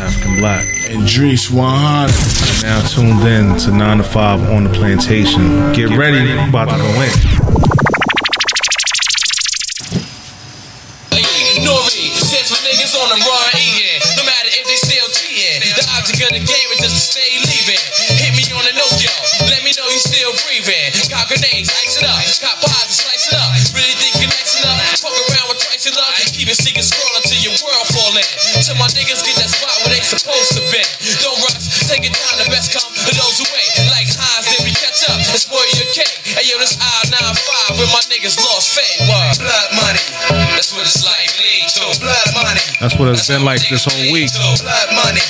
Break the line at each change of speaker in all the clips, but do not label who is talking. African Black. And Drees Wahana. Now tuned in to 9 to 5 on the plantation. Get, ready, about to go in.
Nori says my niggas on the run eating. No matter if they still cheating, the object of the game is just to stay leaving. Hit me on the Nokia, let me know you still breathing. Cop grenades, ice it up. Cop bars, slice it up. Really think you're nice enough? Fuck around with twice your luck. Keep it secret scroll until your world fall in. Till my niggas get that spot where they supposed to be. Don't rush, take your time. The best come to those who wait. Like Hines, did we catch up? It's boy your cake. Hey yo, this I 95 with my niggas lost fate. Word. Blood money, that's what it's like. Lead to blood money.
That's what it's been like this whole week.
Blood money.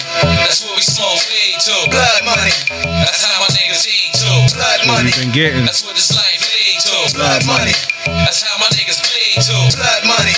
That's what we smoke weed to. Blood money. That's how my niggas eat to. Blood
What
money.
we've been getting.
That's what this life lead to. Blood money. That's how my niggas bleed to. Blood money.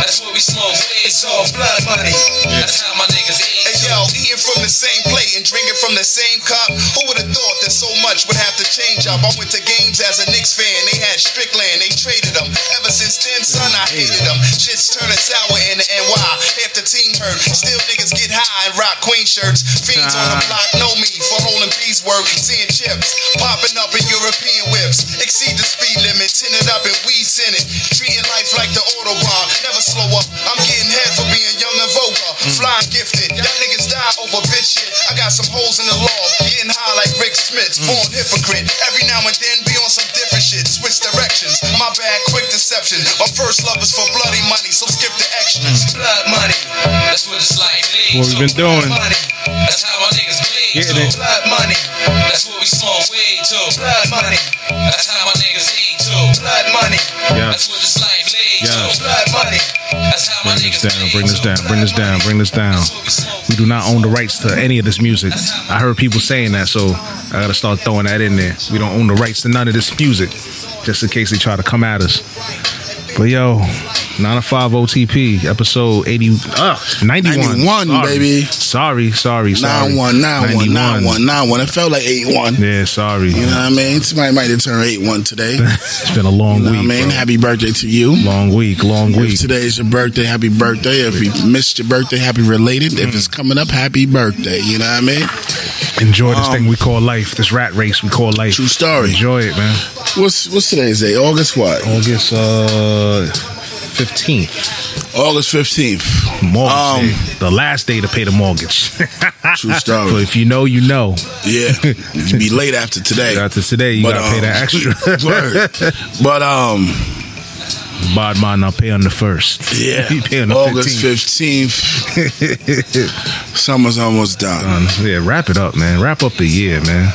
That's what we smoke weed to. Blood money. That's how my niggas eat
Hey
to.
yo, eating from the same plate and drinking from the same cup. Who would have thought that so much would have to change up? I went to games as a Knicks fan. They had Strickland, they traded him. Ever since then, son, I hated him. Shit's turning sour in the NY. Half the team hurt. Still niggas get high and rock queen shirts. Fiends on the block know me for holding bees work. Seeing chips, popping up in European whips. Exceed the speed limit, tin it up and we send it. Treating life like the Autobahn. Never slow up. I'm getting head for being young and vulgar. Flying gifted. Y'all niggas die over bitch shit. I got some holes in the law. Getting high like Rick Smith's.
Mm.
Born hypocrite. Every now and then be on some different shit. Switch directions. My bad, quick deception. My first love is for bloody money, so skip the extras.
Blood money. That's what this life
What
leads
we been
to.
doing.
Blood money. That's how my niggas bleed
Getting
to.
it.
Blood money. Mm. That's what we smoke weed to. Blood money. That's how my niggas eat to. Blood money.
Yeah.
That's what this life leads
Yeah.
to. Blood money. That's how my
Bring this
niggas
down,
bleed
bring this
to.
down, bring this down, bring this down.
That's what we smoke
We do not own the rights to any of this music. I heard people saying that, so I gotta start throwing that in there. We don't own the rights to none of this music, just in case they try to come at us. But yo, 905 OTP, episode 80, uh, 91.
91,
sorry.
baby.
Sorry, sorry, sorry.
91, 91,
91.
91, 91. It felt like 81.
Yeah, sorry.
You know what I mean? Somebody might have turned 81 today. You
it's been a long
know what I
week.
mean?
bro.
Happy birthday to you.
Long week, long week.
If today is your birthday, happy birthday. If you missed your birthday, happy related. If
Mm.
it's coming up, happy birthday. You know what I mean?
Enjoy this thing we call life, this rat race we call life.
Um, True story.
Enjoy it, man.
What's what's today's day? August what?
August uh, 15th.
August 15th.
Mortgage.
Um,
day. the last day to pay the mortgage.
True
so
story.
if you know, you know.
Yeah. You'd be late after today. um,
After today, you gotta pay that extra.
word. But um
Bad mind, I'll pay on the first.
yeah.
you pay on the
August
15th.
15th. Summer's almost done.
Um, yeah, wrap it up, man. Wrap up the year, man.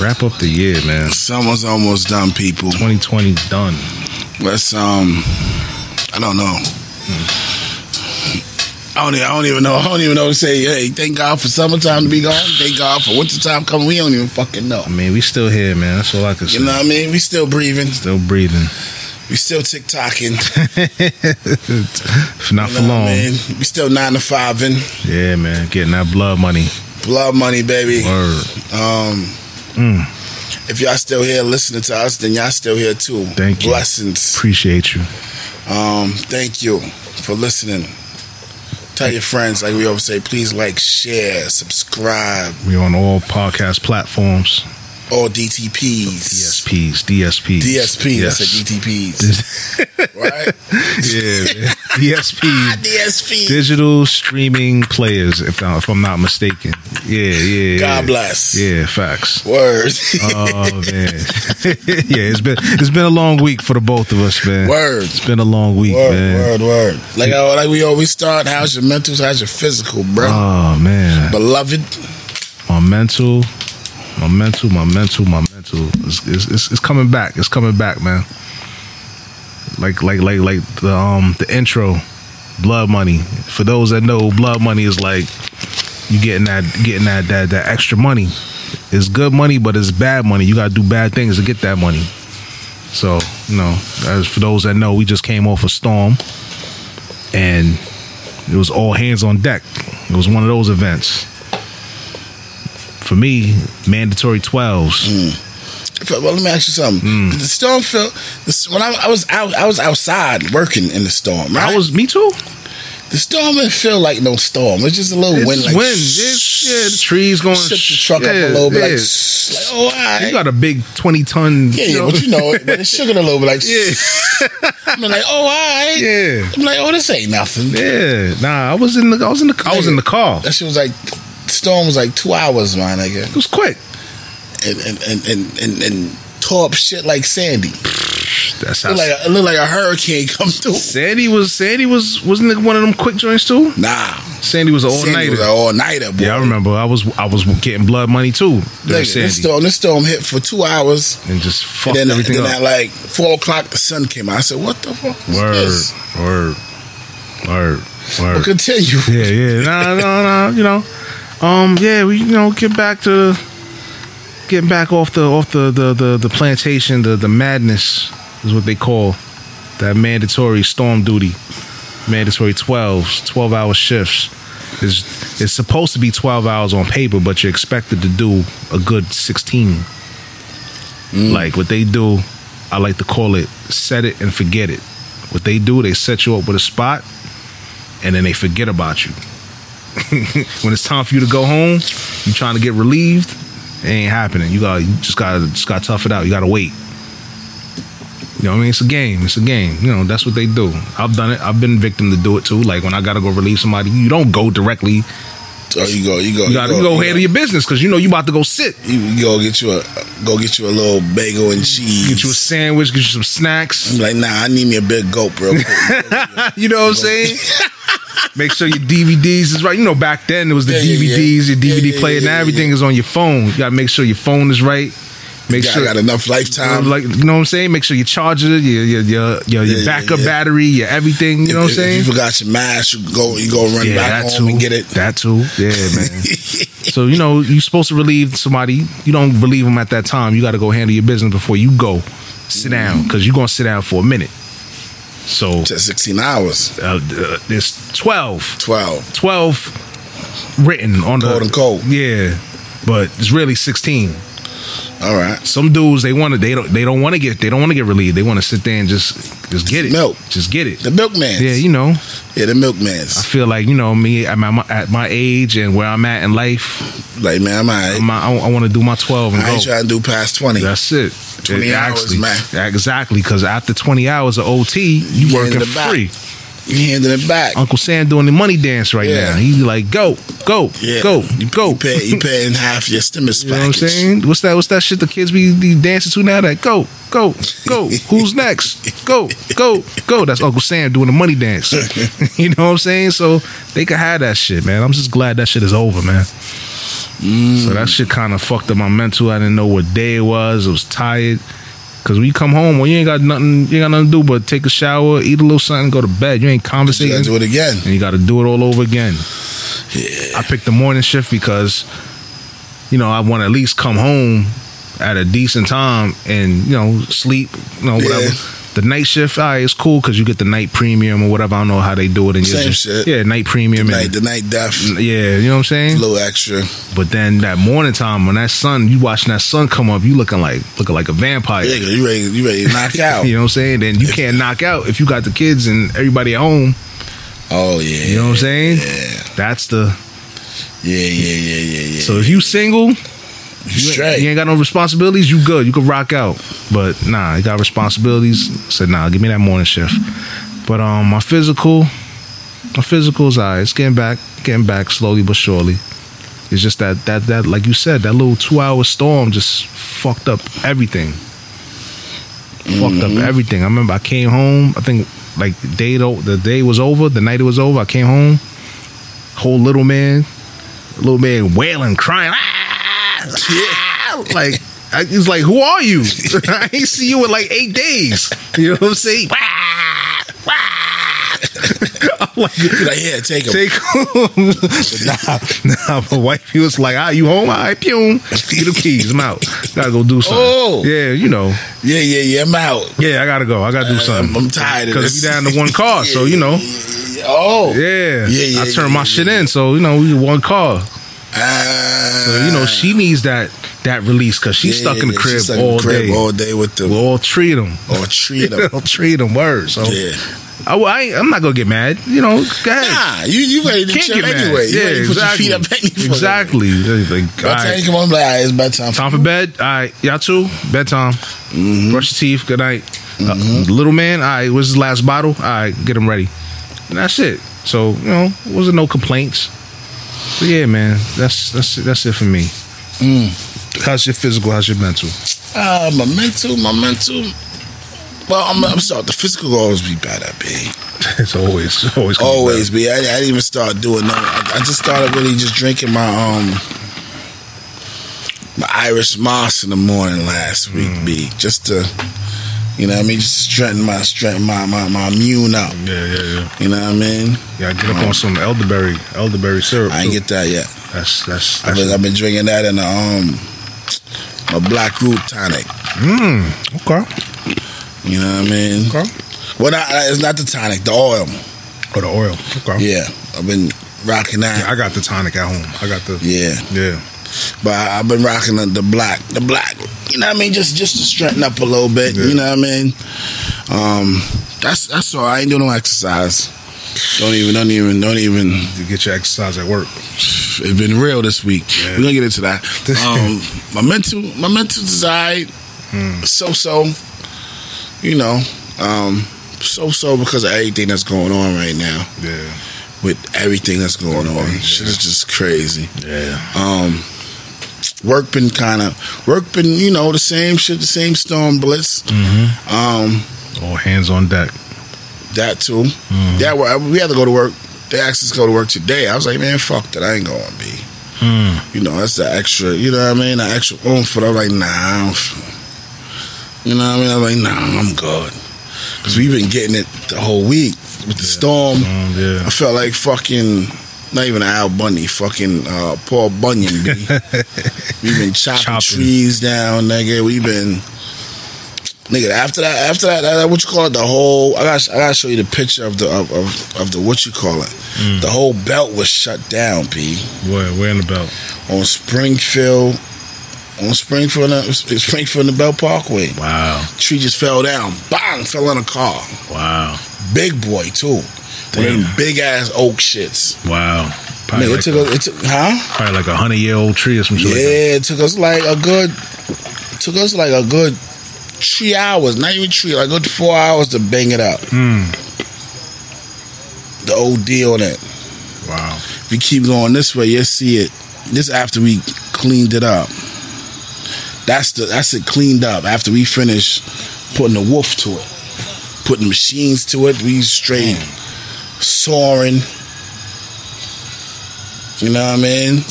Wrap up the year, man.
Summer's almost done, people.
2020 done.
Let's um, I don't know. I don't, e- I don't even know. I don't even know to say. Hey, thank God for summertime to be gone. Thank God for wintertime coming. We don't even fucking know.
I mean, we still here, man. That's all I can say.
You know what I mean? We still breathing.
still breathing.
We still tick tocking.
For not for
You know what
long.
I mean? We still nine to five in
Yeah, man. Getting that blood money.
blood money, baby.
Word.
Um,
Mm.
if y'all still here listening to us, then y'all still here too.
Thank you.
Blessings.
Appreciate you.
Um, thank you for listening. Tell your friends, like we always say, please like, share, subscribe,
We on all podcast platforms. E
all DTPs.
DSPs, DSPs.
DSP, that's a DTPs. right?
DTP. Yeah, man. DSP.
DSP.
Digital streaming players, if, I, if I'm not mistaken. Yeah, yeah.
God
yeah.
bless.
Yeah, facts.
Word.
Oh man, yeah, it's been it's been a long week for the both of us, man.
Word.
It's been a long week,
word,
man.
word, word. Like I, like we always start, how's your mental, how's your physical, bro?
Oh man,
Beloved.
my mental, my mental, my mental, my mental. It's, it's, it's, it's coming back. It's coming back, man. Like like like like the um the intro, blood money. For those that know, blood money is like you getting that getting that that that extra money. It's good money, but it's bad money. You gotta do bad things to get that money. So you know, as for those that know, we just came off a storm, and it was all hands on deck. It was one of those events for me, mandatory
Mm.
12s.
Well, let me ask you something.
hmm.
Did the storm felt. When I, I was out, I was outside working in the storm. Right?
I was, me too.
The storm didn't feel like no storm. It's just a little
It's
wind.
wind.
Like,
It's, yeah, the trees going.
Ship the truck up a
yeah,
little bit. Like,
yeah.
like oh, all right.
You got a big twenty ton.
yeah, yeah, but you know it. But it shook it a little bit. Like,
Yeah.
I'm like, oh, all right.
Yeah.
I'm like, oh, this ain't nothing.
Yeah, nah, I was in the, I was in the, I was in the car.
That shit was like, storm was like two hours, my nigga,
It was quick.
and and and and and, and tore up shit like Sandy.
That's how
Looked like uh, a, it looked like a hurricane come through.
Sandy was. Sandy was wasn't it one of them quick joints too.
Nah,
Sandy was an all
Sandy
nighter.
was all nighter, boy.
Yeah, I remember. I was I was getting blood money too. during
Nigga, this
Sandy,
storm, this storm hit for two hours.
and just fucked
then,
everything
then at
up.
like four o'clock, the sun came out. I said, "What the fuck is this?"
word, word, word,
We'll
word.
continue.
Yeah, yeah, nah, nah, nah. You know, um, yeah, we you know get back to getting back off the off the the the, the plantation. The the madness is what they call that mandatory storm duty, mandatory 12s, 12 hour shifts. It's, it's supposed to be 12 hours on paper, but you're expected to do a good 16. Like what they do, I like to call it set it and forget it. What they do, they set you up with a spot and then they forget about you. when it's time for you to go home, you trying to get relieved, it ain't happening. You got you just gotta just gotta tough it out. You gotta wait. You know what I mean? It's a game. It's a game. You know, that's what they do. I've done it. I've been victim to do it too. Like when I gotta go relieve somebody, you don't go directly.
Oh, you go, you go,
You gotta you go handle your business because you know you about to go sit.
You go get you a go get you a little bagel and cheese.
Get you a sandwich, get you some snacks.
I'm like, nah, I need me a big gulp real quick.
You know what I'm saying? Make sure your DVDs is right. You know, back then it was the
Yeah, yeah, yeah.
DVDs, your
Yeah,
DVD
yeah,
player,
yeah,
and
yeah,
everything is on your phone. You gotta make sure your phone is right. Make
Got,
sure
got enough lifetime.
like you know what I'm saying. Make sure your charger, your your your your,
um, Yeah,
your
yeah,
backup
yeah.
battery, your everything. You know what I'm
If- If
saying?
you forgot your mask, you go, you go run
Yeah,
back
that
home
too.
and get it.
That too. Yeah, man. so you know you're supposed to relieve somebody. You don't relieve them at that time. You got to go handle your business before you go. Sit down because you're gonna sit down for a minute. So
Just 16 hours,
uh, uh, there's twelve.
12.
12 written on
Quote,
the
unquote.
Yeah. But it's really 16.
All right.
Some dudes they want to they don't they don't want to get they don't want to get relieved. They want to sit there and just just get it.
Milk.
Just get it.
The milkman.
Yeah, you know.
yeah, the
I
milkman's.
feel like, you know, me at my at my age and where I'm at in life,
Like, man, I'm all right.
my, I, want to do my 12 and
I ain't
go.
trying to do past 20.
That's it.
20
It
hours,
actually-
man.
Exactly, cuz after 20 hours of OT, you
Yeah, in
working
the back.
free.
You handing it back.
Uncle Sam doing the money dance right
Yeah.
now. He like, "Go, go,
Yeah.
go, go."
You pay, you paying half your stimulus
You know what I'm
package.
saying? What's that? What's that shit the kids be, be dancing to now? That go, go, go. Who's next? Go, go, go. That's Uncle Sam doing the money dance. you know what I'm saying? So they could have that shit, man. I'm just glad that shit is over, man. So that shit kind of fucked up my mental. I didn't know what day it was. I was tired. Cause when you come home, well, you ain't got nothing. You ain't got nothing to do but take a shower, eat a little something, go to bed. You ain't
You gotta
conversating
do it again.
and you got to do it all over again. I picked the morning shift because, you know, I want to at least come home at a decent time and you know sleep, you know whatever.
Yeah.
The night shift, all right, it's cool because you get the night premium or whatever. I don't know how they do it in
Same
your
shit.
Yeah, night premium.
Like
and,
the night def, a
yeah, you know what I'm saying.
little extra.
But then that morning time, when that sun, you watching that sun come up, you looking like looking like a vampire.
Yeah, you ready? You ready to knock out?
You know what I'm saying? Then you can't knock out if you got the kids and everybody at home.
Oh yeah.
You know what I'm saying?
Yeah,
That's the
yeah, yeah, yeah, yeah. yeah.
So if you single, you,
straight.
you ain't got no responsibilities, you good. You can rock out. But nah, you got responsibilities. Said nah, give me that morning shift. But um my physical, my physical's alright. It's getting back, getting back slowly but surely. It's just that that that like you said, that little two hour storm just fucked up everything. Fucked up everything. I remember I came home, I think like day the, the day was over, the night it was over, I came home, whole little man, little man wailing, crying, "Ah!" Ah! like I, he's like, "Who are you? I ain't see you in like eight days." You know what I'm saying? Ah! Ah! I'm like,
You like, yeah, take him.
take home. nah, nah, my wife, he was like, "Ah, you home? All right, pew. Get the keys. I'm out. Gotta go do something."
Oh.
yeah, you know,
yeah, yeah, yeah. I'm out.
yeah, I gotta go. I gotta do
I'm-
something.
I'm tired of
because
this.
we down to one car, so you know.
Oh,
Yeah,
Yeah,
I
yeah,
turned
yeah,
my
yeah,
shit in, so you know we one car.
Ah.
So, you know, she needs that that release because she's
Yeah,
stuck in the
yeah,
crib
she's stuck in
all
the crib
day.
all day with the
We'll all treat them.
or treat 'em.
All treat them words. So
Yeah.
I, I ain't- I'm not gonna get mad. You know, go ahead.
Nah, you you ready to
Can't
chill
get mad.
anyway. You
yeah,
ready to put
exactly.
your feet up anyway.
Exactly. Like, all
By the time
right.
you come on, I'm like, "All right, it's bedtime.
Time for bed. All right, y'all too. Bedtime.
Mm-hmm.
Brush your teeth. Good night. Uh, little man. All right, what's his last bottle? All right, get him ready. And that's it. So you know, wasn't no complaints. But yeah, man, that's that's it- that's it for me.
Mm.
How's your physical? How's your mental?
Uh, my mental, my mental. Well, I'm, I'm sorry. The physical will always be better, B.
it's always always gonna be
Always be. I, I didn't even start doing nothing. I, I just started really just drinking my um my Irish moss in the morning last week,
Mm.
B. Just to you know, what I mean, just strengthen my strengthen my my, my immune up.
better. Yeah, yeah, yeah.
You know what I mean?
Yeah, get up on some elderberry elderberry syrup.
Uh-huh. I ain't get that yet.
that's that's,
I've
that's
been, I've been drinking that in the um my black root tonic.
okay.
You know what I mean?
Okay.
Well, not, uh, it's not the tonic, the oil.
Or the oil. Okay.
Yeah, I've been rocking that.
I got the tonic at home. I got the
Yeah,
yeah.
but I, I've been rocking the, the black, the black. You know what I mean? Just just to strengthen up a little bit.
Yeah.
You know what I mean? Um, that's that's all. I ain't doing no exercise. Don't even, don't even, don't even.
You get your exercise at work.
It's been real this week.
Yeah.
We're gonna get into that. Um, my mental, my mental desire,
Hmm.
so so. You know, um, so so because of everything that's going on right now.
Yeah.
With everything that's going on, shit is just crazy.
Yeah.
Um, work been kind of work been you know the same shit, the same storm blitz.
Mm-hmm.
Um,
All hands on deck.
that too. That were, we had to go to work. They asked us to go to work today. I was like, man, fuck that. I ain't going to be. You know, that's the extra. You know what I mean? The extra oomph. But I'm like, nah. I don't f- you know what I mean? I'm like, nah. I'm good. Because we've been getting it the whole week with the storm.
Um, yeah.
I felt like fucking not even Al Bundy, fucking uh, Paul Bunyan. B. We've been chopping,
Chopping.
trees down, nigga. We've been nigga. After that, after that, that, what you call it? The whole I got I gotta show you the picture of the of of, of the what you call it.
Mm.
The whole belt was shut down, p
Where where in the belt?
on Springfield. On Springfield, uh, Springfield and the Belt Parkway,
Wow.
tree just fell down. Bang! Fell on a car.
Wow.
Big boy too. One of them
Damn.
big ass oak shits.
Wow. Probably,
Man, it
like,
took
a,
us, it took, huh?
probably like a hundred year old tree or some shit. Like that.
Yeah, it took us like a good, it took us like a good three hours, not even three, like a good four hours to bang it out. The OD on it.
Wow.
If you keep going this way, you'll see it. This after we cleaned it up. That's the that's it cleaned up after we finished putting the wolf to it, putting machines to it. We straight soaring. You know what I mean?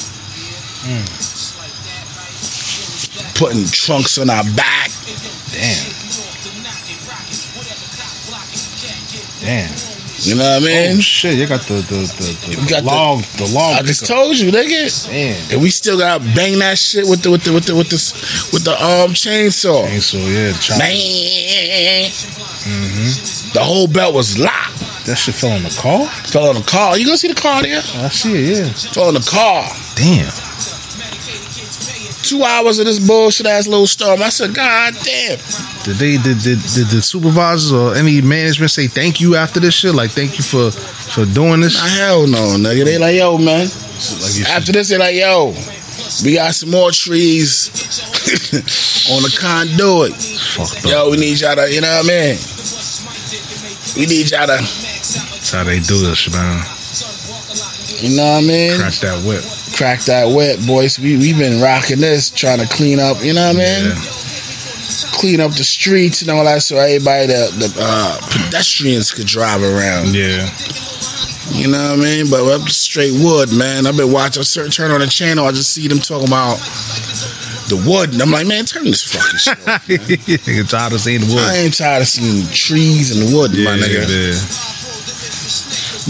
Putting trunks on our back.
Damn.
You know what I mean?
Oh shit! You got the the the,
You
the
got the-
log the, log.
I just
pickup.
told you, nigga.
Damn.
And we still got to bang that shit with the with the with the with the with the um chainsaw.
Ain't so yeah. the chop-
Man. Mm-hmm. The whole belt was locked.
That shit fell in the car.
Fell on the car. You gonna see the car there?
I see it. Yeah.
Fell on the car.
Damn.
Two hours of this bullshit ass little storm. I said, God damn.
Did they did, did did the supervisors or any management say thank you after this shit? Like thank you for for doing this.
Nah, hell no, nigga. They like, yo, man.
Like you
After this, they like, yo, we got some more trees on the conduit.
fucked up.
Yo, we need y'all to, you know what I mean? We need y'all to,
That's how they do this, man.
you know what I mean?
Crack that whip.
Crack that wet, boys. We we been rocking this, trying to clean up. You know what I mean?
Yeah.
Clean up the streets and all that, so everybody the, the uh, pedestrians could drive around.
Yeah.
You know what I mean? But up straight wood, man. I've been watching. I certain turn on the channel, I just see them talking about the wood, and I'm like, man, turn this fucking shit. off.
Nigga tired of seeing the
I
wood.
ain't tired of seeing trees and wood, my nigga.
yeah.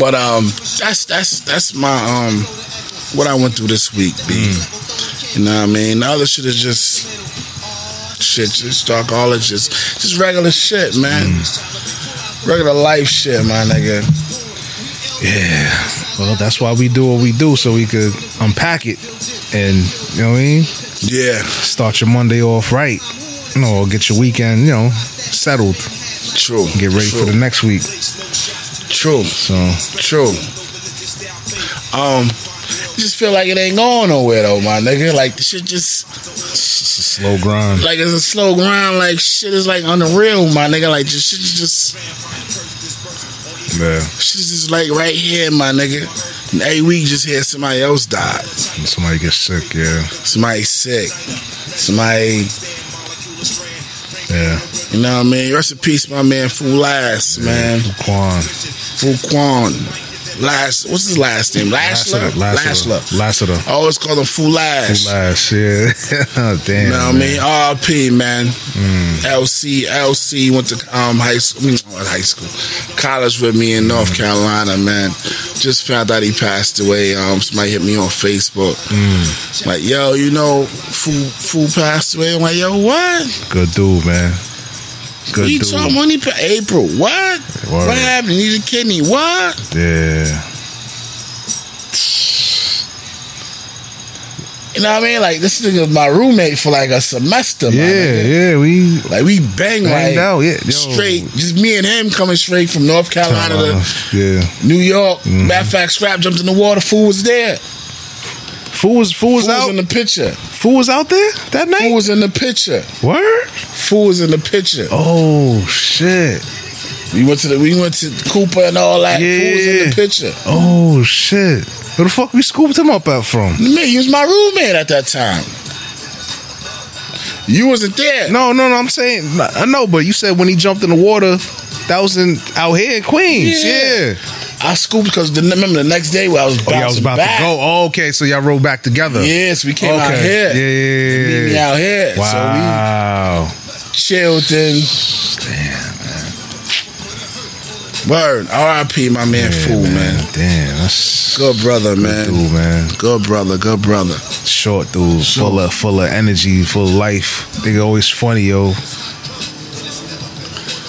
But um, that's that's that's my um, what I went through this week, B.
Mm.
You know what I mean? The other shit is just shit, just dark all it's just just regular shit, man.
Mm.
Regular life shit, my nigga.
Yeah. Well, that's why we do what we do so we could unpack it and, you know what I mean?
Yeah,
Start your Monday off right. You know, or get your weekend, you know, settled.
true.
Get ready for
true.
the next week.
True.
So
True. Um, just feel like it ain't going nowhere though, my nigga. Like the shit just
it's a slow grind.
like it's a slow grind. Like shit is like unreal, my nigga. Like just shit is just
Yeah.
shit is just like right here, my nigga. And every week you just hear somebody else died.
When somebody gets sick, yeah.
Somebody sick. Somebody,
Yeah.
you know what I mean? Rest in peace, my man Fulas, man.
Quan.
Fuquan. Last what's his last name? Lashla?
Lassiter.
Lashla.
Lassiter.
I always call him Fulash.
Lash, yeah. Damn.
You know what
man.
I mean? RP, man.
Mm.
LC, LC went to um, high school, I mean, not high school, college with me in
Mm.
North Carolina, man. Just found out he passed away. Um, somebody hit me on Facebook.
Mm.
Like, yo, you know, Fool, Fool passed away. I'm like, yo, what?
Good dude, man. Good
He
dude.
told me he pa- April, what?
Word.
What happened? He needed kidney, what?
Yeah.
You know what I mean? Like, this nigga was my roommate for like a semester, my
Yeah,
nigga.
yeah. We
Like we bang
Banged
like
out, yeah, yo.
straight, just me and him coming straight from North Carolina to
Yeah.
New York.
Mm-hmm.
Matter of fact, Scrap jumped in the water. Fool was there.
Fool was fool was
Fool was
out
in the picture.
Fool was out there that
Fool
night?
was in the picture.
Word?
Fool was in the picture.
Oh shit.
We went to the we went to Cooper and all that. Fool was in
Yeah.
the picture.
Oh shit. Where the fuck we scooped him up out from?
Me, he was my roommate at that time. You wasn't there.
No, no, no. I'm saying I know, but you said when he jumped in the water, that was in out here in Queens.
Yeah.
Yeah.
I scooped because remember the next day when I was
Oh,
bouncing
y'all was about
back.
to go. Oh, okay, so y'all rode back together.
Yes, we came
okay.
out here.
Yeah, yeah, yeah.
Meet me out here. So we
Wow.
Chilton. Word. R.I.P. My man, Fool, man.
Damn, that's
Good brother, man.
dude, man.
Good brother. Good brother.
Short dude,
Short.
full of full of energy, full of life. Nigga always funny, yo.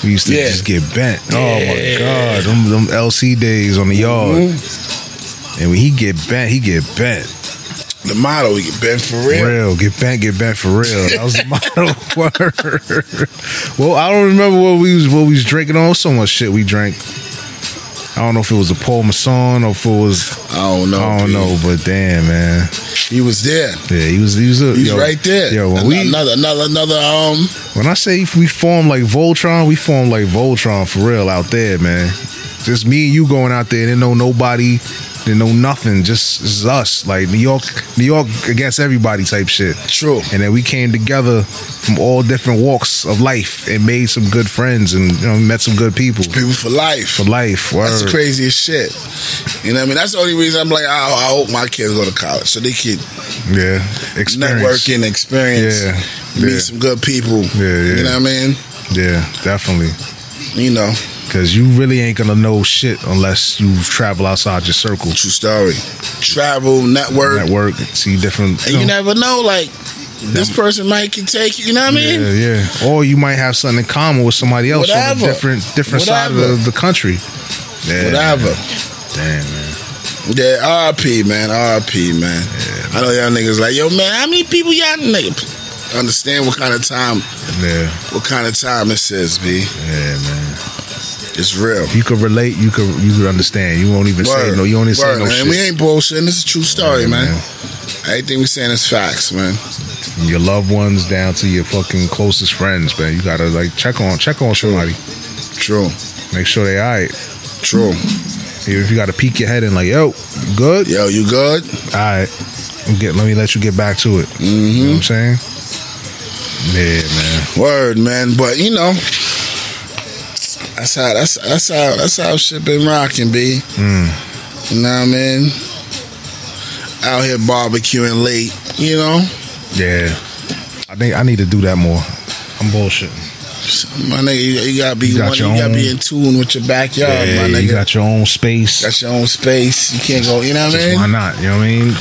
We used to
Yeah.
just get bent.
Yeah.
Oh my god, them, them LC days on the yard.
Mm-hmm.
And when he get bent, he get bent.
The motto, he get bent for real.
Real, get bent, get bent for real. That was the motto word. Well, I don't remember what we was what we was drinking on. So much shit we drank. I don't know if it was a Paul Masson or if it was
I don't know.
I don't
P.
know, but damn man,
He was there.
yeah, he was he was, a,
He's
yo,
right there.
Yo, when
An-
we
another, another, another. Um,
When I say we form like Voltron, we form like Voltron for real out there, man. Just me and you going out there, and didn't know nobody, didn't know nothing. Just it's us, like New York, New York against everybody type shit.
True.
And then we came together from all different walks of life and made some good friends and you know, met some good people
people for life.
for life.
That's the
word.
craziest shit. You know what I mean? That's the only reason I'm like, I, I hope my kids go to college so they can
Yeah, experience.
networking, experience,
Yeah.
meet
Yeah.
some good people.
yeah.
You know what I mean?
Yeah, definitely.
You know,
Because you really ain't gonna know shit unless you travel outside your circle,
true story. Travel, network,
network, see different.
and you never know. Like this person might can take you. You know what I mean?
Yeah, yeah. Or you might have something in common with somebody else
Whatever.
from a different different side
Whatever.
of the, the country. Yeah,
Whatever.
Damn, man.
Yeah, RP man, RP man. I know y'all niggas like, yo man, how many people y'all nigga understand what kind of time,
Yeah,
what kind of time this is, B.
yeah, man.
It's real.
You could relate. You could you could understand. You won't even say no. You won't even say
Word,
no
man.
shit.
We ain't bullshitting. This is a true story,
Yeah,
man.
man.
Everything we saying is facts, man.
From your loved ones down to your fucking closest friends, man. You gotta like check on check on somebody.
True,
Make sure they alright.
true.
Even if you gotta peek your head in, like, yo, you good.
Yo, you good?
All right, I'm get. Let me let you get back to it.
Mm-hmm.
You know what I'm saying? Yeah, man.
Word, man. But you know, that's how that's that's how that's how shit been rocking, b.
Hmm.
You know what I mean? Out here barbecuing late, you know.
Yeah. I think I need to do that more. I'm bullshitting.
My nigga, you, you gotta be
You got
one,
your
you gotta be
own-
in tune with your backyard, my nigga.
you got your own space.
Got your own space. You can't go. You know what I
Just
mean?
why not? You know what I mean?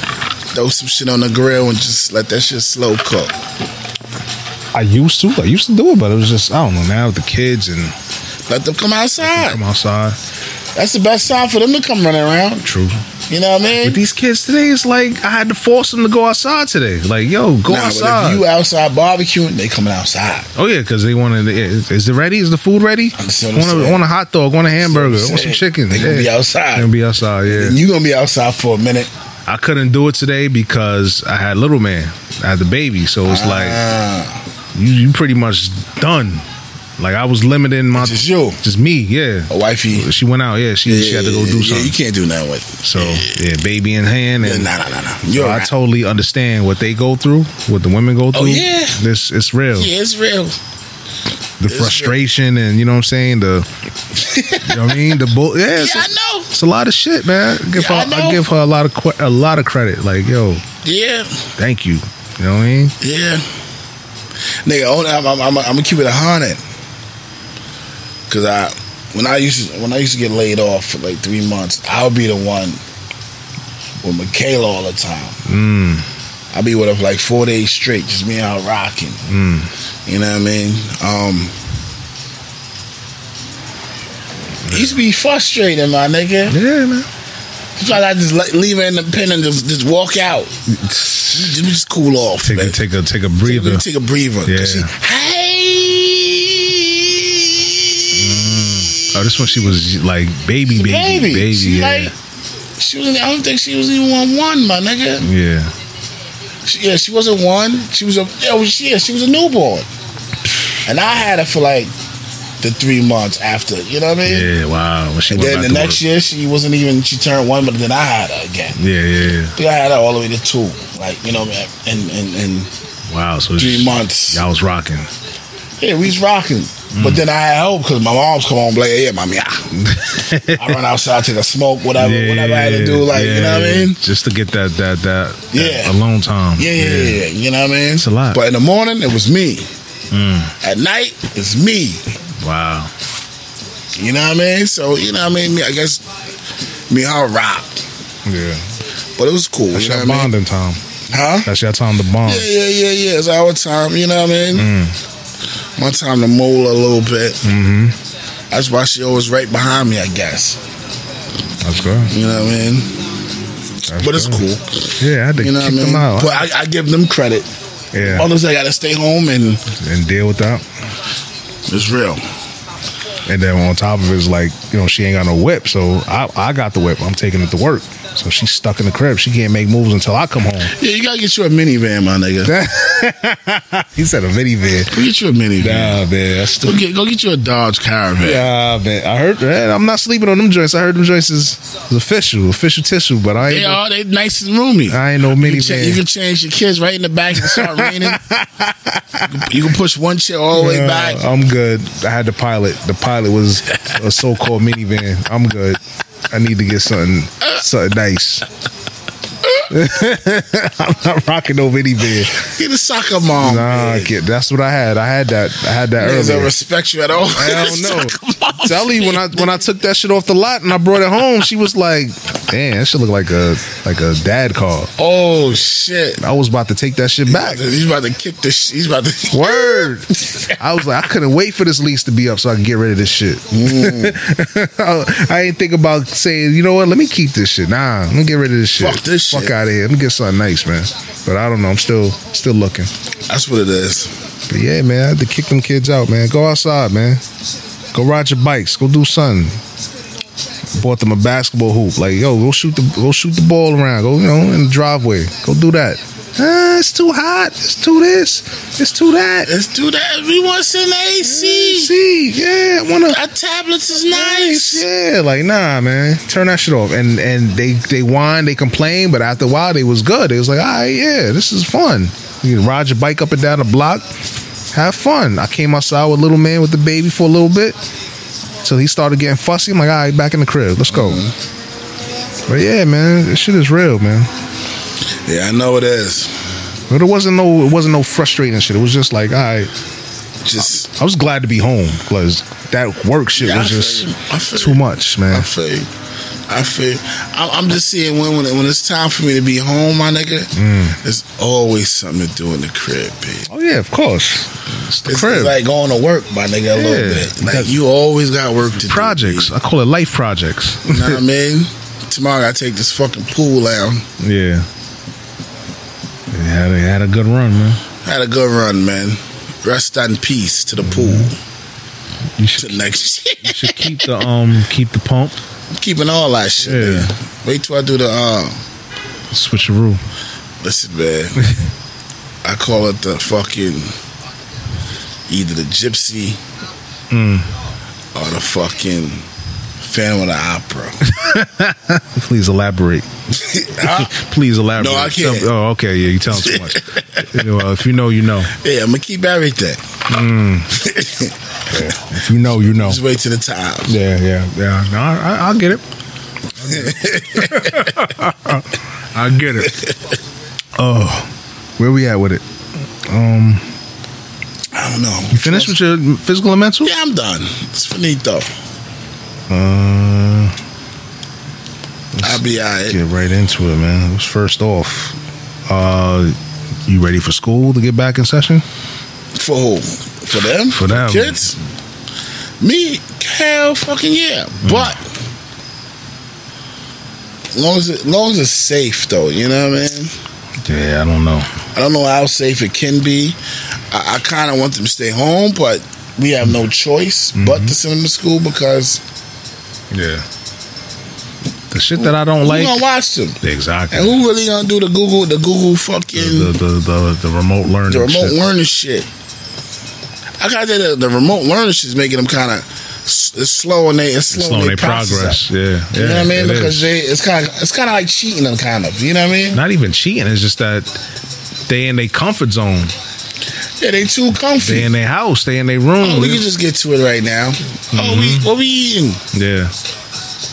Throw some shit on the grill and just let that shit slow cook.
I used to. I used to do it, but it was just I don't know. Now with the kids and
Let them come outside.
come outside.
That's the best time for them to come running around.
True.
You know what I mean?
But these kids today, it's like I had to force them to go outside today. Like, yo, go
Nah,
outside.
But if you outside barbecuing, they coming outside.
oh yeah, because they want to. Is is it ready? Is the food ready?
That's what I'm
want, a,
saying.
want a hot dog? Want a hamburger?
That's what I'm
Want some
saying.
chicken?
They gonna
yeah.
be outside.
They gonna be outside. Yeah.
And you gonna be outside for a minute.
I couldn't do it today because I had little man. I had the baby, so it's like
Ah,
you, you pretty much done. Like I was limiting my
just you,
just me. Yeah.
a wifey.
She went out. Yeah. Oh, She she had to go do
Yeah, you
something.
can't do nothing with.
So yeah, baby in hand
Nah,
and.
nah, nah, nah.
So
You're
I
right.
totally understand what they go through, what the women go through.
Oh, yeah.
this it's real.
Yeah, it's real.
the
real.
frustration, and you know what I'm saying. The, you know what I mean. The bull. Yeah, it's,
Yeah, I
a,
know.
it's a lot of shit, man. I give,
Yeah, I
her, I,
know.
give her a lot of que- a lot of credit. Like, yo,
Yeah,
thank you. You know what I mean?
yeah. Nigga, oh, I'm, I'm, I'm, I'm gonna keep it a hundred. Cause I, when I used to, when I used to get laid off for like three months, I'll be the one with Michaela all the time. I'll be with her for like four days straight, just me and her rocking. You know what I mean? Um, it used to be frustrating, my nigga.
Yeah, man.
Sometimes I just like, leave her in the pen and just, just walk out. Just, just cool off.
Take a
man.
take a take a breather.
Take a breather. 'cause
Yeah.
She, hey,
Oh, this one she was like baby,
It's a
baby, baby.
baby. she
yeah,
like, she was. I don't think she was even on one, my nigga.
yeah.
She, yeah, she wasn't one. She was a. Yeah, well, she, yeah, she was a newborn. And I had her for like the three months after. You know what I mean?
Yeah, wow. When she
And
went
then
back
the
to
next
work.
year, she wasn't even. She turned one, but then I had her again.
Yeah, yeah,
I think I had her all the way to two, like you know, man, and and and
yeah. Wow. So
three
she-
months.
Y'all was rocking.
Yeah, we was rocking. But then I had help because my mom's come on, like, yeah, mommy, ah. I run outside, take a smoke, whatever, whatever I had to do, like you know what I mean?
Just to get that that that, that
Yeah.
alone time.
Yeah, yeah, yeah, yeah, you know what I mean?
It's a lot. Mm.
But in the morning, it was me. At night, it's me.
Wow.
You know what I mean? So you know what I mean? Me, I guess me, and her rocked,
Yeah.
but it was cool.
That's
you know
your
what I mean?
bonding time.
Huh?
That's your time to bond.
Yeah, yeah, yeah, yeah. It's our time. You know what I mean?
Mm.
My time to mold a little bit. Mm-hmm. That's why she always right behind me, I guess.
That's good.
You know what I mean?
That's
but it's
good.
cool.
Yeah, I had to
You know what I
kick
mean?
them out.
But I, I give them credit.
yeah,
Others, I gotta stay home, and
and deal with that.
it's real.
And then on top of it, it's like you know she ain't got no whip, so I I got the whip. I'm taking it to work. So she's stuck in the crib. She can't make moves until I come home.
Yeah, you gotta get you a minivan, my nigga.
he said a minivan.
Go get you a minivan.
Nah, man, that's
Go
stupid.
get go get you a Dodge Caravan.
Yeah, man. I heard. Man, I'm not sleeping on them joints. I heard them joints is, is official, official tissue. But I ain't.
They
no-
are they nice and roomy.
I ain't no
You, cha- you
minivan.
can change your kids right in the back if it start raining. you can push one chair all the way
Nah,
back.
I'm good. I had the pilot. The pilot was a so-called minivan. I'm good. I need to get something, something nice. I'm not rocking no minivan.
Get a soccer mom.
Nah,
man.
kid, that's what I had. I had that. I had that
Niggas don't
earlier.
respect you at all.
I don't know.
Soccer mom.
Tell you when I when I took that shit off the lot and I brought it home, she was like, "Damn, that shit look like a like a dad car."
Oh shit.
I was about to take that shit back.
He's about to kick the. Sh- he's about to.
Word. I was like, I couldn't wait for this lease to be up so I can get rid of this shit.
Mm.
I, I ain't think about saying, you know what, let me keep this shit. Nah, let me get rid of this shit.
Fuck this
Fuck
shit.
out of here. Let me get something nice, man. But I don't know. I'm still still looking.
That's what it is.
But yeah, man, I had to kick them kids out, man. Go outside, man. Go ride your bikes. Go do something. Bought them a basketball hoop. Like, yo, go shoot the go shoot the ball around. Go, you know, in the driveway. Go do that. Ah, it's too hot. It's too this. It's too that.
Let's do that. We want some AC.
See, yeah, I wanna.
Our tablets is nice.
Yeah, like nah, man, turn that shit off. And and they they whine, they complain, but after a while, they was good. It was like, all right, yeah, this is fun. You can ride your bike up and down the block, have fun. I came outside with little man with the baby for a little bit, so he started getting fussy. I'm like, all right, back in the crib, let's go. But yeah, man, this shit is real, man.
Yeah, I know it is.
But it wasn't no, it wasn't no frustrating shit. It was just like, all right,
Just
I was glad to be home because that work shit
Yeah, I
was
feel you. I feel
just
you.
too much, man.
I feel you. I feel. I- I'm just seeing when when, it- when it's time for me to be home, my nigga.
Mm.
There's always something to do in the crib, bitch.
Oh yeah, of course. It's the
It's
crib.
like going to work, my nigga, a
Yeah.
little bit. Like you always got work to
projects.
do.
I call it life projects.
Projects. You know what I mean? Tomorrow I take this fucking pool out.
yeah. They had, they had a good run, man.
Had a good run, man. Rest in peace to the
Mm.
pool.
You should,
To next
you should keep the um keep the pump.
I'm keeping all that shit.
Yeah.
man. Wait till I do the uh
Switcheroo.
Listen, man. I call it the fucking either the gypsy
Hmm.
or the fucking fan of the opera.
Please elaborate. Please elaborate.
No, I can't.
Some- oh, okay. Yeah, you telling too much. well, if you know, you know.
yeah, I'm gonna keep everything.
If you know, you know.
Just wait till the time.
Yeah, yeah, yeah. No, I, I, I'll get it. I get it. Oh, where we at with it?
I don't know.
You finished with your physical and mental?
Yeah, I'm done. It's finito.
Uh,
I'll be alright.
get right into it, man. It was first off. Uh, you ready for school to get back in session?
For who? For them?
For them.
Kids? Me? Hell fucking yeah.
Hmm.
But long as it long as it's safe though, you know what I mean?
Yeah, I don't know.
I don't know how safe it can be. I, I kind of want them to stay home, but we have no choice
Mm-hmm.
but to send them to school because
Yeah. The shit that I don't like.
who gonna watch them?
Exactly.
And who really gonna do the Google, the Google
the,
fucking,
the, the, the remote learning.
the remote
shit.
learning shit? I got that the remote learning shit's making them kind of it's slowing they it's
It's
slowing,
slowing their
progress.
progress. Yeah, yeah.
You know what I mean?
it
Because
is.
they, it's kind of it's kind of like cheating them, kind of. You know what I mean?
not even cheating. It's just that they in their comfort zone.
Yeah, they too
They
comfy.
in their house. They in their room.
Oh, we can just get to it right now. Oh,
Mm-hmm.
we what we eating?
yeah,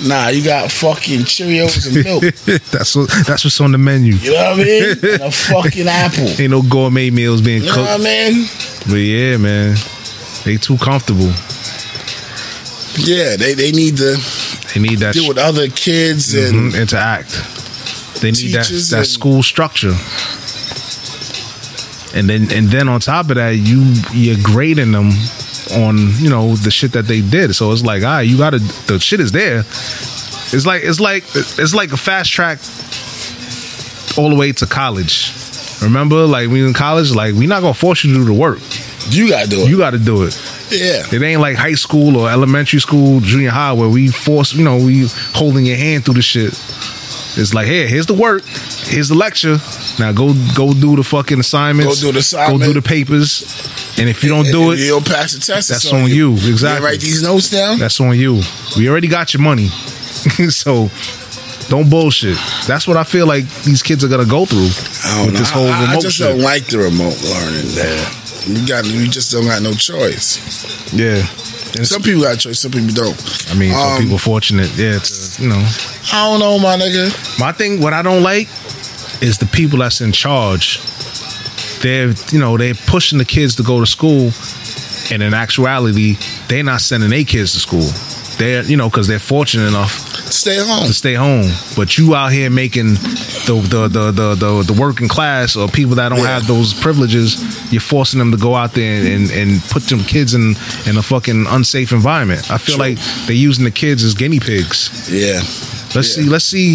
Nah, you got fucking Cheerios and milk.
that's what that's what's on the menu.
You know what I mean? And a fucking apple.
Ain't no gourmet meals being
You know what I
cooked.
mean?
But yeah, man, they too comfortable.
Yeah, they, they need to
They need that
deal with other kids
sh-
and
mhm, interact. They need that
Teachers
that
and-
school structure. And then and then on top of that, you you're grading them on you know the shit that they did. So it's like, ah, you gotta the shit is there. It's like it's like it's like a fast track all the way to college. Remember, like we in college, like we not gonna force you to do the work.
Mm-hmm. you gotta do it.
You got to do it.
yeah.
It ain't like high school or elementary school, junior high, where we force, you know, we holding your hand through the shit. It's like, here, here's the work, here's the lecture. Now go, go do the fucking assignments,
Go do the assignment.
go do the papers, and if you don't do
And
it,
You'll pass the test.
That's
It's
on you,
You
exactly.
didn't write these notes down.
that's on you. We already got your money, so don't bullshit. That's what I feel like these kids are gonna go through
I don't
with
know.
this whole
I, I
remote
just
shit.
don't like the remote learning. Man. You got you just don't got no choice.
yeah, And
Some people got choice, some people don't.
I mean, some
um,
people fortunate, yeah, to, you know.
I don't know, my nigga.
My thing, what I don't like, is the people that's in charge. They're, you know, they're pushing the kids to go to school, and in actuality, they're not sending their kids to school. They're, you know, because they're fortunate enough
Stay home.
to stay home. But you out here making the the the the the, the working class or people that don't
Yeah.
have those privileges, you're forcing them to go out there and, and, and put them kids in in a fucking unsafe environment. I feel
True.
like they're using the kids as guinea pigs.
Yeah.
Let's see.
Yeah.
Let's see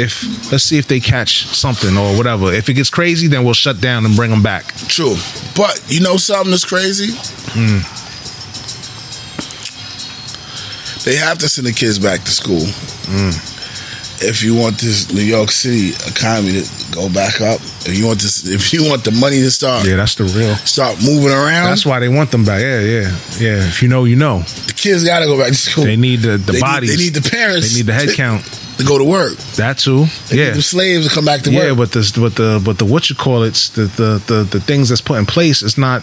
if let's see if they catch something or whatever. If it gets crazy, then we'll shut down and bring them back.
True. But you know something that's crazy?
Hmm.
They have to send the kids back to school.
Hmm.
If you want this New York City economy to go back up, if you want this, if you want the money to start
that's the real.
start moving around,
That's why they want them back. Yeah, yeah, yeah. If you know, you know.
the kids got to go back to school.
They need the the
They need-
bodies.
they need the parents.
They need the head
to-
count.
to go to work.
That too.
They need
Yeah.
the slaves to come back to
Yeah,
work.
but this, but the, but the what you call it's the the the, the things that's put in place is not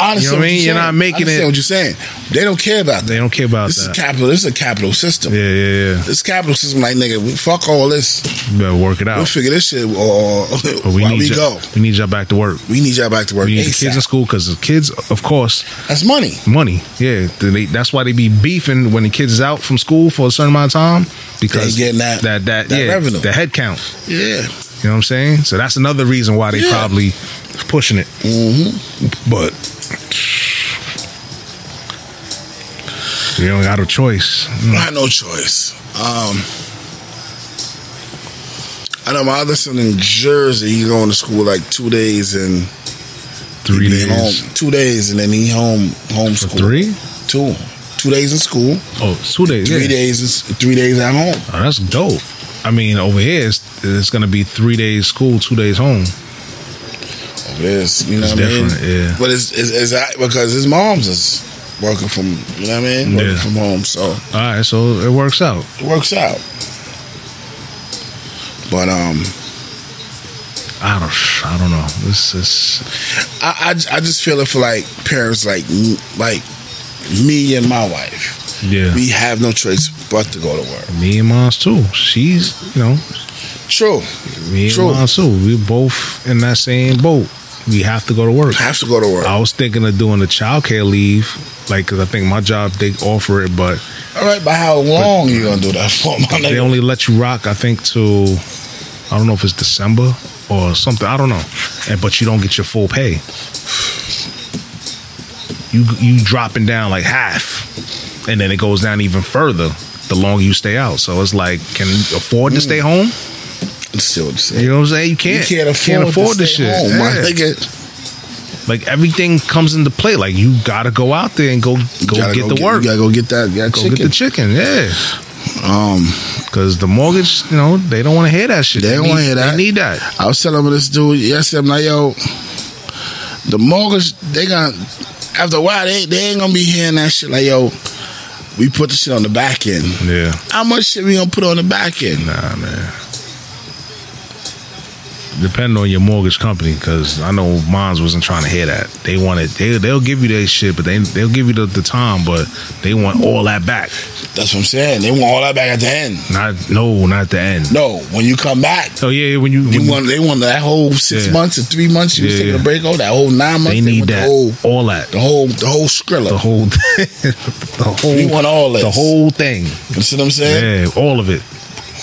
I understand
You know what I mean? You're
saying.
not making
I understand
it-
What you're saying? They don't care about that.
They don't care about
This is
that.
capital. This is a capital system.
yeah, yeah, yeah.
This capital system, like nigga, we fuck all this.
You better work it
We'll
out.
figure this shit or
Oh. But we
while
need
we
y'all,
go.
we need y'all back to work.
We need y'all back to work.
We need the kids in
ASAP.
school because the kids, of course,
That's money.
money. Yeah, then they, that's why they be beefing when the kids is out from school for a certain amount of time because
They ain't getting that-
that that,
that
yeah,
revenue.
the head count.
Yeah.
You know what I'm saying? So that's another reason why they
Yeah.
probably pushing it. But we don't got a choice. Mm,
I had no choice. Um, I know my other son in Jersey. He's going to school like two days and
Three
he be
days.
Home, two days and then he home homeschool.
Three?
Two. Two days in school.
Oh, it's two days.
Three
yeah.
days. is- Three days at home.
Oh, that's dope. I mean, over here, it's, it's going to be three days school, two days home.
It is. You know
It's
what I mean?
different, yeah.
But it's, it's, it's act- because his mom's is working from. You know what I mean? Working
Yeah.
from home. So.
All right, so it works out.
it works out. But um,
I don't, I don't know. This is
I, I, I just feel it for like parents like m- like me and my wife.
yeah.
We have no choice but to go to work.
Me and mom's too. She's, you know,
True,
me
True.
and mom's too. We're both in that same boat. We have to go to work.
have to go to work.
I was thinking of doing the child care leave, like, cause I think my job they offer it, but
All right, but how long you gonna do that for, my
they
nigga?
only let you rock. I think till I don't know if it's December or something. I don't know, and but you don't get your full pay. You you dropping down like half, and then it goes down even further the longer you stay out. So it's like, can you afford to stay home?
It's still the same.
You know what I'm saying? You
Mm. You
can't.
can't afford, to
this
stay
shit.
home, my
Yeah.
nigga.
Like everything comes into play. Like you gotta go out there and go
You
go
gotta
get
go
the work.
You gotta go get that. You gotta
go
chicken.
get the chicken. Yeah.
um,
Because the mortgage, you know, they don't want to hear that shit.
They don't
need-
wanna hear that.
They need that.
I was telling this dude yesterday, I'm like, yo, the mortgage, they gonna, after a while, they, they ain't gonna be hearing that shit. Like, yo, we put the shit on the back end.
Yeah.
How much shit we gonna put on the back end?
Nah, man. Depending on your mortgage company, because I know mines wasn't trying to hear that. They wanted they they'll give you that shit, but they they'll give you the, the time, but they want all that back.
That's what I'm saying. They want all that back at the end.
Not no, not the end.
No, when you come back,
Oh yeah, yeah, when you, when
you want, they want that whole six
Yeah.
months or three months you was
Yeah,
taking
yeah.
a break over, that whole nine months.
they need
they want
that
The whole,
all that
the whole, the whole skrilla.
the whole the whole
we want all this.
the whole thing.
you see what I'm saying?
Yeah, all of it.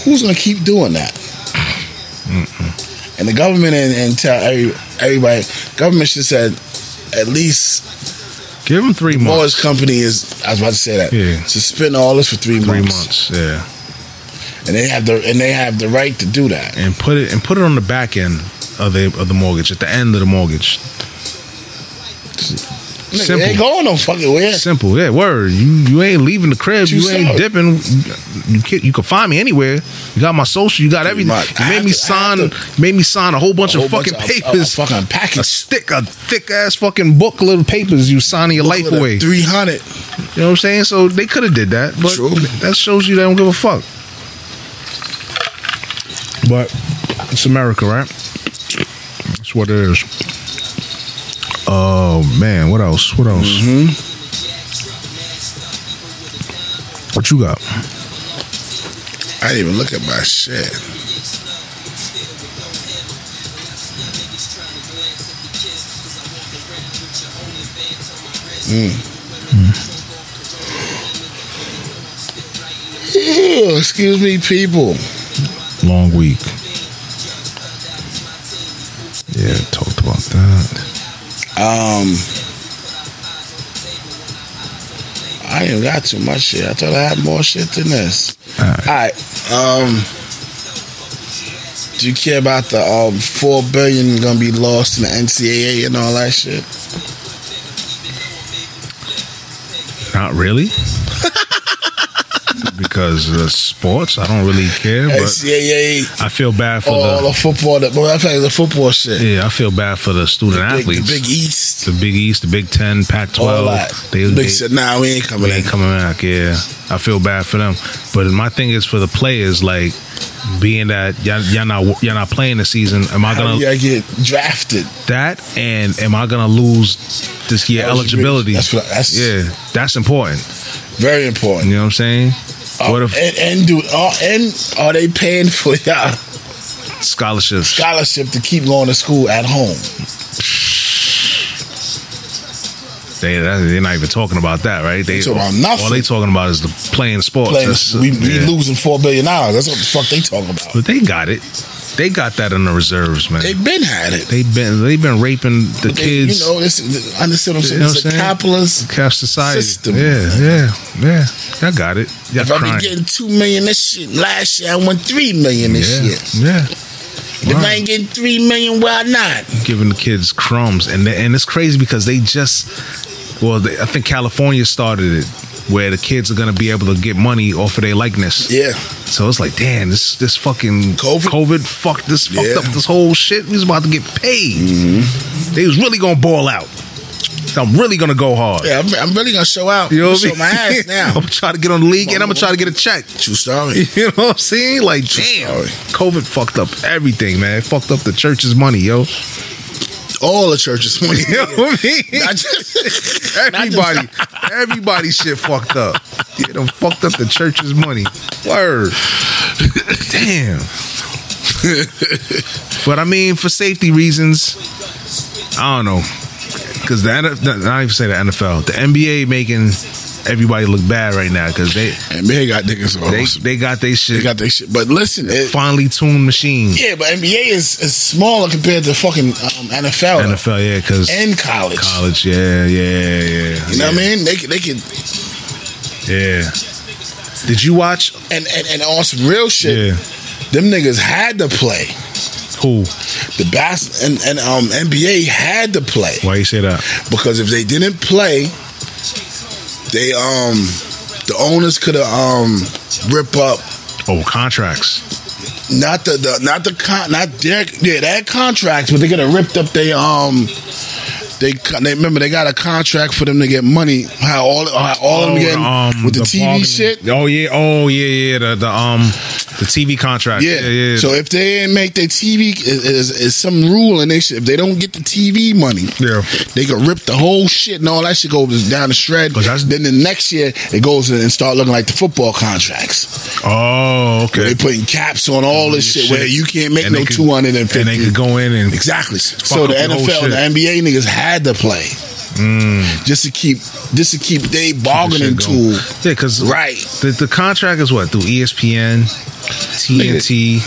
who's gonna keep doing that? And the government and, and tell every, everybody, government should said at least
Give them three months.
Morris Company is. I was about to say that.
Yeah.
Suspend all this for three,
Three
months.
months. Yeah.
and they have the and they have the right to do that.
and put it and put it on the back end of the of the mortgage at the end of the mortgage.
Nigga, they ain't
Simple,
going no fucking where.
simple. Yeah, word. You you ain't leaving the crib.
You
You ain't
solid.
dipping. You can you can find me anywhere. You got my social. You got everything.
much. I
You made
have
me
to- I have
sign. you Made me sign a whole bunch
A whole
of
bunch
fucking
of- a- a
papers.
fucking
A
package.
stick, a thick ass fucking booklet of papers. You signing your life away.
Three hundred.
You know what I'm saying? So they could have did that, but
True.
that shows you they don't give a fuck. But it's America, right? That's what it is. Oh man, what else? What else? What you got?
I didn't even look at my shit. Hmm. Mm. Ew, excuse me, people.
Long week. Yeah, talked about that.
Um, I ain't got too much shit. I thought I had more shit than this.
All right.
All right. Um, do you care about the um, four billion gonna be lost in the NCAA and all that shit?
Not really. because uh, sports, I don't really care, but
NCAA,
I feel bad for
all,
the
the football. The, well, I think the football shit.
Yeah, I feel bad for the student
The big, the
athletes.
Big East,
the Big East, the Big Ten, Pac
all
twelve.
that.
They,
big
they,
shit. Nah, we ain't coming
they
in.
ain't coming back. Yeah, I feel bad for them. But my thing is for the players, like being that y'all, y'all not y'all not playing the season, am I
How
gonna
do I get drafted?
that and am I gonna lose this year eligibility?
Eligibility. That's what- that's-
yeah, that's important.
Very important.
You know what I'm saying?
Oh,
what if
and, and do oh, and are they paying for y'all
scholarships?
scholarship to keep going to school at home?
They that, they're not even talking about that, right? They
talking about nothing.
All they talking about is the playing sports.
Playing,
That's-
we, we
yeah.
losing four billion dollars. That's what the fuck they talking about.
But they got it. They got that in the reserves, man.
They've been had it.
They've been they've been raping the
They-
kids.
you know, this, understand what
You know what
I'm saying? it's
I'm
a
saying?
capitalist.
Cap society.
system.
Yeah, yeah, yeah. Y'all got it. Y'all
If I
crying.
be getting two million this year, last year I won three million this year.
yeah, yeah.
If I
Right.
ain't getting three million, why not?
Giving the kids crumbs, and they- and it's crazy because they just, well, they, I think California started it, where the kids are gonna be able to get money off of their likeness.
Yeah.
So it's like, damn, this this fucking
COVID?
fucked this fucked
Yeah. Mm-hmm.
up this whole shit. We was about to get paid. They was really gonna ball out. I'm really gonna go hard.
Yeah, I'm, I'm really gonna show out.
You know what I
show
mean?
my ass
I'm
now.
gonna try to get on the league, and I'm gonna try to get a check.
True story.
You know what I'm saying? Like, damn,
sorry.
COVID fucked up everything, man. It fucked up the church's money, yo.
All the churches money.
You know what I mean?
Not just-
everybody, everybody, shit fucked up. Yeah, them fucked up the church's money. Word. Damn. but I mean, for safety reasons, I don't know. Because the NFL, I don't even say the NFL, the NBA making everybody look bad right now because they
NBA got niggas on.
they
They,
they got their shit
got their shit. But listen, it,
finely tuned machine.
yeah, but NBA is, is smaller compared to fucking um, NFL,
NFL, yeah, because
and college.
college, yeah, yeah, yeah.
You know what I mean? They could- they could
Yeah. Did you watch?
and, and and on some real shit.
Yeah.
Them niggas had to play
Who?
the bas and and um NBA had to play
Why you say that?
because if they didn't play, they um the owners could have um rip up
Oh, contracts.
not the, the not the con not their yeah that contracts, but they could have ripped up they um they con- they remember they got a contract for them to get money. How all how all
Oh,
of them getting with the, TV
um, bargaining-
shit.
Oh yeah. Oh yeah. Yeah. The, the um the TV contract.
Yeah.
Yeah. Yeah.
So if they didn't make their TV, is, is, is some rule, and they should, if they don't get the TV money,
Yeah.
they could rip the whole shit and all that shit goes down the shred.
'Cause that's-
Then the next year it goes in and start looking like the football contracts.
oh okay.
They putting caps on all this shit, where you can't make
And
no
they could-
two hundred and
And they
fifty.
could go in and
Exactly.
up
So the
your whole
NFL,
shit.
and
Mm.
the NBA niggas had to play just to keep just to keep they bargaining
shit going.
tool
Yeah, because
right.
the, the contract is what through E ESPN, TNT.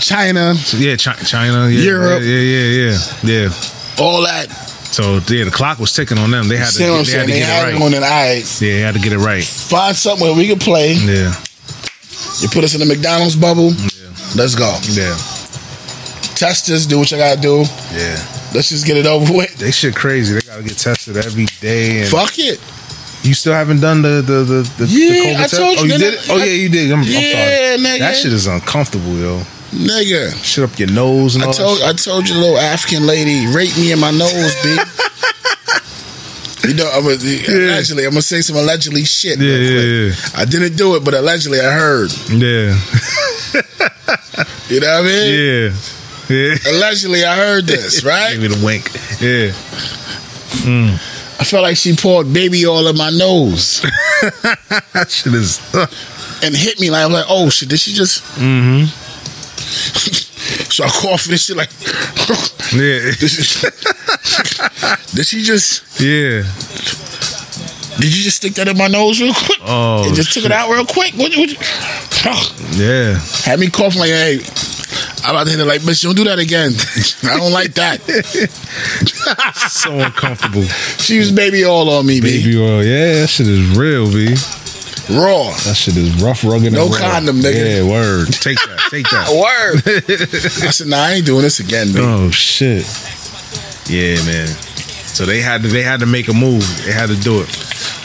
China,
Yeah, Chi- China. Yeah,
Europe.
Yeah, yeah, yeah, yeah.
all that.
So yeah, the clock was ticking on them. They had to,
See what I'm
they had
saying?
to
They
get
had
it
it on
right.
an eye.
Yeah, they had to get it right.
Find something where we can play.
Yeah,
You put us in the McDonald's bubble. Let's go.
yeah,
Test us. Do what you gotta do.
yeah.
Let's just get it over with.
They shit crazy. They gotta get tested every day. And
Fuck it.
you still haven't done the the the, the,
Yeah,
the COVID
I
test?
told you,
Oh, you
nigga.
did it. Oh yeah, you did. I'm, I'm
Yeah,
sorry.
nigga.
That shit is uncomfortable, yo.
Nigga.
Shit up your nose and all.
I told
that
I told you little African lady raped me in my nose, B. You know, I'm a, allegedly, I'm gonna say some allegedly shit.
Yeah,
real quick.
yeah,
I didn't do it, but allegedly I heard.
shit. yeah,
You know what I mean?
yeah, yeah.
Allegedly, I heard this,
Give
right?
me the wink. Yeah,
I felt like she poured baby all in my nose
that shit is.
and hit me. Like I'm like, oh shit, did she just? Mm-hmm. so I coughed and shit. Like,
yeah,
did she just?
yeah.
Did you just stick that in my nose real quick?
Oh,
and just took it out real quick. What, what,
Yeah,
had me coughing like, hey, I'm out there like, bitch, don't do that again. I don't like that.
so uncomfortable.
She was baby all on me, baby.
Baby oil, yeah, that shit is real, b.
Raw.
That shit is rough, rugged.
No
and raw.
condom, nigga.
Yeah, word. Take that. Take that.
Word. I said, nah, I ain't doing this again, baby.
oh shit. Yeah, man. So they had to they had to make a move. They had to do it.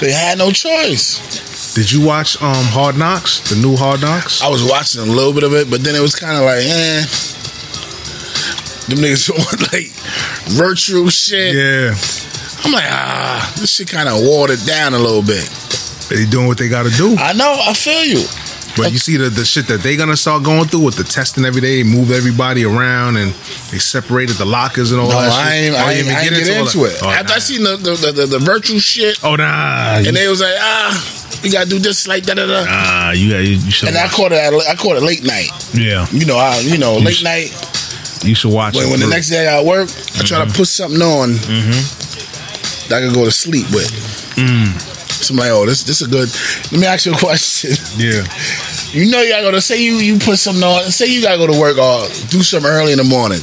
They had no choice.
Did you watch um Hard Knocks? The new Hard Knocks?
I was watching a little bit of it, but then it was kind of like, eh. Them niggas want like virtual shit.
Yeah.
I'm like, ah, this shit kind of watered down a little bit.
They doing what they got to do.
I know, I feel you.
But you see the, the shit that they gonna start going through with the testing every day, move everybody around, and they separated the lockers and all
No,
that.
I
shit.
ain't, I ain't, I ain't get
all
into
that.
it.
Oh,
After
nah.
I seen the, the, the, the, the virtual shit,
oh nah,
and
you,
they was like, ah, you gotta do this like da da da.
nah, you got you, you should.
And I
watch
caught it. At, I caught it late night.
it. yeah,
You know, I you know late
should-
night.
you should watch
When,
it.
when the
through.
next day I work, I try
Mm-hmm.
to put something on that I can go to sleep with.
Mm.
So I'm like, oh, this this a good. Let me ask you a question.
yeah,
You know, you gotta go to say you you put something on. Say you gotta go to work or do something early in the morning,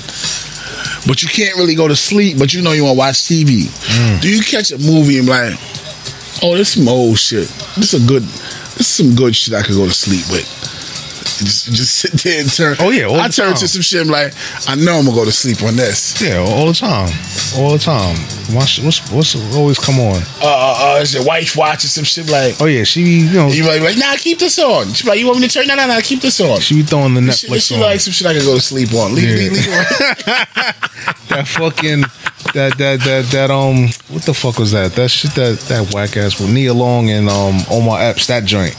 but you can't really go to sleep. But you know you want to watch TV.
Mm.
Do you catch a movie and be like, oh, this some old shit. This a good. This some good shit I could go to sleep with. Just, just sit there and turn.
Oh, yeah, all
I
the
turn
time.
to some shit. and be like, I know I'm gonna go to sleep on this.
yeah, all the time, all the time. Watch, what's what's always come on?
Uh, uh, uh is your wife watching some shit like?
Oh yeah, she be, you know
You like, like, nah, keep this on. She be like, you want me to turn? Nah, nah, nah, keep this on.
she be throwing the
She,
Netflix
she
on.
like some shit I can go to sleep on. Leave,
Yeah.
leave, leave it on.
that fucking that that that that um what the fuck was that? That shit that that whack ass with Nia Long and um Omar Epps that joint.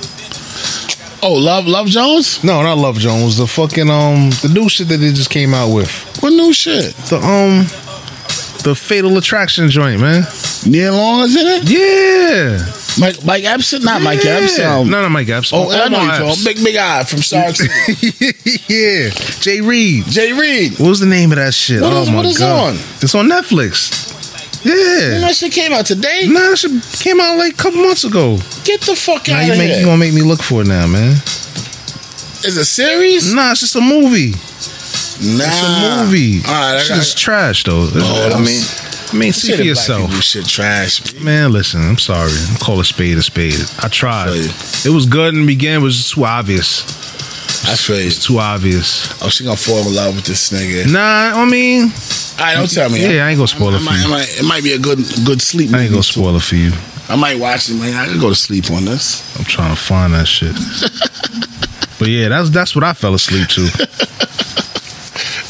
Oh, Love Love Jones?
No, not Love Jones. The fucking um the new shit that they just came out with.
What new shit?
The um the Fatal Attraction joint, man.
Neil Long is in it?
Yeah,
Mike Mike Epson? Not Mike
yeah.
Epson. Um,
No, not Mike Epps.
oh, I know
Omar
you talking. Big Big Eye from Star City.
Epps. yeah, Jay Reed.
Jay Reed.
What was the name of that shit?
What
oh
is-
my
what is
god,
on?
it's on Netflix.
You
Yeah,
know, that shit came out today.
nah, that shit came out like a couple months ago.
Get the fuck
Now
out
you
of
make
here.
you gonna make me look for it now, man.
Is it a series?
Nah, it's just a movie. Hmm?
Nah.
It's a movie.
Ah. All right, I
Shit
got
is trash though.
Oh, I mean-
I mean,
Shit,
see for
black
yourself,
people Shit, trash.
man. Listen, I'm sorry. I'm call a spade a spade. I tried.
I feel you.
It was good in the beginning. It was just too obvious.
I feel you.
It's too obvious.
Oh, she gonna fall in love with this nigga.
Nah, I mean,
All right, don't tell me.
yeah, I ain't gonna spoil it
I
for
might, I
you.
might, it might be a good, good sleep.
I ain't
movie.
gonna spoil it for you.
I might watch it. Man, I could go to sleep on this.
I'm trying to find that shit. But yeah, that's that's what I fell asleep to.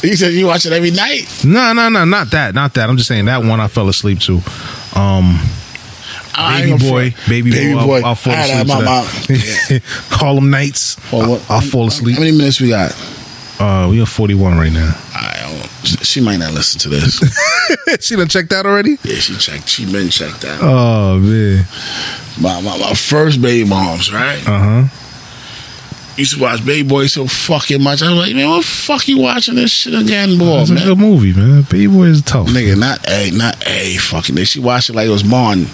You said you watch it every night.
No, no, no, not that, not that. I'm just saying that one I fell asleep to. Um,
I
Baby
ain't gonna
boy,
feel-
baby, boy, I'll- I'll, fall
I had
asleep.
my
to
mom.
that. Call them nights.
Well,
I'll,
what-
I'll fall asleep.
How many minutes we got?
Uh, we are 41 right now.
I don't, she might not listen to this.
she done checked out already?
yeah, she checked. She been checked out.
Oh, man.
My, my, my first baby moms, right?
Uh huh.
Used to watch Baby Boy so fucking much. I was like, man, what the fuck you watching this shit again, boy,
It's a
Oh, man?
good movie, man. Baby Boy is tough.
Nigga, not a, not a fucking. Day. She watched it like it was Martin.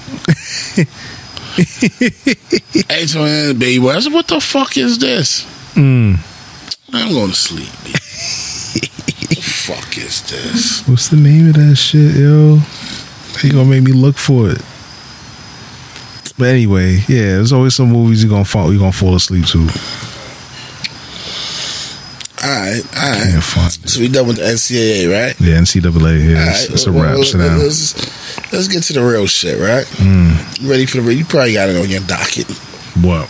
hey, so man, Baby Boy, I said, what the fuck is this?
Mm.
I'm going to sleep. B. the fuck is this?
What's the name of that shit, yo? How you gonna make me look for it? But anyway, yeah, there's always some movies you gonna fall you gonna fall asleep to.
All right, all right.
Can't find it.
So we done with the NCAA, right?
Yeah, NCAA. Yeah, it's,
All right,
it's a
well,
wrap.
well,
Sit down.
Let's, let's get to the real shit, right? Mm. You ready for the real? You probably got it on your docket.
What?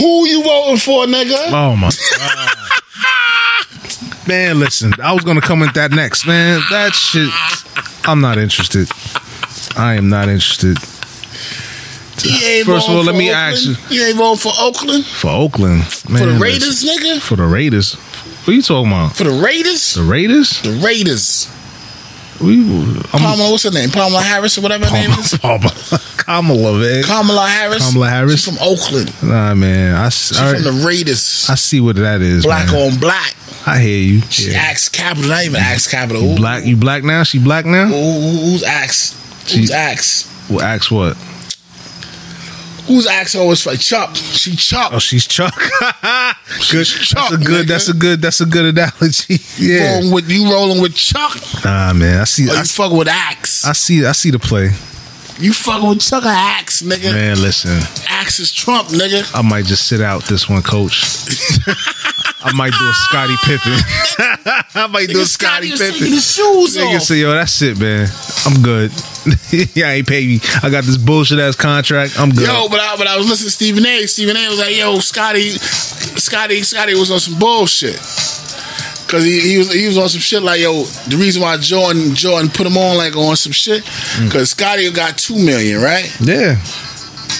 Who you voting for, nigga?
Oh my god. man, listen, I was gonna come with that next, man. That shit I'm not interested. I am not interested.
You ain't
First of all,
voting
let
for
me
Oakland?
ask you-
You ain't voting for Oakland?
For Oakland. Man,
For the
listen.
Raiders, nigga?
For the Raiders. What are you talking about?
For the Raiders?
The Raiders?
The Raiders.
We I'm
Pamela, what's her name? Pamela Harris or whatever her name is?
Kamala, Kamala, man.
Kamala Harris.
Kamala Harris?
She's from Oakland.
Nah, man. I, s-
She's
I-
from the Raiders.
I see what that is.
black
man.
on black.
I hear you.
She
Yeah.
acts capital. Not even acts capital. Who-
Black you black now? She black
who-
now?
who- who's acts? Who's
She-
acts?
Well ask what?
Who's acts always like Chuck? She Chuck.
Oh, she's Chuck. good.
Chuck,
that's a good.
nigga.
That's a good. That's a good analogy. yeah.
Rolling with you rolling with Chuck.
Nah, man. I see.
Or
I,
you fucking with Axe.
I see. I see the play.
you fucking with Chuck or Axe, nigga.
Man, listen.
Axe is Trump, nigga.
I might just sit out this one, Coach. I might do a Scotty Pippen. I might do a Scotty
Nigga, Scotty was taking
Pippen.
his shoes
Nigga
off.
say, yo, that's it, man. I'm good. yeah, I ain't pay me. I got this bullshit ass contract. I'm good.
Yo, but I but I was listening to Stephen A. Stephen A. was like, yo, Scotty, Scotty, Scotty was on some bullshit. Cause he, he was he was on some shit like yo. The reason why Jordan Jordan put him on like on some shit,
Mm.
cause Scotty got two million, right?
Yeah.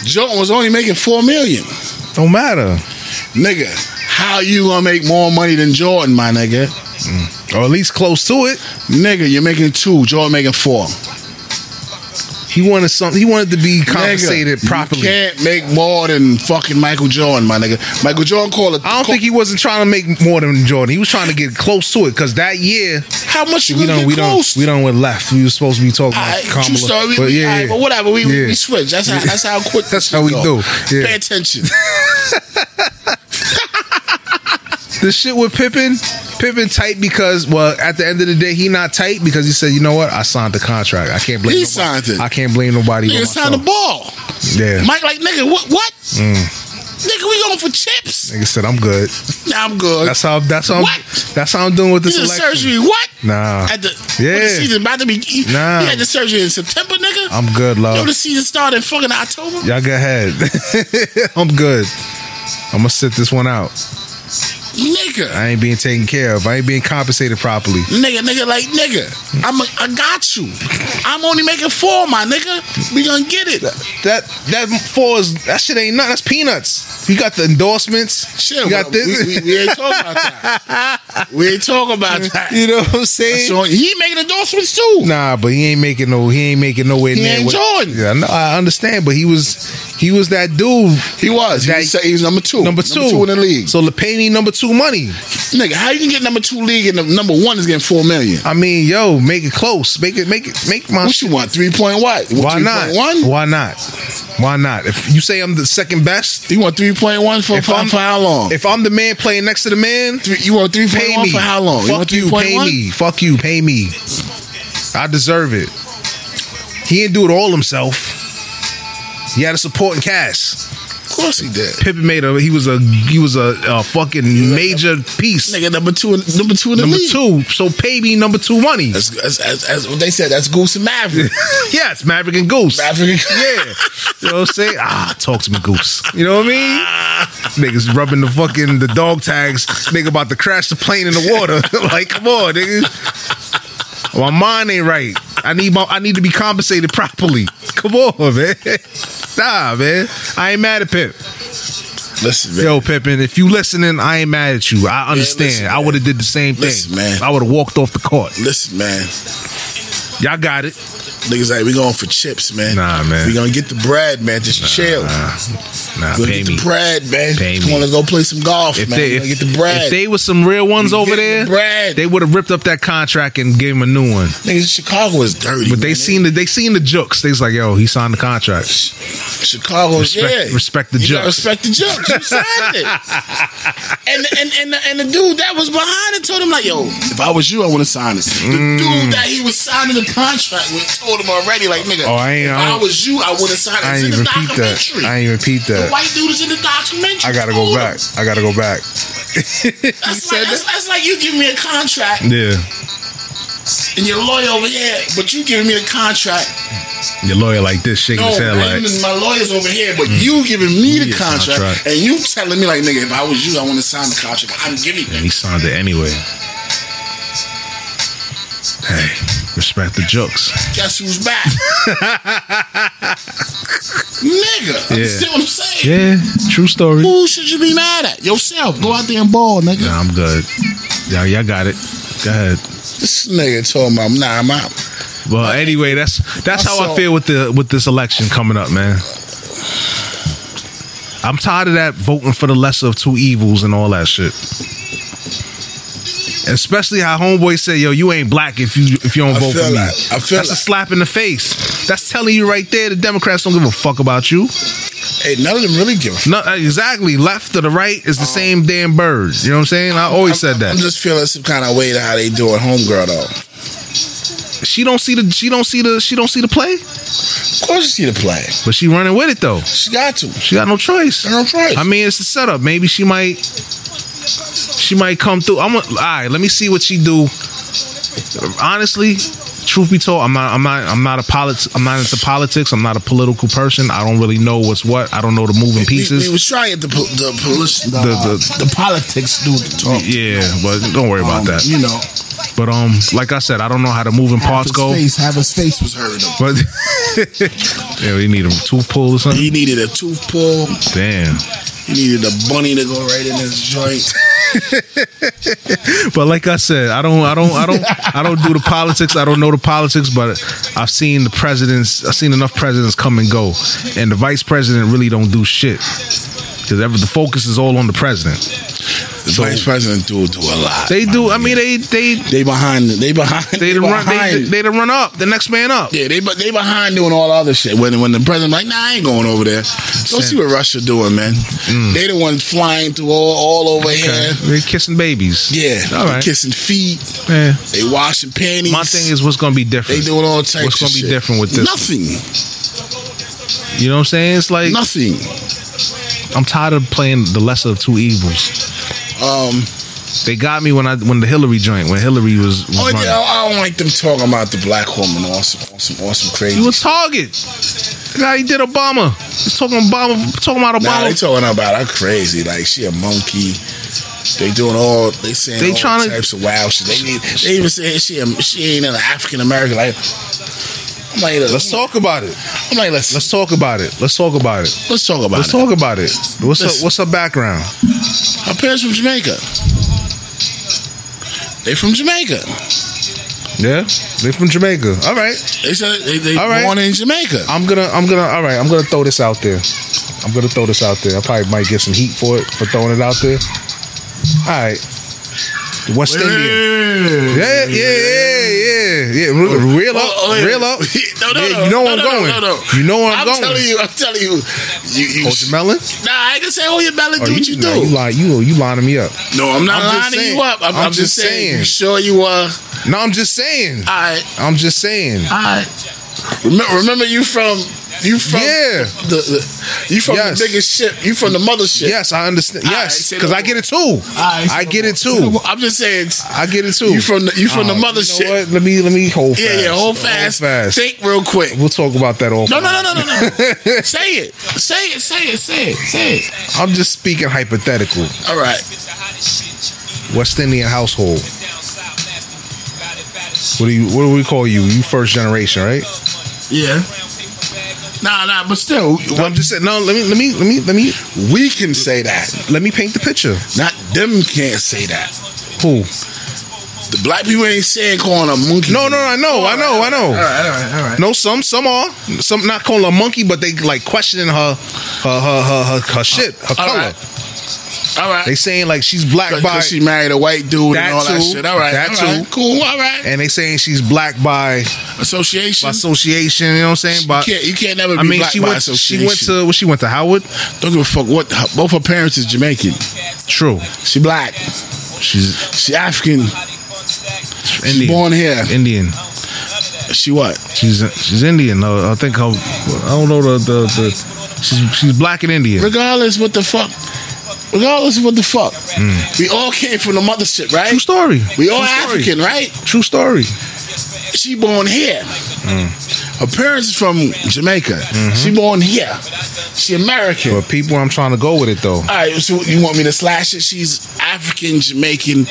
Jordan was only making four million.
Don't matter.
Nigga, how you gonna make more money than Jordan, my nigga?
Or at least close to it.
Nigga, you're making two, Jordan making four.
He wanted something. He wanted to be compensated
Nigga,
properly.
You can't make more than fucking Michael Jordan, my nigga. Michael Jordan called it.
I don't think he wasn't trying to make more than Jordan. He was trying to get close to it because that year
how much you
we
gonna
don't
get
we
close?
don't we don't went left. We were supposed to be talking
All right,
about
true
Kamala,
story. We,
but
we-
yeah,
all right,
yeah.
but whatever. We, we
Yeah.
switch. That's how,
Yeah.
that's how quick.
That's
this
how we
shit
do. Yeah.
Pay attention.
the shit with Pippen, Pippen tight because well, at the end of the day, he not tight because he said, you know what, I signed the contract. I can't blame.
He
nobody.
signed it.
I can't blame nobody. but
nigga, sign the
myself.
ball.
Yeah, Mm.
Mike, like nigga, what? What? Nigga, we going for chips?
nigga said I'm good.
Nah, I'm good.
That's how. That's how.
What?
That's how I'm doing with
This
this
is
election.
surgery. What?
Nah.
At the,
Yeah.
when the season about to be. He,
Nah.
he had the surgery in September, nigga.
I'm uh, good,
Yo,
love.
the season started in fucking October.
Y'all go ahead. I'm good. I'm gonna sit this one out.
Nigga.
I ain't being taken care of. I ain't being compensated properly.
Nigga, nigga, like nigga, I'm a, I got you. I'm only making four, my nigga. We gonna get it.
That that four is that shit ain't nothing. That's peanuts. You got the endorsements.
Shit,
you got
well,
this.
We, we, we ain't talking about that. We ain't talking about that.
you know what I'm saying?
So he making endorsements too.
Nah, but he ain't making no. He ain't making nowhere
He
near.
ain't
what-
Jordan.
Yeah, I, know, I understand, but he was he was that dude
He was. He
That-
was, he was number two.
number two,
in the league.
So Lepini number two money.
nigga, how you can get number two league and the number one is getting four million?
I mean, yo, make it close. Make it make it make my.
What you want? Three point what?
Why not?
One.
Why not? Why not? If you say I'm the second best,
You want three point one for,
If
for,
I'm-
for how long?
if I'm the man playing next to the man,
Three- you want three
pay
point one
me
for how long? you want
Fuck you, pay
3.1?
me. Fuck you, pay me. I deserve it. He didn't do it all himself. He had a supporting cast.
Of course he did.
Pippen made a. He was a. He was a, a fucking major piece.
Nigga, number two, in- number two in the
Number
league.
two. So pay me number two money.
That's, that's, that's, that's what they said. That's Goose and Maverick.
Yes, Maverick and Goose.
Maverick.
Yeah. You know what I'm saying? Ah, talk to me, Goose. You know what I mean? Niggas rubbing the fucking the dog tags. Nigga about to crash the plane in the water. like, come on, nigga. My mind ain't right. I need my I need to be compensated properly. Come on, man. Nah, man. I ain't mad at Pip.
Listen, man.
Yo, Pippin, if you listening, I ain't mad at you. I understand.
listen,
I would have did the same thing.
Listen, man.
I would have walked off the court.
Listen, man.
Y'all got it.
Niggas like, we going for chips, man.
Nah, man.
We gonna get the bread, man. Just chill.
Nah,
we gonna
pay
get
me.
the bread, man.
Pay
Just
me.
wanna go play some golf,
If
man.
they,
we
if,
gonna get the bread.
if they was some real ones
We
over
getting
there,
the bread.
they would have ripped up that contract and gave him a new one.
Niggas, Chicago is dirty.
But they
man.
seen the they seen the jokes. They was like, yo, he signed the contract.
Chicago,
Respect-
yeah.
respect the
You gotta
judge.
Respect the judge. You signed it. And and and the, and the dude that was behind it told him like, yo, if I was you, I want to sign it. The
Mm.
dude that he was signing the contract with told him already, like, nigga,
Oh, I ain't-
if
I
I,
don't-
was you, I would have signed it.
I
It's
ain't
in
even
the
peep that.
documentary.
I ain't even peep
the
that.
white dude is in the documentary.
I gotta
Told
go
him.
back. I gotta go back. he
That's like,
said
that's,
that.
that's like you give me a contract
Yeah,
and your lawyer over here, but you giving me a contract.
your lawyer like this shaking
No,
his head like,
man,
Mm.
my lawyer's over here, but you giving me the
Yeah,
contract,
contract.
and you telling me like, nigga, if I was you, I want to sign the contract. I'm giving
and he
you.
signed it anyway. Hey, respect the jokes.
Guess who's back? nigga, you
Yeah.
see what I'm saying?
Yeah, true story.
Who should you be mad at? Yourself. Go out there and ball, nigga.
Nah, I'm good. Yeah, y'all got it. Go ahead.
This nigga told me, nah, I'm out.
Well, anyway, that's that's how I
Also-
feel with the with this election coming up, man. I'm tired of that voting for the lesser of two evils and all that shit. Especially how homeboy said, "Yo, you ain't black if you if you don't
I
vote
feel
for me."
that. I feel
That's a
that.
slap in the face. That's telling you right there, the Democrats don't give a fuck about you.
Hey, none of them really give a f-
No, uh, exactly. Left or the right is the same damn bird. You know what I'm saying? I always said that.
Uh-huh. I'm just feeling some kind of way to how they do at homegirl though. Of
she don't see the she don't see the she don't see the play,
course you see the play.
but she running with it though.
She got to. She
She got no choice.
got no choice.
I mean, it's a setup. Maybe she might, she might come through. I'm a, all right. Let me see what she do. Honestly, truth be told, I'm not, I'm not, I'm not a polit, I'm not into politics. I'm not a political person. I don't really know what's what. I don't know the moving
We,
pieces.
was trying the po- the, polish, the,
The-
the politics dude to talk.
Yeah, but don't worry about
Um,
that.
You know,
But um, like I said, I don't know how the moving
half
parts
his
go.
face, half his face was hurting him.
But yeah, we need a tooth pull or something.
He needed a tooth pull.
Damn.
He needed a bunny to go right in his joint.
But like I said, I don't, I don't, I don't, I don't do the politics. I don't know the politics, but I've seen the presidents. I've seen enough presidents come and go, and the vice president really don't do shit because ever the focus is all on the president.
The vice president do do a lot.
They
my
do. I
nigga.
mean, they they
they behind. They behind.
they
They,
done run.
behind.
They they done run up. The next man up.
yeah, they be- they behind doing all the other shit. When when the president like, nah, I ain't going over there. Go see what Russia doing, man.
Mm.
They the ones flying through all, all over here.
They're kissing babies.
Yeah,
All
they
right.
kissing feet.
Yeah.
They washing panties.
My thing is, what's gonna be
they
different?
doing all types.
What's gonna
of
be
shit.
different with this?
Nothing.
You know what I'm saying? It's like
Nothing.
I'm tired of playing the lesser of two evils.
Um.
They got me when I when the Hillary joint when Hillary was, was
Oh,
running.
yeah, I I don't like them talking about the black woman. Awesome, awesome, awesome, crazy.
You a target. Now he did Obama. He's talking Obama. Talking about
Nah, they
Obama.
talking about her crazy. Like she a monkey. They doing all they saying
They
all
tryna-
types of wild shit. They, need- they even saying she a, she ain't an African American. Like I'm like, let's,
let's talk about it.
I'm like, let's
Let's talk about it. Let's talk about it.
let's talk about
Let's
it.
talk about it. What's
Listen.
her, what's her background?
Her parents from Jamaica. They from Jamaica.
Yeah, they from Jamaica. All right,
They said they, they
All right.
born in Jamaica.
I'm gonna I'm gonna all right. I'm gonna throw this out there. I'm gonna throw this out there. I probably might get some heat for it for throwing it out there. All right, the West Indian. Yeah, yeah, yeah, yeah, yeah. Real up,
Oh, oh, yeah.
real up.
no, no,
Yeah,
no,
you know
no,
where I'm
no,
going.
No, no, no.
You know where I'm,
I'm
going.
telling you. I'm telling you. You, you
Watermelon?
Nah, I ain't gonna say hold your melon. Do
Or
what you do.
nah, Oh, You, line, you you lining me up.
no, I'm not
I'm just
lying to
saying.
you up. I'm, I'm, just, saying. You sure you uh, are?
No, I'm just saying.
All right,
I'm just saying.
all right. Remember, remember you from you from
Yeah.
the, the you from
Yes.
the biggest ship. You from the mothership.
Yes, I understand.
All right,
Yes,
say no
because I
more.
get it too.
All right,
I get it
so-
too.
I'm just saying. it's-
I get it too.
You from the you from the
Uh,
mothership.
You know what? Let me let me hold fast.
yeah, yeah. Hold fast.
fast.
Think real quick.
We'll talk about that all.
No, no, no, no, no, no. say it. Say it. Say it. Say it. Say it.
I'm just speaking hypothetical.
All right.
West Indian household. What do you? What do we call you? You first generation, right?
Yeah. Nah, nah, but still,
No, I'm just saying. No, let me let me let me let me
we can say that.
let me paint the picture.
Not them can't say that.
Who?
The black people ain't saying calling a monkey.
No, no, I know, I know, I know.
right, all right, all right.
No, some some are some not calling her monkey, but they like questioning her her her her, her, her shit, her
All
color.
right. All right.
They saying like she's black by,
Because she married a white dude
That
and all that
too.
shit. All right.
That
all right.
too.
Cool. All right.
and they saying she's black by,
Association.
by association. You know what I'm saying? By,
you, can't, you can't never be
I mean,
black
she
by
went she
association.
went to well, she went to Howard.
Don't give a fuck what. her- both her parents is Jamaican.
True,
She black.
she's
She African. She
Indian.
born here.
Indian.
She what?
She's she's Indian. Uh, I think her. I don't know the the. the she's she's black and Indian.
Regardless what the fuck. Regardless of what the fuck. We all came from the mothership, right?
Hmm. True story.
We all
True story.
African, right?
True story.
She born here. Her parents is from Jamaica.
Mm-hmm.
She born here. She American.
But people, I'm trying to go with it though.
all right, so you want me to slash it? She's African, Jamaican,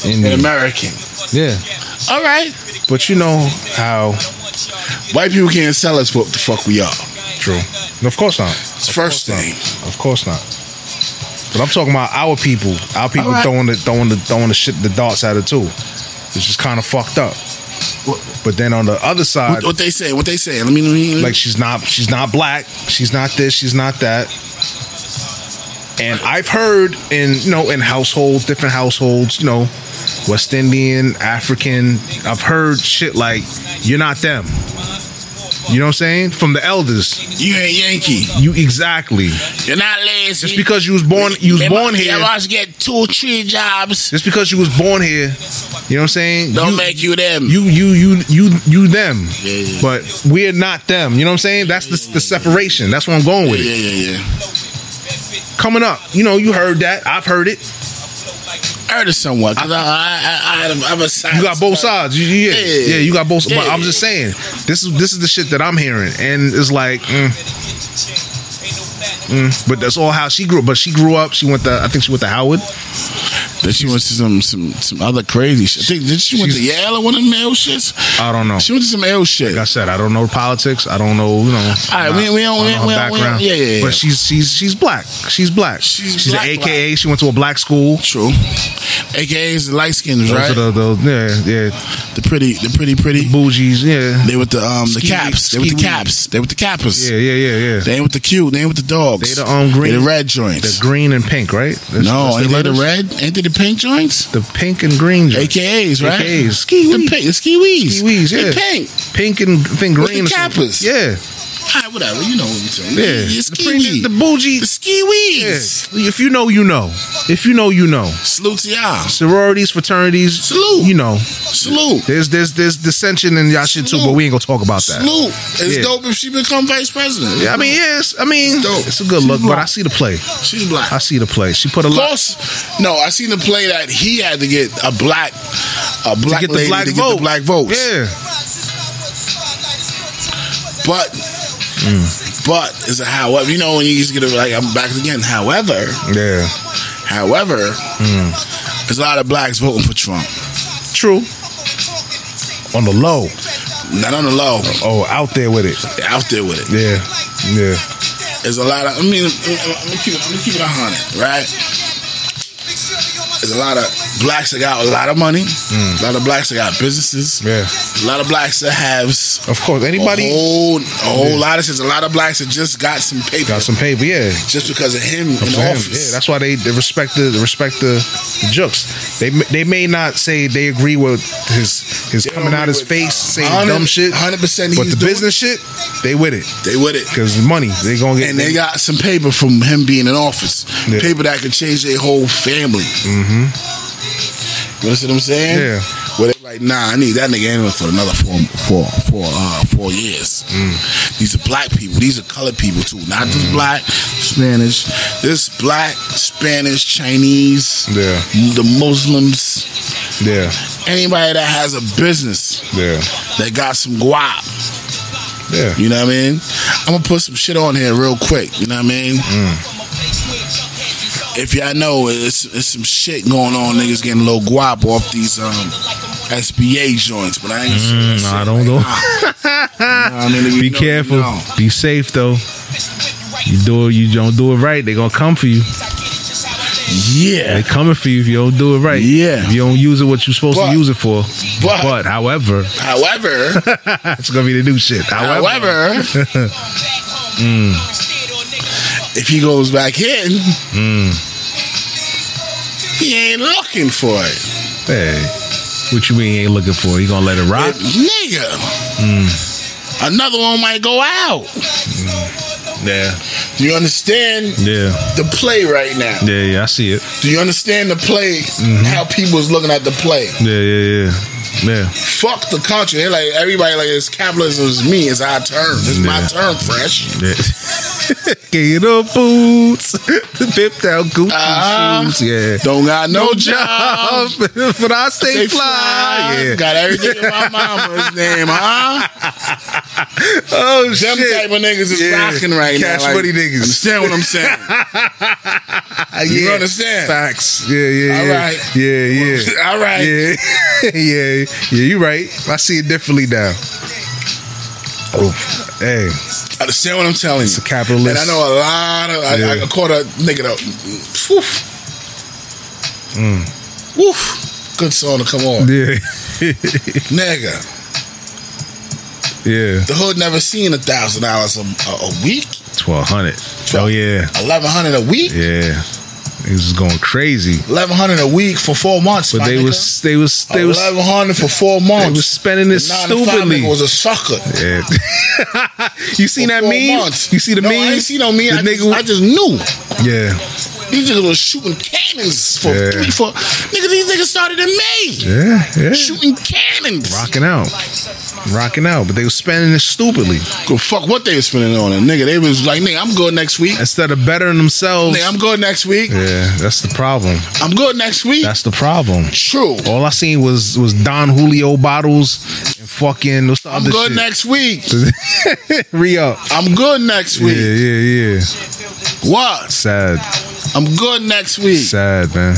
Indian.
and American.
Yeah,
All right.
but you know how
White people can't sell us what the fuck we are.
True. No, of course not.
First thing.
Of course not. But I'm talking about our people. Our people
Alright.
throwing the throwing the throwing the shit the darts at it too, which is kind of fucked up. But then on the other side,
What, what they saying? What they saying? Let me. Let me
like she's not she's not black. She's not this. She's not that. And I've heard in you know in households, different households, you know, West Indian, African. I've heard shit like you're not them. You know what I'm saying? From the elders,
you ain't Yankee.
you exactly.
You're not lazy.
Just because you was born, you was
They
born
must-
here.
They must get two, three jobs.
Just because you was born here, you know what I'm saying?
Don't
you,
make you them.
you you you you you them,
Yeah, yeah.
but we're not them. You know what I'm saying? That's the, the separation. That's where I'm going with
yeah,
it.
yeah, yeah.
Coming up, you know, you heard that. I've heard it.
I heard it somewhat. 'cause I, I, I, I, have- I have a side.
You got both sides. You, you- yeah,
Yeah, yeah,
yeah, you got both. But
yeah.
I'm just saying, this is this is the shit that I'm hearing, and it's like, mm. Mm. but that's all how she grew. up. But she grew up. She went to, I think she went to Howard.
They Then she went to some some some other crazy shit. I think did she went to Yale or one of them Yale shits?
I don't know.
She went to some Yale shit.
Like I said, I don't know politics. I don't know, you know.
All right, we- we don't-
I know her
we don't- we don't-
background.
yeah, yeah, yeah.
But she's she's she's black. She's black.
She's
she's
black,
an AKA. She went to a black school.
True. AKA is the light skins,
Those
right?
are
The,
the, the yeah yeah
pretty, the pretty, pretty.
bougies. Yeah
They with the um the
Ski-
caps. They with the
ski-
caps. They with the cappers.
yeah yeah yeah yeah.
They ain't with the cute. They ain't with the dogs.
They the, um, green-
They the red
the
joints.
green and pink, right? That's-
no,
that's
ain't they the
letters?
red? Ain't they the pink joints?
The pink and green. joint.
AKAs, right?
AKAs. Ski
The
wees.
pink, the ski wees.
Ski wees,
They
yeah.
pink.
Pink and I think
With
green. or
the
something.
cappers.
Yeah,
All right, whatever. You know what I'm saying.
yeah.
The
the,
ski
pink-
wee.
the bougie.
The ski
yeah.
wees.
If you know, you know. If you know, you know.
Salute to y'all.
Sororities, fraternities.
Salute.
You know.
Salute.
There's there's there's dissension in y'all shit too, but we ain't gonna talk about that.
Salute. It's
Yeah.
dope if she become vice president.
Yeah, I mean, yes, I mean,
It's dope.
it's a good look, but I see the play.
She's black.
I see the play. She put a
Of
lot.
course, no. I seen the play that he had to get a black, a black
get the
lady
black
to get
vote.
the black votes.
Yeah,
But,
Mm.
but is a however. You know when you used to get a, like I'm back again. However,
yeah,
however,
Hmm.
there's a lot of blacks voting for Trump.
true. On the low,
Not on the low,
oh, out there with it.
they're out there with it.
Yeah, yeah.
There's a lot of. I mean, I'm gonna keep it, I'm gonna keep it a hundred, right? There's a lot of blacks that got a lot of money. A lot of blacks that got businesses.
Hmm. Yeah.
A lot of blacks that have
Of course,
a
anybody
whole, a whole lot of shit. A lot of blacks that just got some paper
got some paper. Yeah,
just because of him in
For him.
office.
Yeah, that's why they, they respect the they respect the, the jokes. They m- they may not say they agree with his his coming out his face saying dumb shit,
Hundred percent.
but the business shit they with it
they with it.
because money they gonna get.
And they got some paper from him being in office.
Yeah.
Paper that could change their whole family. Mm-hmm. You understand what I'm saying?
Yeah.
Where they like, nah, I need that nigga in for another four, four, four, uh, four years.
Mm.
These are black people. These are colored people too. Not just black, Spanish. This black, Spanish, Chinese.
Yeah.
The Muslims.
yeah,
Anybody that has a business
yeah,
that got some guap.
yeah.
You know what I mean? I'm gonna put some shit on here real quick. You know what I mean? If y'all know, it's, it's some shit going on. Niggas getting a little guap off these um SBA joints, but I ain't. Mm,
nah, don't do-
I mean, if you
Be
know, you
careful.
know.
Be safe though. You do it, you don't do it right. They gonna come for you. They
Yeah,
coming for you if you don't do it right.
Yeah.
if you don't use it what you're supposed
But-
to use it for.
but-
however,
however,
it's gonna be the new shit. However,
however, if he goes back in,
Mm.
he ain't looking for it,
hey, what you mean you ain't looking for? it? You gonna let it rock?
nigga.
Mm.
Another one might go out.
Yeah,
Do you understand
yeah,
the play right now?
yeah, Mm-hmm. yeah. I see it.
Do you understand the play? How people is looking at the play?
Yeah, yeah, yeah, yeah.
Fuck the country. They're like everybody like it's capitalism is me. It's our turn. It's my
Yeah.
turn, fresh.
yeah. Get up boots, the pip down Gucci
Ah.
shoes. Yeah,
Don't got no, job.
but I stay,
They
fly.
fly.
Yeah.
Got everything in my mama's name, huh?
Oh
Them
shit!
type of niggas is
Yeah.
rocking right now.
Cash
like,
money niggas.
Understand what I'm saying?
Ah,
You
yeah.
understand?
Facts. Yeah, yeah,
All
yeah.
right.
Yeah, yeah.
All right.
Yeah, yeah, yeah. You right. I see it differently now. Oh, hey,
Understand what I'm telling
it's
you?
a capitalist.
And I know a lot of. I,
Yeah.
I caught a nigga though. Woof.
Mm.
Woof. Good song to come on,
Yeah,
nigga.
yeah.
The hood never seen a thousand dollars a a week,
Twelve hundred. Oh yeah,
eleven hundred a week,
yeah. It was going crazy,
eleven hundred a week for four months.
but
my
they
nigga.
was they was they was
eleven hundred for four months.
they was spending
The
this
nine to five
stupidly.
nigga was a sucker.
Yeah. you seen
For
that
four
meme?
months.
You see the
no,
meme?
I ain't see no meme.
The
I,
nigga,
just, I just knew
yeah.
these niggas was shooting cannons for
Yeah.
three, four. Nigga, these niggas started in May
Yeah, yeah.
shooting cannons.
Rocking out. Rocking out. But they was spending it stupidly.
Go fuck what they was spending on it, nigga. They was like, nigga, I'm good next week.
Instead of bettering themselves.
Nigga, I'm good next week.
Yeah, that's the problem.
I'm good next week.
That's the problem.
True.
All I seen was was Don Julio bottles and fucking what's the
I'm
other
good
shit?
next week.
Re up.
I'm good next
Yeah,
week.
yeah, yeah.
What?
Sad,
I'm good next week.
sad, man.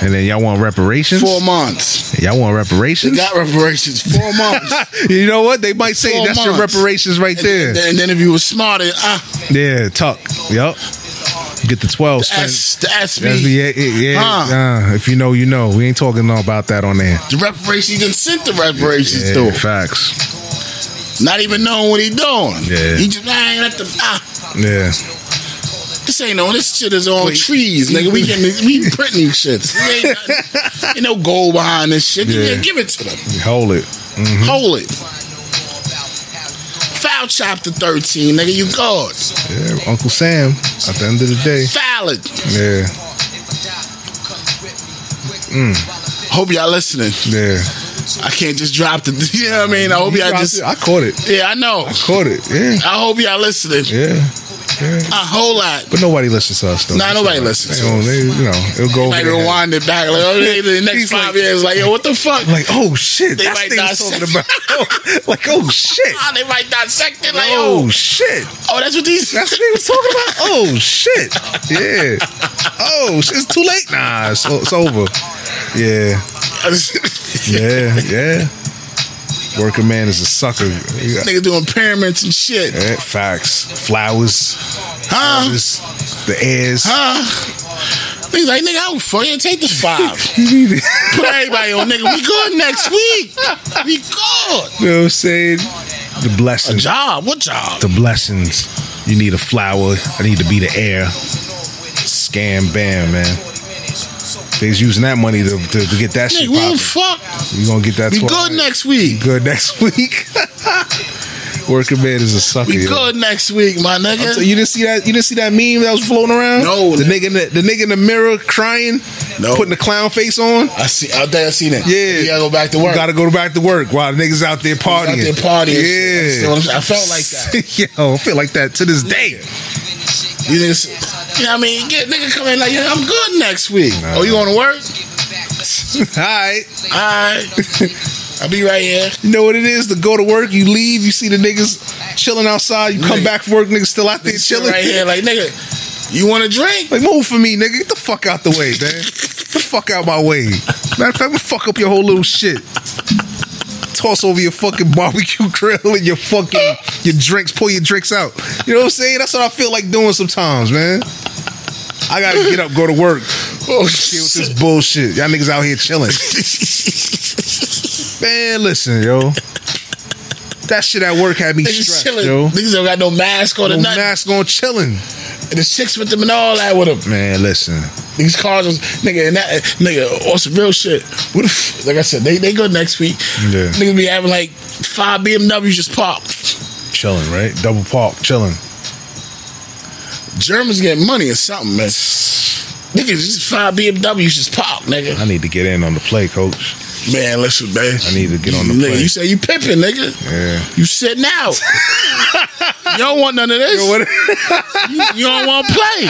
And then y'all want reparations?
Four months.
Y'all want
They
reparations?
got reparations. Four months.
you know what? They might say
Four
that's your
months.
reparations right there.
And, then- and then if you were smarter, ah,
yeah, tuck. Yup. Get the 12
the,
spent.
S, the SB,
That's- yeah, yeah, yeah. Uh, if you know, you know. We ain't talking no about that on there.
the reparations, and sent the reparations
Yeah,
to him.
facts.
Not even knowing what he doing.
Yeah.
He just, I ain't at the, ah,
Yeah.
this ain't no, this shit is on trees, nigga. We getting, this- we printing shit. Ain't, nothing- ain't no gold behind this shit.
Yeah. Mm-hmm.
Yeah, give it to them.
Hold it.
Hold it. Foul chapter 13, nigga. You God.
Yeah, Uncle Sam. At the end of the day.
Foul it.
Yeah,
Hope y'all listening.
yeah.
I can't just drop the, you know what I mean? I hope y'all just,
I caught it.
yeah, I know.
Caught it. Yeah,
I hope y'all listening.
yeah.
A whole lot.
But nobody listens to us though.
Nah, nobody listens
They
to
don't-
us.
they- you know, it'll go over
Like
their head.
rewind it back. Like oh, they- the next
He's like-
five years, like yo, what the fuck?
Like, oh shit,
They
that's
might
thing he's
dissect-
talking about. like, oh shit.
Ah, they might dissect it. Like
Oh
oh,
shit.
oh, that's what these.
That's what he was talking about. Oh shit. Yeah. Oh, shit, it's too late. Nah, it's, it's over. Yeah. Yeah. Yeah. Working man is a sucker. Yeah.
Nigga doing pyramids and shit,
Yeah, Facts. Flowers.
huh?
Flowers. The airs.
Huh? Nigga, like nigga, I would fucking take this five. Put everybody on, nigga. We good next week. We good.
You know what I'm saying? The
A
blessings.
job? What job?
The blessings. You need a flower. I need to be the air. Scam bam, man. They's using that money to, to, to get that shit
Nigga, we
popping.
don't fuck.
you gonna get that
We
12.
good next week.
good next week. Working man is a sucker.
We
yo.
good next week, my
I'm t-
nigga.
you didn't see that? You didn't see that meme that was floating around?
No.
The nigga, in the, the nigga in the mirror crying,
No.
putting the clown face on.
I see. I think I seen it.
Yeah,
you gotta go back to work.
Gotta go back to work while the niggas out there partying.
out there partying.
Yeah,
You know what I'm saying? I felt like
that. Yo, I feel like that to this day.
You just, you know what I mean? Get, nigga come in like, yeah, I'm good next week. Oh, you going to work?
All right,
All right. I'll be right here.
you know what it is to go to work. You leave, you see the niggas chilling outside. You come
Nigga.
back from work, niggas still out there chilling.
Right here. Like, nigga, you want a drink?
Like move for me, nigga. Get the fuck out the way, man. Get the fuck out my way. Matter of fact, I'm gonna fuck up your whole little shit. Toss over your fucking barbecue grill and your fucking your drinks. Pull your drinks out. You know what I'm saying? That's what I feel like doing sometimes, man. I gotta get up, go to work. Deal
Oh,
with this bullshit. Y'all niggas out here chilling. Man, listen, yo. That shit at work had me
Niggas
stressed,
chilling.
yo.
Niggas don't got no mask on or
No
nothing.
mask on, chilling.
And the chicks with them and all that with them.
Man, listen.
These cars was, nigga, and that, nigga, on some real shit. What the f- like I said, they, they go next week.
Yeah.
Niggas be having like five BMWs just pop.
Chilling, right? Double park, chilling.
Germans getting money or something, man. Niggas, just five BMWs just pop, nigga.
I need to get in on the play, coach.
Man, listen, man.
I need to get on the
nigga,
plane.
You say you pimping, nigga.
Yeah.
You sitting out. you don't want none of this. you, you don't want to play.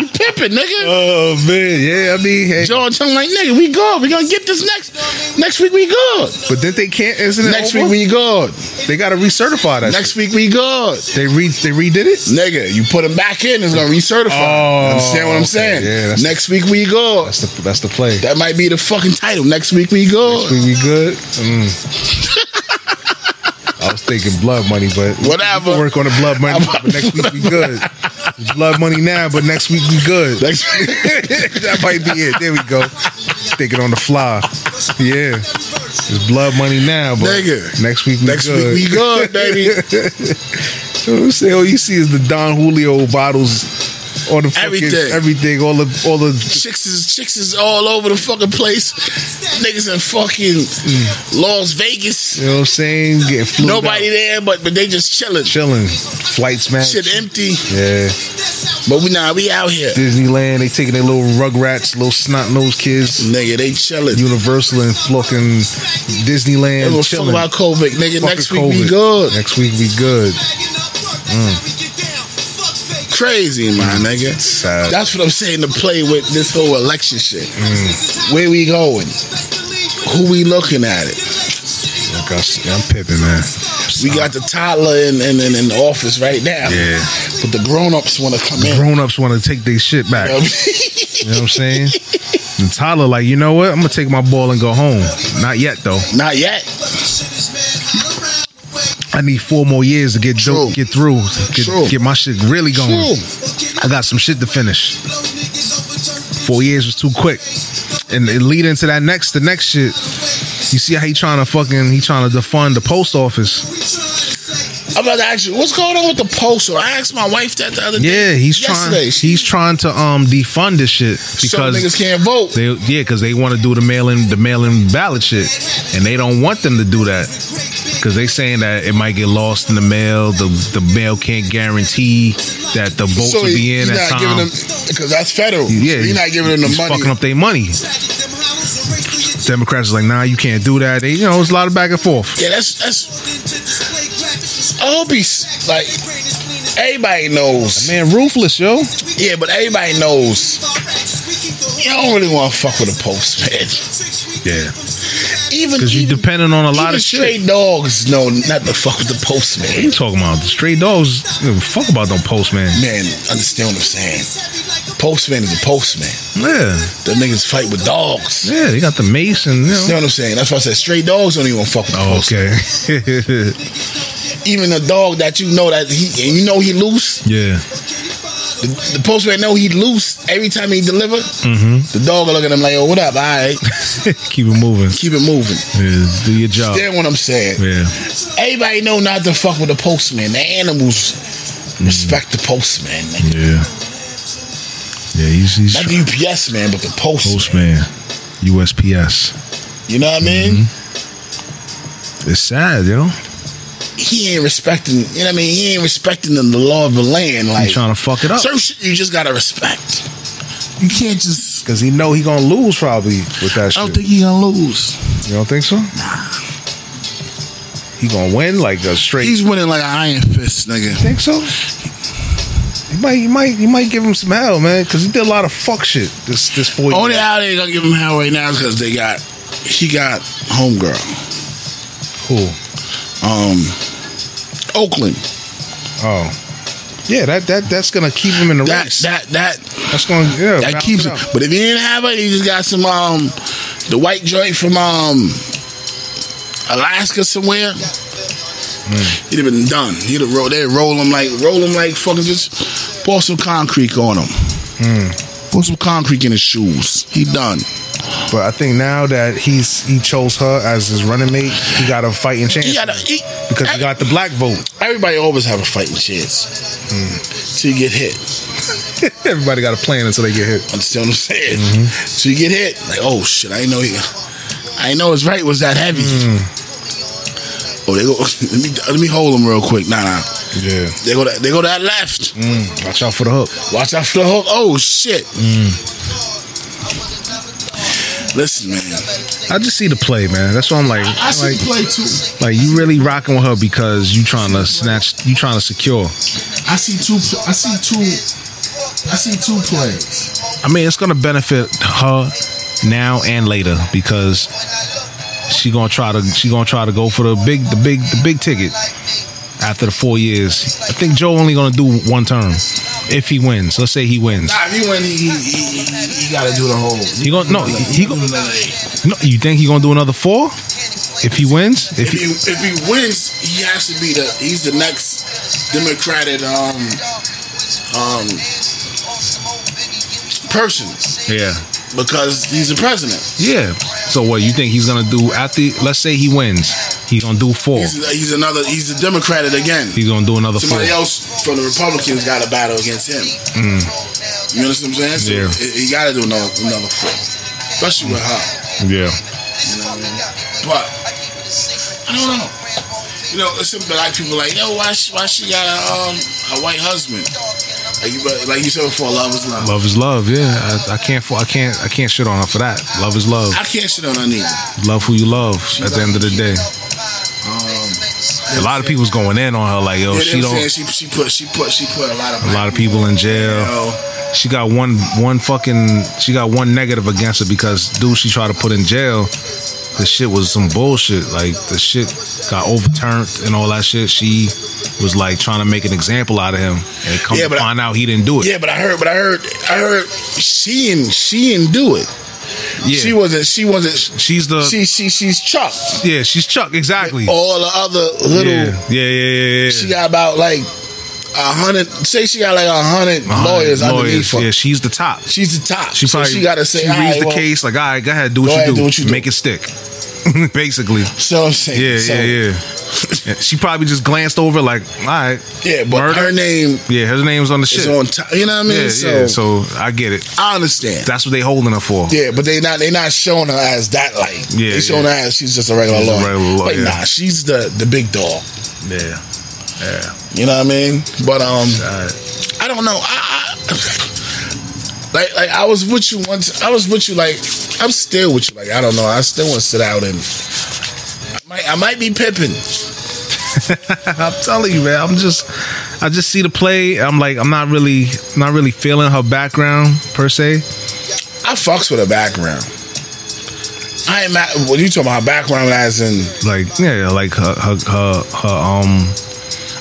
You pimping, nigga.
oh man, yeah. I mean, hey,
George, I'm like, nigga, we good. We gonna get this next. Next week we good.
but then they can't. Isn't it
Next
over?
week we good.
they got to recertify that. Next
Next week we good.
they re they redid it.
Nigga, you put him back in, it's gonna recertify.
Oh,
Understand what I'm
okay.
saying?
Yeah, that's-
next week we good.
That's the that's the play.
That might be the fucking title. Next week we good.
we, we good. Mm. I was thinking blood money, but we- we
Whatever.
can work on the blood money. But next week we good. Blood money now, but next week we good.
Next week.
that might be it. There we go. Thinking on the fly. Yeah. It's blood money now, but
Nigga.
next week we
Next
good.
week we good, baby.
You know what I'm saying? All you see is the Don Julio bottles on the fucking
Everything.
everything, all the all the
Chicks is chicks is all over the fucking place. Niggas in fucking Las Vegas.
you know what I'm saying? Getting flew
Nobody there, but but they just chilling.
chilling. Flights man.
Shit empty.
Yeah.
But we nah, we out here.
Disneyland, they taking their little rugrats, little snot nosed kids.
Nigga, they chilling.
Universal and fucking
They
Disneyland
gonna fuck
chilling.
about COVID, nigga.
Fucking
Next week we
COVID.
good.
Next week we good. Mm.
Crazy, my nigga.
Sad.
That's what I'm saying to play with this whole election shit. Where we going? Who we looking at it?
Like I said, I'm pipping, man.
We got the toddler in, in, in, in the office right now.
Yeah.
But the grown ups wanna come in.
Grown ups want to take their shit back. You know what I'm saying? And Tyler, like, you know what? I'm gonna take my ball and go home. Not yet though.
Not yet.
I need four more years to get
True.
do- get through, get,
True.
get my shit really going.
True.
I got some shit to finish. Four years was too quick, and it lead into that next the next shit. You see how he trying to fucking he trying to defund the post office.
I'm about to ask you, what's going on with the postal? I asked my wife that the other
Yeah,
day.
he's
yesterday.
trying
She-
he's trying to um defund this shit
some niggas
because
can't vote.
they yeah because they want to do the mail in the mail in ballot shit, and they don't want them to do that. Cause they saying that it might get lost in the mail. The the mail can't guarantee that the votes will be in
he
at
not
time.
giving them because that's federal.
yeah,
he's not giving them the
he's
money.
Fucking up their money. Democrats is like, nah, you can't do that. They, you know, it's a lot of back and forth.
Yeah, that's that's. I hope he's like everybody knows.
Man, ruthless, yo.
Yeah, but everybody knows. You don't really want to fuck with a post, man.
Yeah,
Even
because you
even,
depending on a lot
even
of
stray
shit.
dogs know not to fuck with the
You
postman.
talking about stray dogs? Give a Fuck about them postman.
Man, understand what I'm saying? Postman is a postman.
Yeah,
Them niggas fight with dogs.
yeah. They got the mace and you
You know
know.
what I'm saying? That's why I said stray dogs don't even wanna fuck with the
Oh,
postman.
okay.
Even a dog that you know that he and you know he loose.
yeah.
The, the postman know he loose every time he deliver.
Mm-hmm.
The dog will look at him like, "Oh, what up? All right,
Keep it moving.
keep it moving."
Yeah, do your job.
Understand what I'm saying?
Yeah.
Everybody know not to fuck with the postman. The animals
Mm-hmm.
respect the postman. Like,
Yeah. Yeah, he's, he's
Not the UPS man, but the postman.
postman. USPS.
You know what I mean?
Mm-hmm. It's sad, yo.
He ain't respecting. You know what I mean? He ain't respecting the, the law of the land.
He
Like
trying to fuck it up
certain shit, you just gotta respect. You can't just.
because he know he gonna lose probably with that
I
shit.
don't think he gonna lose.
you don't think so? Nah. He gonna win like a straight.
He's winning like an iron fist, nigga.
think so? You might, you might, you might give him some hell, man, because he did a lot of fuck shit this this four
Only
years.
how they gonna give him hell right now is because they got he got homegirl,
Cool.
um, Oakland.
Oh, yeah. That that that's gonna keep him in the
That
race.
that that
that's gonna yeah.
That
balance
keeps
it
it.
out.
But if he didn't have it, he just got some um the white joint from um Alaska somewhere.
Hmm.
He'd have been done. He'd have roll. They roll him like roll him like fucking just pour some concrete on him.
Hmm.
Pour some concrete in his shoes. He done.
But I think now that he's he chose her as his running mate, he got a fighting chance
He got a, he,
because he got the black vote.
everybody always have a fighting chance Hmm. till you get hit.
Everybody got a plan until they get hit.
Understand what I'm saying? So you get hit, like, oh shit, I didn't know he, I didn't know his right was that heavy. Oh, they go. Let me let me hold him real quick. Nah, nah.
Yeah.
They go. To, they go to that left.
Watch out for the hook.
Mm. Watch out for the hook. Oh shit. Listen, man.
I just see the play, man. That's why I'm like,
I see
like,
the play too.
like you really rocking with her because you trying to snatch, you trying to secure.
I see two. I see two. I see two plays.
I mean, it's gonna benefit her now and later because she gonna try to, she gonna try to go for the big, the big, the big ticket after the four years. I think Joe only gonna do one term if he wins. Let's say he wins.
Nah, if he win, he he, he, he, he got to do the whole.
He gonna no, he
do
gonna
another eight.
no. You think he gonna do another four if he wins? If
If
he,
he if he wins, he has to be the he's the next Democratic um um person
yeah.
because he's the president.
Yeah. So what you think he's gonna do after? Let's say he wins, he's gonna do four.
He's, he's another he's a Democratic again.
He's gonna do another four.
Somebody else from the Republicans got a battle against him. You understand what I'm
Mm.
saying?
Yeah.
So he, got to do another another four, especially with her.
Yeah.
You know what I mean? But I don't know. You know, it's some black people like, yo, why she, why she got a um a white husband? Like you, but like you said before, love is love.
Love is love. Yeah. I, I can't. fo- I can't. I can't shit on her for that. Love is love.
I can't shit on her neither.
Love who you love. At the end of the day, Um, a lot of people's going in on her like, yo,
Yeah,
Oh, she
you know what I'm saying?
don't.
She she put she put she put a lot of
A lot of people in
You
jail.
know,
She got one one fucking. She got one negative against her because dude, she tried to put in jail. The shit was some bullshit. Like the shit got overturned and all that shit. She was like trying to make an example out of him, and come
Yeah,
to
but I-
find out he didn't do it.
yeah, but I heard, but I heard, I heard she and she didn't do it.
Yeah. Uh,
She wasn't. She wasn't.
She's the
she she she's Chuck.
yeah. She's Chuck exactly.
All the other little.
yeah. yeah, yeah, yeah, yeah.
She got about like a hundred. Say she got like a hundred
Uh-huh.
lawyers, underneath her.
Yeah, she's the top.
She's the top.
She
so
probably
she got to say.
she
"All
reads
right,
the
well,"
case like, all right, go ahead, do what,
Go
you,
ahead,
do.
do what you do.
make it stick. Basically,
So I'm saying.
yeah,
so,
yeah, yeah. She probably just glanced over, like, all right,
yeah, But
Murder?
her name
yeah, her name's on the shit.
is on top. You know what I mean?
yeah,
so,
yeah. So I get it.
I understand.
That's what they holding her for.
yeah, but they not they not showing her as that light.
Yeah,
they showing her as she's just a regular
She's a
lawyer.
regular lawyer.
But nah, she's the the big dog.
yeah. yeah.
You know what I mean? But
All
um,
right.
I don't know. I, I like like I was with you once. I was with you like I'm still with you. Like I don't know. I still want to sit out and I might I might be pipping.
I'm telling you, man. I'm just, I just see the play. I'm like, I'm not really, not really feeling her background per se.
I fucks with a background. I ain't mad. What you talking about? Background as in
Like, yeah, like her, her, her, her um,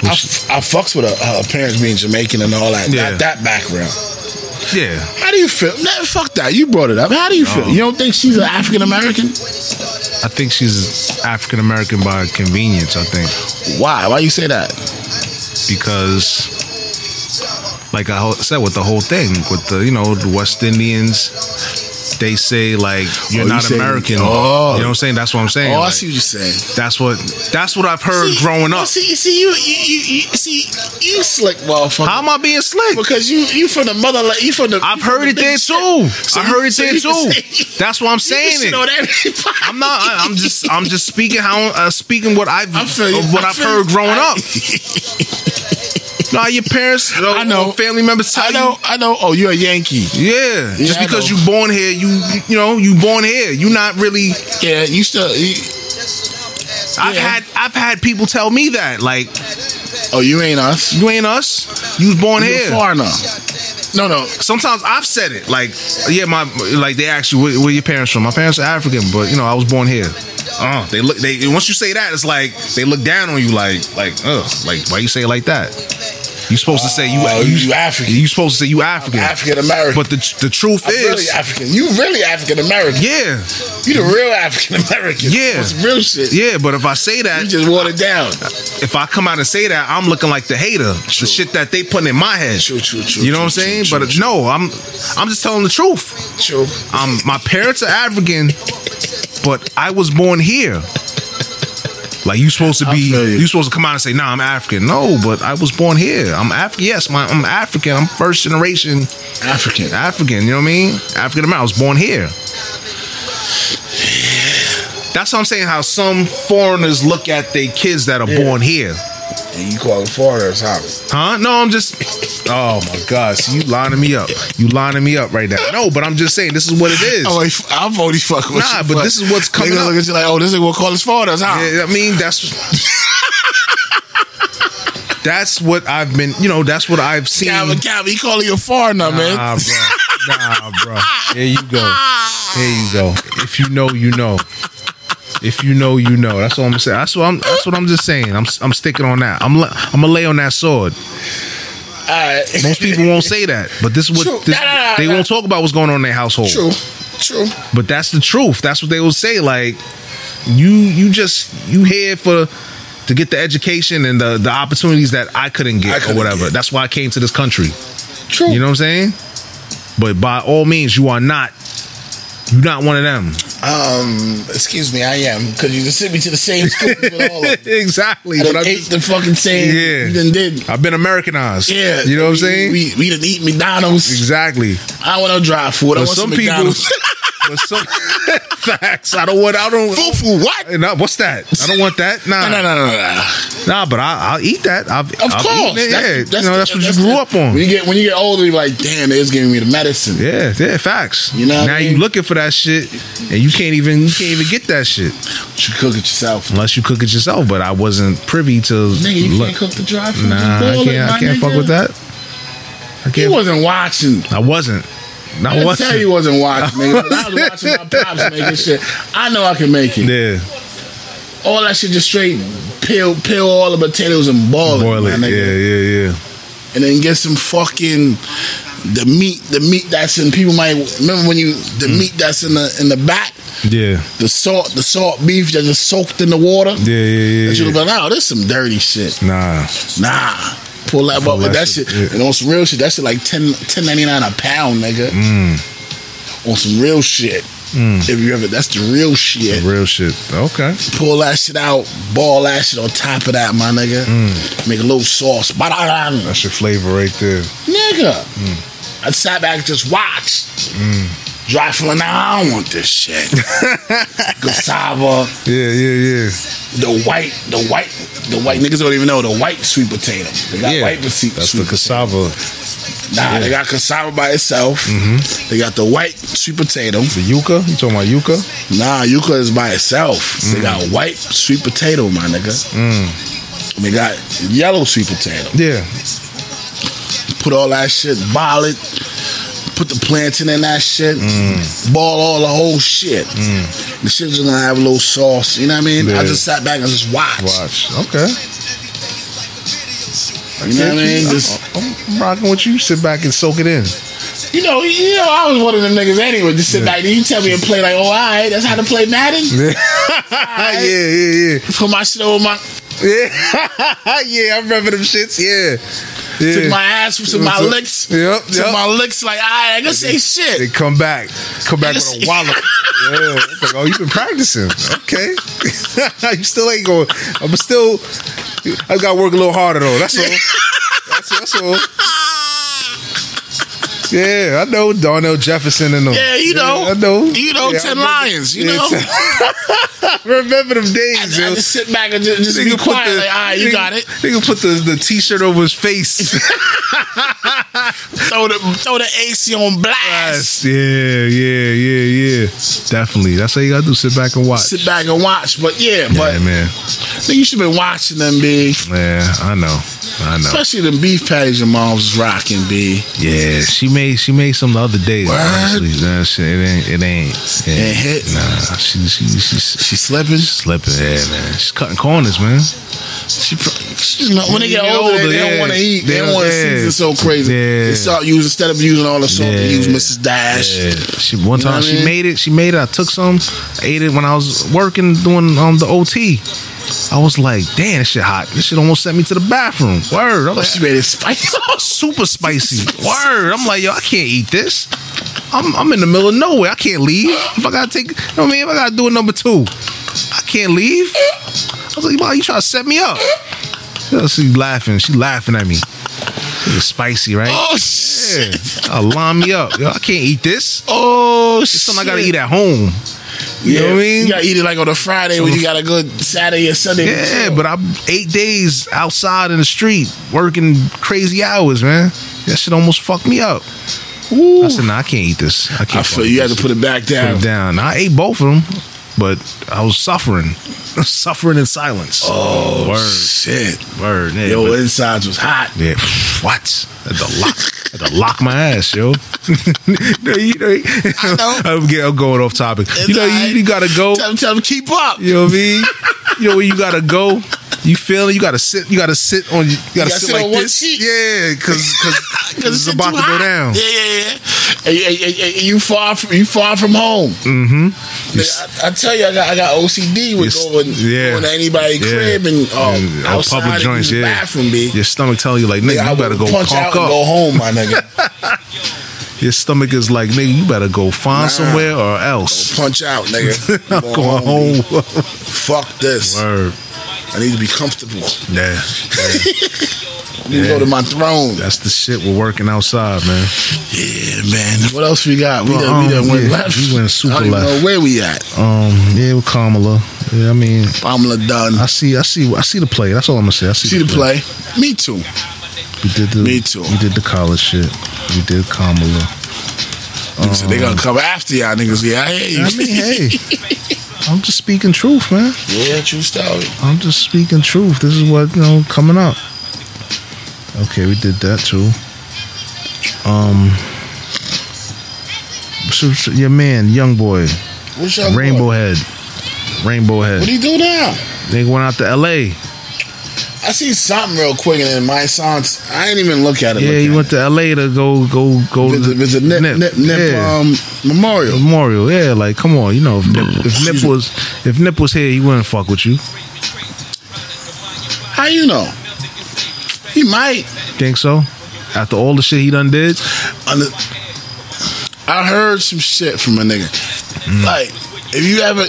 I, I fucks with her, her parents being Jamaican and all that.
Yeah.
Not that background.
yeah.
How do you feel? Nah, fuck that. You brought it up. How do you feel? You don't think she's an African American?
I think she's African American by convenience. I think
Why? Why you say that?
because, like I ho- said, with the whole thing with the you know the West Indians, they say like you're
you
not
saying-
American.
Oh.
You know what I'm saying? That's what I'm saying.
Oh, I
Like,
see what you're saying.
that's what that's what I've heard
See,
growing
you
up.
See, see you, you, you, you see, you slick motherfucker.
How am I being slick?
because you, you from the motherland. You from the.
I've
you from
heard
the
it
big
there
shit.
too.
So
I
you-
heard it
so
there
you can
too.
say-
That's what I'm
you can
saying. It.
shit on everybody.
I'm not. I- I'm just. I'm just speaking how. Uh, speaking what I've
I feel you.
of what
I
I've
feel
heard
you.
growing
I-
up. Nah, your parents.
I know.
or Family members. Tell
I know. I know. Oh, you're a Yankee.
You, yeah. Just
I
because
know.
you born here, you you know you born here. You not really.
Yeah, you still. You,
I've
Yeah.
had. I've had people tell me that like
oh, you ain't us.
you ain't us. You was born
You're
here.
a foreigner. No, no.
Sometimes I've said it like yeah my like they ask you where, where your parents from. My parents are African, but you know I was born here. Uh, they look they once you say that it's like they look down on you like like ugh like why you say it like that. You supposed to say you
Oh,
you,
you African.
You supposed to say you African.
African American.
But the the truth
I'm
is
really African. You really African American.
yeah
You the real African American.
Yeah.
It's real shit.
yeah. But if I say that
You just watered down.
if I come out and say that I'm looking like the hater the shit that they putting in my head.
True, true, true,
You know what I'm
true,
saying?
true,
but
true,
no, I'm I'm just telling the truth.
True.
Um, my parents are African, but I was born here. Like you supposed to be,
feel
you.
you.
supposed to come out and say, "Nah, I'm African." No, but I was born here. I'm African. Yes, my, I'm African. I'm first generation
African.
African. You know what I mean? African American. I was born here. That's what I'm saying. How some foreigners look at their kids that are born here,
And you call it foreigners, huh?
huh? No, I'm just. Oh my God, so you lining me up. You lining me up right now. No, but I'm just saying this is what it is.
I'm, Oh, like, I'm already fucking with
Nah,
you.
but this is what's coming
Niggas
up.
look at you like, oh, this is what call his fathers, huh?
Yeah, I mean that's that's what I've been. You know, that's what I've seen.
Calvin, Calvin, he calling you a foreigner,
Nah,
man.
bro. Nah, bro. There you go. There you go. If you know, you know. If you know, you know. That's all I'm saying. That's what I'm. That's what I'm just saying. I'm. I'm sticking on that. I'm. li- I'm gonna lay on that sword.
All right.
Most people won't say that, but this is what
True.
this,
Nah, nah, nah,
they
nah.
won't talk about what's going on in their household.
True, true.
But that's the truth. That's what they will say. Like you, you just you here for to get the education and the the opportunities that I couldn't get
I
or
couldn't
whatever.
get.
That's why I came to this country.
True.
You know what I'm saying? But by all means, you are not. You're not one of them.
Um, excuse me, I am because you just sent me to the same school with all of them.
exactly.
I
But
done
I'm
ate
just-
the fucking same.
Yeah.
You done did.
I've been Americanized.
Yeah.
You know what I'm
we-
saying?
We, we done eat McDonald's.
exactly.
I don't want no dry food. I
But
want
some
some
people.
McDonald's.
but some facts. I don't want. I don't.
Foo foo, what?
Hey, nah, what's that? I don't want that. Nah.
No, no, no, no, no.
Nah, but I, I'll eat that. I've,
Of
I've
course,
eaten it, yeah, you know
the-
that's what you grew
the-
up on.
When you get when you get older, you're like, damn, they just giving me the medicine.
Yeah, yeah, facts.
You know what
now
I mean?
you looking for that shit, and you can't even you can't even get that shit
But you cook it yourself.
unless you cook it yourself. But I wasn't privy to
Nigga, you
look.
can't cook the dry food.
Nah,
just
I
boil it,
can't.
my
I can't
nigga.
fuck with that. I
He
can't.
wasn't watching.
I wasn't. I
I was tell
wasn't.
you he wasn't watching, nigga. When I was watching my pops making shit. I know I can make it.
Yeah,
All that shit just straight peel peel all the potatoes and boil,
boil
it,
it.
my
Yeah,
nigga.
yeah, yeah.
and then get some fucking the meat, the meat that's in people might remember when you the meat that's in the in the back,
Yeah.
the salt, the salt beef that's just soaked in the water.
Yeah, yeah,
That
yeah.
you
yeah.
look like, oh, this some dirty shit.
Nah.
Nah. Pull that up with
that
that
shit,
shit.
yeah.
And on some real shit, that shit like 10 10.99 a pound, nigga. On some real shit. If you ever that's the real shit.
Real shit. Okay.
Pull that shit out, ball that shit on top of that, my nigga.
Mm.
Make a little sauce. Ba-da-da.
That's your flavor right there.
Nigga.
Mm.
I sat back and just watched. Dry for now, I don't want this shit. Gustavo,
Yeah, yeah, yeah.
the white, the white, the white niggas don't even know the white sweet potato. They got
yeah.
white sweet,
That's
sweet
the cassava.
Nah, they got cassava by itself.
Mm-hmm.
They got the white sweet potato.
The yuca? You talking about yuca?
Nah, yuca is by itself.
Mm.
They got white sweet potato, my nigga. They got yellow sweet potato.
Yeah.
Put all that shit, ball it, put the plantain in that shit, ball all the whole shit. The shit's just gonna have a little sauce. You know what I mean? I
Mm. Yeah.
just sat back and just watched.
Watch. Okay.
You know what I mean?
I'm-
Just,
I'm, I'm rocking with you. Sit back and soak it in.
you know, you know, I was one of them niggas anyway. Just sit back and you tell me and play like, oh, all right, that's how to play Madden.
yeah, yeah, yeah.
Put my shit over my
Yeah. yeah, I remember them shits. Yeah.
Took
Yeah.
my ass to my
What's up?
licks.
Yep,
Took
yep.
my licks like I ain't gonna say
they
shit.
come back. Come back with a
Yes.
wallop. Yeah. It's like, oh, you've been practicing. Okay. you still ain't going. I'm still. I got to work a little harder, though. That's all. that's, that's all. Yeah, I know Darnell Jefferson and them.
Yeah, you know.
I know.
You know,
Yeah, I
ten
remember-
lions. You
yeah,
know.
ten- remember them
I
days, yo.
just sit back and just, just be
Nigga put
quiet. like, all right, you
nigga-
got it.
Nigga put the, the t shirt over his face.
Throw the throw the AC on blast.
yeah, yeah, yeah, yeah. Definitely. That's how you gotta do. Sit back and watch.
Sit back and watch. But yeah, but
yeah, man.
nigga, you should been watching them, B.
Yeah, I know. I know.
Especially the beef patties your mom's rocking, B.
Yeah, she made she made some the other day.
What?
Honestly, that shit it ain't it ain't it
Ain't hit?
Nah, she she she's
She slipping.
slipping. Yeah, man. She's cutting corners, man.
She, pro- she's not, when they get
Get
older,
older,
they
yeah.
don't want to eat.
They
They, don't want to
don't- yeah.
season so crazy.
Yeah.
They start using instead of using all the salt,
Yeah.
they use Mrs. Dash.
Yeah. She one
You know
time
what I
she
mean?
made it. She made it. I took some. I ate it when I was working doing um the OT. I was like, damn, this shit hot. This shit almost sent me to the bathroom. Word. I'm
Oh,
like,
she made it spicy.
super spicy. Word. I'm like, yo, I can't eat this. I'm I'm in the middle of nowhere. I can't leave. If I gotta take, you know what I mean? If I gotta do a number two, I can't leave. I was like, wow, you trying to set me up? Yeah, She laughing. She laughing at me. It's spicy, right?
Oh shit!
Yeah. I'll line me up. Yo, I can't eat this.
Oh shit!
It's something I gotta eat at home. You know what I mean?
You gotta eat it like on a Friday when you got a good Saturday or Sunday.
Yeah, but I'm eight days outside in the street working crazy hours, man. That shit almost fucked me up. I said, nah, I can't eat this. I can't.
I feel you had to put it back down.
it down. I ate both of them, but I was suffering, suffering in silence. Oh, word,
Shit,
word, yeah,
yo,
but-
insides was hot.
yeah, what? Had to lock, had to lock my ass, yo. No, you know,
I know.
I'm, get- I'm going off topic. you know,
alright.
you, you gotta go.
Tell him, tell him, keep up.
You know what I mean? You know where you gotta go. You feel it. You gotta sit. You gotta sit on. You gotta,
gotta
sit,
sit
like
on one
this.
cheek.
Yeah, because because
Cause
it's
shit
about
too
to go
hot.
down.
Yeah, yeah, yeah. And- and- and- and you far from you far from home.
You s-
Nigga, I, I tell you, I got I got OCD
Mm-hmm.
with
Yes.
going,
Yeah.
going to anybody's
Yeah.
crib and
And-
um,
or
outside
public
and
joints,
use the
yeah.
bathroom, b.
Your stomach telling you like, nigga,
Nigga, I
you better
would
go
punch out
park
and go
up.
home, my nigga.
Your stomach is like, nigga, you better go find somewhere or else.
punch out, nigga.
I'm
Go
going
B.
home.
Fuck this.
Word.
I need to be comfortable.
Yeah,
I need to go to my throne.
that's the shit. We're working outside, man.
Yeah, man. What else we got? We
Well,
done, we
um,
done went
yeah,
left.
we went super
I don't even
left.
know where we at.
Um, yeah, with Kamala. Yeah, I mean,
Pamela Dunn.
I see, I see, I see the play. That's all I'm gonna say. I see,
See the play. Me too.
We did the,
Me too.
We did the college shit. We did Kamala.
Niggas said they gonna come after y'all niggas. Yeah, I hear you.
I mean, hey, I'm just speaking truth, man.
yeah, true story.
I'm just speaking truth. This is what you know coming up. Okay, we did that too. Um, so- so your man, young boy,
What's your
Rainbow Head, Rainbow Head.
What do you do now?
They went out to L.A.
I I seen something real quick, and then my songs. I ain't even look at it.
Yeah,
look
he
at
went to LA to go go go
it.
to
There's a Nip, Nip, Nip,
yeah.
um, Memorial.
memorial. Yeah, like come on, you know if Nip, if Nip was if Nip was here, he wouldn't fuck with you.
How you know? He might.
Think so? After all the shit he done did,
on the- I heard some shit from a nigga. Like, if you ever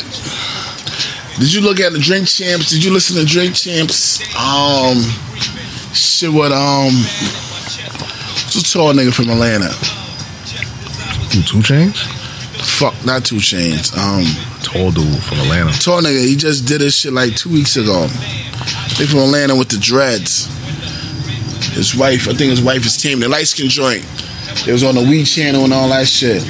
did you look at the Drink Champs? Did you listen to Drink Champs? Um, shit with um, what's a tall nigga from Atlanta?
Who, two chains,
Fuck, not Two Chains. Um,
tall dude from Atlanta.
tall nigga. He just did his shit like two weeks ago. They from Atlanta with the dreads. His wife, I think his wife is team. The light skin joint. It was on the Wii channel and all that shit.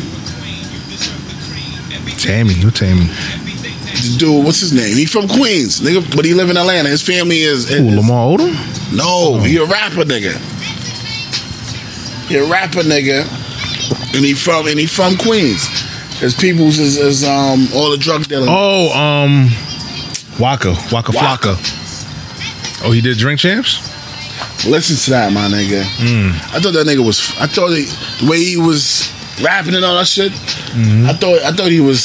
Tammy, who Tammy?
The dude, what's his name? He from Queens, nigga, but he live in Atlanta. His family is,
Who Lamar Odom?
no, he a rapper, nigga. He a rapper, nigga, and he from and he from Queens. His peoples is, is um all the drug dealing.
Oh, um, Waka Waka
Waka.
Flocka. Oh, he did drink champs.
Listen to that, my nigga.
Hmm.
I thought that nigga was. I thought he, the way he was rapping and all that shit. I thought I thought he was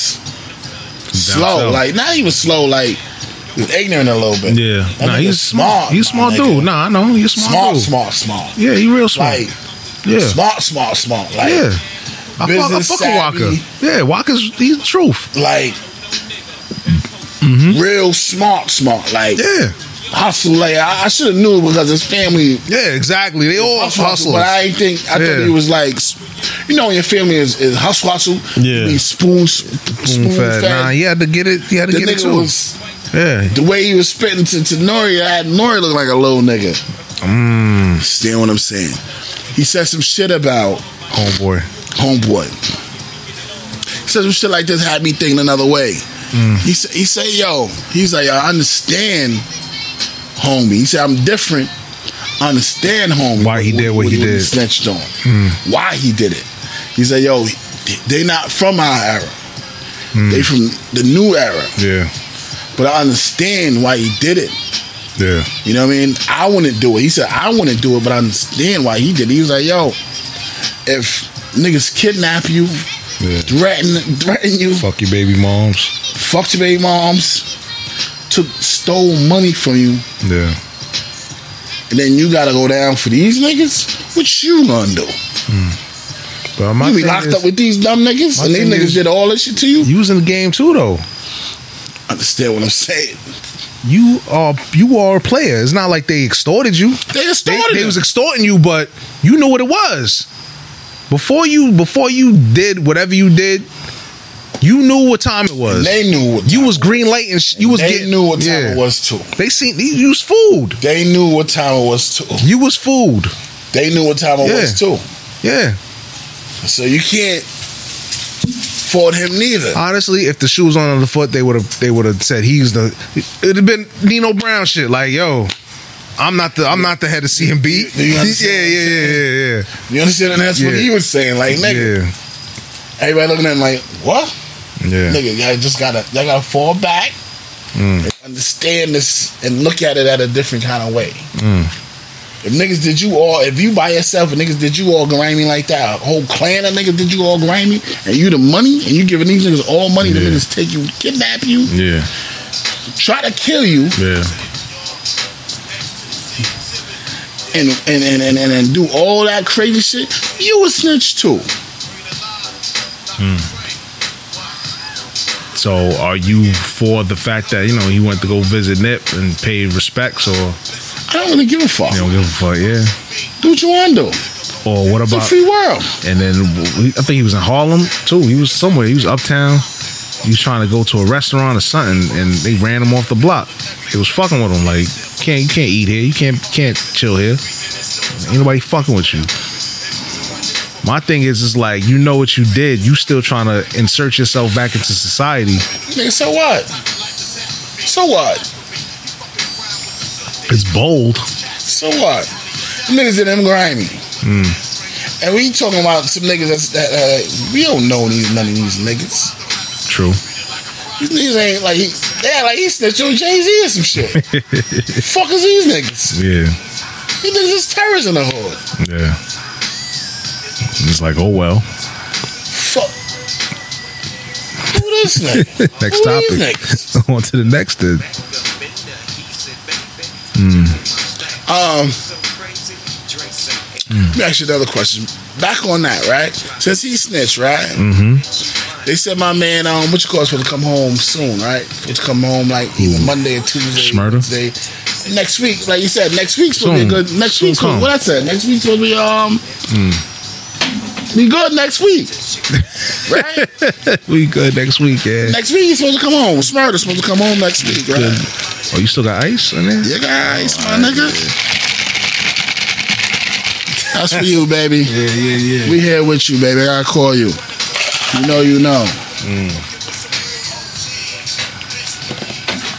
slow,
Mm-hmm. south.
like not even slow, like he was ignorant a little bit.
Yeah,
That
nah,
nigga's
he's smart. He's a smart
my nigga.
dude. Nah, I know he's a smart,
smart,
dude.
smart, smart.
Yeah, he real smart.
Like,
yeah,
smart, smart, smart. Like,
yeah. I fuck, I
business
fuck with Walker.
savvy.
Yeah, Walker's he's the truth.
like real smart, smart. Like,
Yeah,
hustle. Like, I, I should have knew because his family
yeah, exactly. They all
hustle,
hustlers.
But I ain't think I
Yeah.
thought he was like, s- you know, when your family is, is hustle, hustle.
Yeah.
he spoon, spoon
Spoon fed.
fed.
Nah, he had to get it. He had to
The
get it
nigga
too.
was
yeah,
the way he was spitting to, to Nori. I had Nori look like a little nigga. Mm. Understand what I'm saying? He said some shit about
homeboy.
homeboy. He said some shit like this had me thinking another way. He said, he said, yo, he's like, I understand, homie. He said, I'm different. I understand, homie.
Why he did what he did. Hmm.
Snitched on. Why he did it. He said, yo, they not from our era.
Hmm.
They from the new era.
Yeah,
But I understand why he did it.
yeah,
You know what I mean? I wouldn't do it. He said, I wouldn't do it, but I understand why he did it. He was like, yo, if niggas kidnap you,
yeah.
threaten threaten you, fuck,
Fuck your baby moms.
your baby moms, took stole money from you,
Yeah,
and then you gotta go down for these niggas, what you gonna do?
but my
you be
thing
locked
is,
up with these dumb niggas,
my
and these
thing
niggas
is-
did all this shit to you?
you was in the game too though.
Understand what I'm saying?
You are you are a player. It's not like they extorted you.
They
They,
started.
they was extorting you, but you knew what it was. Before you before you did whatever you did, you knew what time it was.
they knew what
you was green light and sh- you was
they
getting
knew what time
yeah.
it was too.
They seen you you was fooled.
They knew what time it was too.
You was fooled.
They knew what time it
Yeah.
was too.
Yeah.
So you can't fault him neither.
Honestly, if the shoe was on the other foot, they would have they would have said he's the. It'd have been Nino Brown shit. Like yo, I'm not the I'm not the head of CMB.
Do you
Yeah,
understand
yeah,
what I'm
yeah, yeah,
You understand? And that's what
Yeah.
he was saying. Like,
yeah,
nigga,
yeah,
everybody looking at him like, what?
yeah. Mm.
Nigga, y'all just gotta y'all gotta fall back and understand this and look at it at a different kind of way.
Mm.
If niggas did you all, if you by yourself and niggas did you all grimy like that, a whole clan of niggas did you all grimy, and you the money, and you giving these niggas all money, the
Yeah.
niggas take you, kidnap you,
Yeah,
try to kill you,
yeah,
and and and and, and, and do all that crazy shit, you a snitch too.
So, are you for the fact that you know he went to go visit Nip and pay respects, or you
I don't really give a fuck.
don't give a fuck? Yeah.
Do what you want to do.
Or what
It's a
about?
free world.
And then we- I think he was in Harlem too. He was somewhere. He was uptown. He was trying to go to a restaurant or something, and they ran him off the block. They was fucking with him like, can't you can't eat here. You can't can't chill here. Ain't nobody fucking with you. My thing is, is like you know what you did. You still trying to insert yourself back into society.
Nigga, so what? So what?
It's bold.
So what? Them niggas in them grimy. And we talking about some niggas that's, that uh, we don't know these none of these niggas.
True.
These niggas ain't like he, Yeah, like he snitched on Jay Z or some shit. Fuck is these niggas?
Yeah,
These niggas is terrorists in the hood.
yeah. It's like, oh well.
Fuck. Who this nigga?
Next
Who These
topic.
niggas?
On to the next. Then.
Um,
Hmm.
let me ask you another question. Back on that, right? Since he snitched, right? Mm-hmm. They said my man, um, what you call it, supposed to come home soon, right? Supposed to come home like either Monday or Tuesday,
Schmurda?
Wednesday. next week. Like you said, next week's supposed to be
Soon.
good. Next
Soon
week's
come.
supposed, what I said. Next week's supposed to be um,
Hmm.
be good next week, right?
We good next week, yeah.
next week he's supposed to come home. Smurder's supposed to come home next week, right?
Oh, you still got ice in there?
Yeah, guys, my nigga. That's for you, baby.
yeah, yeah.
We here with you, baby. I call you. You know, you know.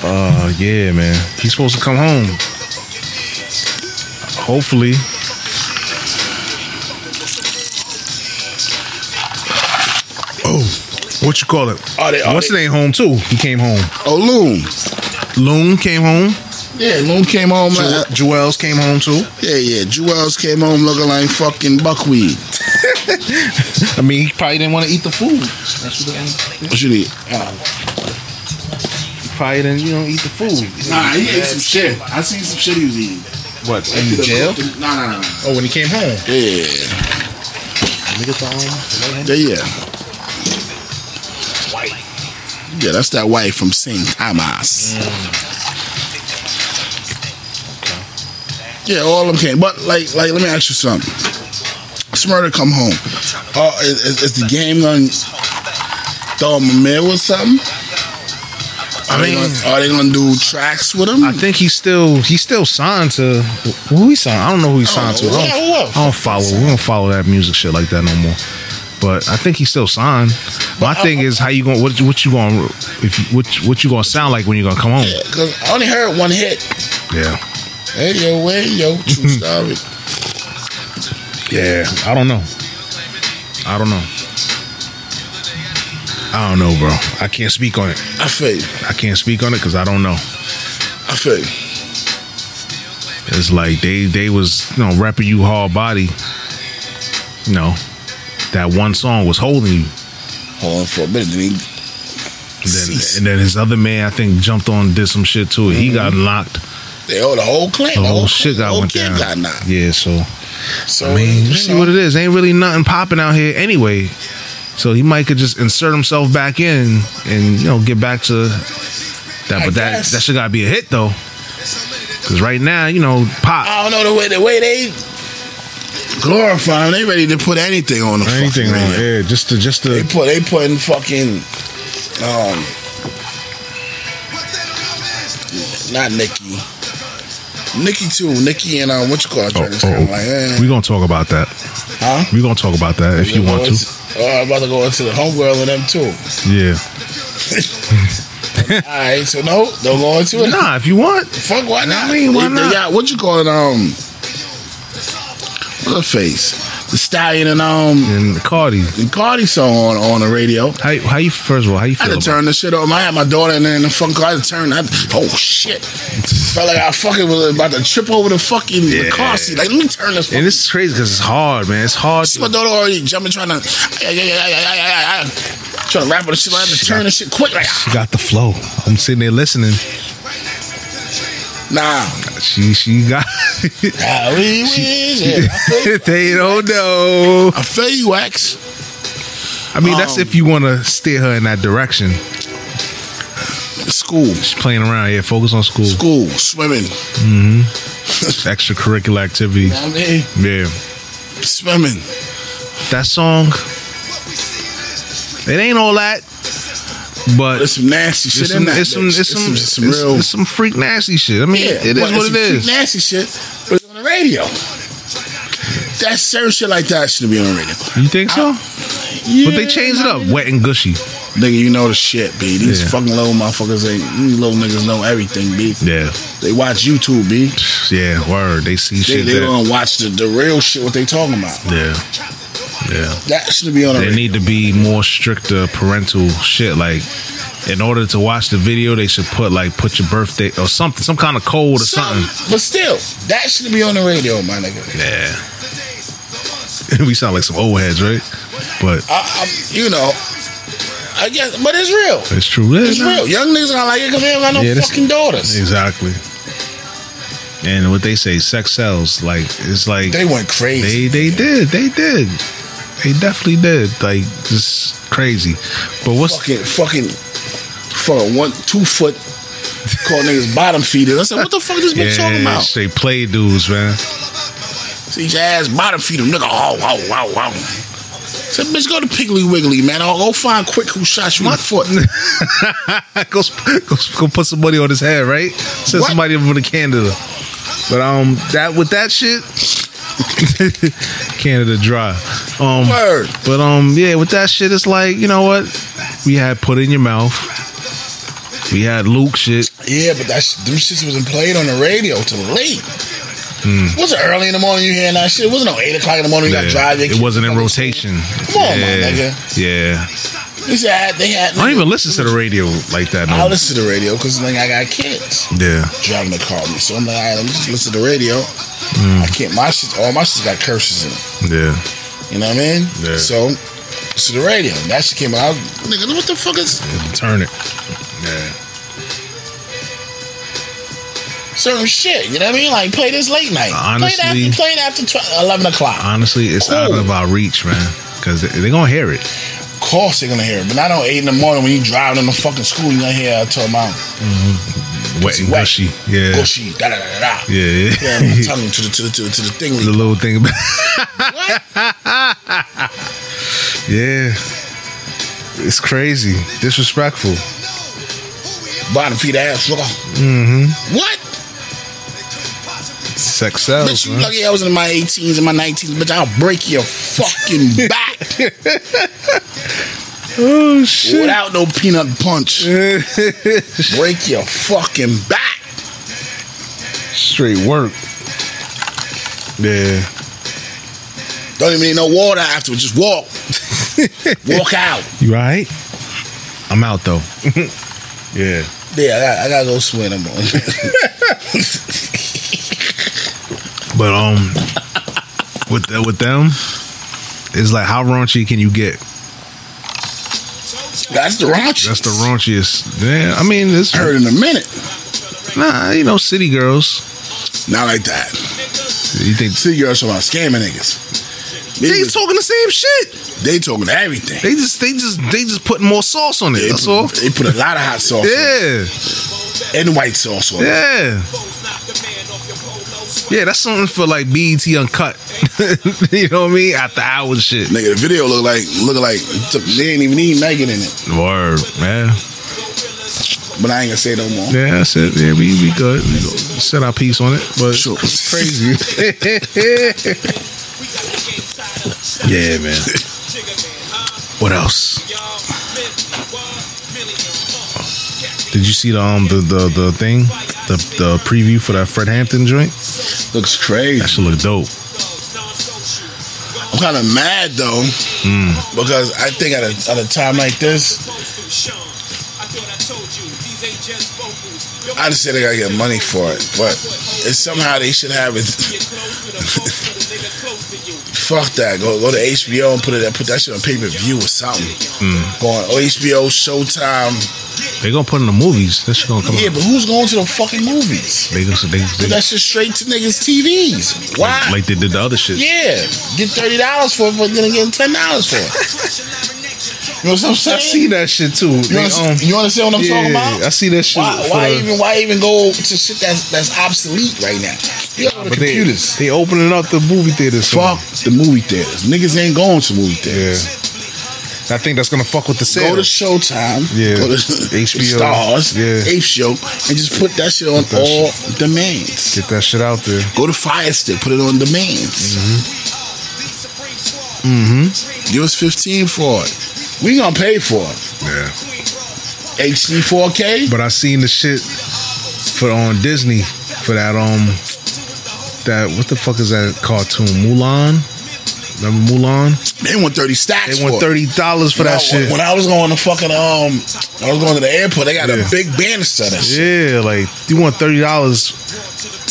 Oh yeah, man. He's supposed to come home. Hopefully. Oh, what you call it?
Are they- are
What's it
they-
ain't home too? He came home.
Oh, Loon.
Loon came home.
Yeah, Loon came home. uh,
Ju- Jewels came home too.
yeah, yeah. Jewels came home looking like fucking buckwheat.
I mean, he probably didn't want to eat the food.
What you need?
He probably didn't, you know, eat the food.
Nah, he ate some shit. I seen some shit he was eating.
What in jail?
Nah, nah, nah.
Oh, when he came home.
Yeah. Yeah, yeah. Yeah, that's that white from St. Thomas. Yeah, all of them came. But like, like, let me ask you something. Smurder come home. Uh, is, is- is the game gonna throw him a meal or something? Are,
I
they
mean,
gonna, are they gonna do tracks with him?
I think he's still he's still signed to who he signed. I don't know who he signed to. I
who else?
don't, I don't follow. We don't follow that music shit like that no more. But I think he's still signed. My thing is how you going what what you going if you, what what you going to sound like when you're going to come home?
Because I only heard one hit.
Yeah.
Hey yo, hey yo, true story.
Hmm. Yeah. I don't know. I don't know. I don't know, bro. I can't speak on it.
I feel you.
I can't speak on it cuz I don't know.
I feel you.
It's like they they was you know repping you hard body. You know, that one song was holding you.
Hold on for a minute. Then he,
And then,
Cease.
and then his other man, I think, jumped on, did some shit to it. He got
Mm-hmm.
locked.
they, oh, the whole clan,
The whole shit
clan, the
got
whole
went
kid
down.
got knocked.
Yeah, so
So
I mean, you see what it is. Ain't really nothing popping out here anyway. So he might could just insert himself back in and you know get back to that.
I
But that
guess.
that should gotta be a hit though, because right now you know pop
I don't know the way the way they glorify him. They ready to put anything on the fucking radio.
yeah, just to just
They
to
put they putting fucking um not Nikki. Nikki too. Nikki and um what you call it?
Oh,
It's
oh,
kinda like, eh.
we gonna talk about that.
huh?
We gonna talk about that if you want
Going
to.
Oh, I'm about to go into the homegirl and them too.
Yeah.
Alright, so no, don't go into it.
Nah, if you want.
Fuck, why not?
I mean, why
They-
not?
They got, what you call it? Um, what's her face? The Stallion and um,
And Cardi,
and Cardi song on, on the radio.
how how you first of all how you
I
feel
had
about
to turn the shit on. I had my daughter in there in the fucking car. I had to turn. I, oh shit! Felt like I fucking was about to trip over the fucking the car seat. Like, let me turn this.
And
Fucking,
this is crazy because it's hard, man. It's hard.
see my daughter already jumping, trying to, yeah, yeah, yeah, yeah, yeah, yeah, trying to rap with the shit. I had to
She
turn
got-
the shit quick. Like, ah,
She got the flow. I'm sitting there listening.
nah.
She she got.
Ah, we- we- yeah.
they don't know.
I feel you, X.
I mean, that's
Um,
if you want to steer her in that direction.
School,
She's playing around. Yeah, focus on school,
school, swimming.
extracurricular activities.
I mean,
Yeah,
swimming.
that song. It ain't all that, but
There's some nasty shit
it's
in
some
that.
it's some
bitch.
it's some
It's some
it's-
real.
it's some freak nasty shit. I mean,
yeah,
it is
but
what
it's
it
some
is.
Nasty shit, but it's on the radio. That certain shit like that shouldn't be on the radio.
You think so? but they
Yeah,
changed it up. Wet and gushy.
Nigga, you know the shit, B. These
Yeah.
fucking little motherfuckers ain't. These little niggas know everything, B.
Yeah,
They watch YouTube, B.
yeah. Word. They see
They,
shit.
they
that-
don't watch the, the real shit, what they talking about.
Yeah. Yeah.
That should be on a
There
radio.
need to be more stricter parental shit. Like, in order to watch the video, they should put like put your birthday or something, some kind of code or something.
Some- But still, that should be on the radio, my nigga.
Yeah. we sound like some old heads, right? But
I, I'm, you know, I guess, but it's real.
it's true. Yeah,
It's
nah.
real. Young niggas not like it because they don't got no
Yeah, this-
fucking daughters.
Exactly. And what they say, sex sells. Like it's like
They went crazy.
They they did. They did. They definitely did. Like just crazy. But what's
fucking, fucking, fucking one, two foot, call niggas bottom feeders. I said, what the fuck this bitch talking
yeah,
about?
they play dudes, man.
See your ass bottom feeder, nigga. Oh, wow, wow, wow. Said, bitch, go to Piggly Wiggly, man. I'll go find Quick who shot you in the foot.
go, sp- go sp- go put some money on his head, right? Send
What?
somebody over to Canada. But um, that with that shit, Canada dry. Um,
Word.
but um, yeah, with that shit, it's like you know what? We had put in your mouth. We had Luke shit.
Yeah, but that sh- them shits wasn't played on the radio till late. Was it early in the morning you hearing that shit? Wasn't no eight o'clock in the morning you got
Yeah,
to drive. your
it
kid
wasn't in
fucking-
rotation.
Come on, my
yeah.
nigga.
Yeah.
They had they had.
I don't even listen to the radio like that.
I
No.
listen to the radio because like I got kids
Yeah.
driving the car with me, so I'm like, all right, let me just listen to the radio.
Hmm.
I can't. My shit, all my shit got curses in it.
Yeah.
You know what I mean?
Yeah.
So. To the radio, that shit came out. I was, Nigga, what the fuck is
Turn it. Yeah.
certain shit? You know what I mean? Like play this late night. play
Honestly-
it after, play it after tw- eleven o'clock.
Honestly, it's out
Cool.
of our reach, man. Because they're they going to hear it.
Of course they're gonna hear it, but not on eight in the morning when you driving in the fucking school. You gonna hear uh, I told mom,
Wet and
wet.
gushy. Yeah.
"Gushy, da da da da." da."
Yeah.
Yeah, my tongue to the to the to the, to the thing.
the little thing about
What?
Yeah. It's crazy. Disrespectful.
Bottom feet ass. Look mm-hmm. What?
Sex sells,
bitch, you
man.
lucky I was in my 18s and my 19s. Bitch, I'll break your fucking back
oh, shit.
without no peanut punch. break your fucking back.
Straight work. Yeah.
Don't even need no water afterwards. Just walk. walk out.
You all right? I'm out, though. yeah.
Yeah, I gotta, I gotta go swim. I'm on.
But um, with the, with them, it's like how raunchy can you get?
That's the raunch.
That's the raunchiest. Yeah, I mean, it's
Heard in a minute.
nah, you know, city girls.
Not like that.
You think
See, girls talking about scamming niggas.
they
They,
talking the same shit?
they talking everything.
They just they just they just putting more sauce on it.
They
That's all.
put, they put a lot of hot sauce on
Yeah,
it and white sauce on it.
yeah, yeah. That's something for like BET Uncut. you know what I mean? After hours shit.
Nigga, the video look like look like they ain't even need Megan in it.
Word, man.
But I ain't gonna say no more.
Yeah, that's it. Yeah, we we good. We go- set our piece on it, but
Sure.
it's crazy. yeah, man. What else? Did you see the um the the, the thing, the the preview for that Fred Hampton joint?
Looks
That
crazy.
should look dope.
I'm kind of mad though because I think at a, at a time like this, I just said they gotta get money for it, but it's somehow they should have it. Fuck that. Go go to HBO and put it put that shit on pay per view or something. Going oh, HBO, Showtime.
They gonna put in the movies. That shit gonna come
Yeah,
out.
but who's going to the fucking movies?
They gonna they, they,
But that's just straight to niggas' TVs. Why?
like they did the other shit.
Yeah, get thirty dollars for it, but then again ten dollars for it. You know what I'm saying?
I see that shit too.
You,
They, um,
understand, you understand what I'm talking about?
I see that shit.
Why,
for
why
the-
even why even go to shit that's that's obsolete right now? You have the
But they-
computers.
They, opening up the movie theaters. soon.
Fuck the movie theaters. Niggas ain't going to movie
Yeah.
theaters.
I think that's gonna fuck with the
Go to
sales.
Showtime.
Yeah.
Go to
HBO.
Stars.
Yeah.
HBO. And just put that shit on
that
all demands.
Get that shit out there.
Go to Fire Stick. Put it on demands.
Mm-hmm.
Give us 15 for it. We gonna pay for it.
Yeah.
HD 4K.
But I seen the shit for on Disney for that um that what the fuck is that cartoon Mulan? Remember Mulan?
They want thirty stacks.
They want
for it.
thirty dollars for
When
that
I-
shit.
When I was going to fucking um, I was going to the airport. They got
Yeah.
a big banister. That shit.
Yeah, like you want thirty dollars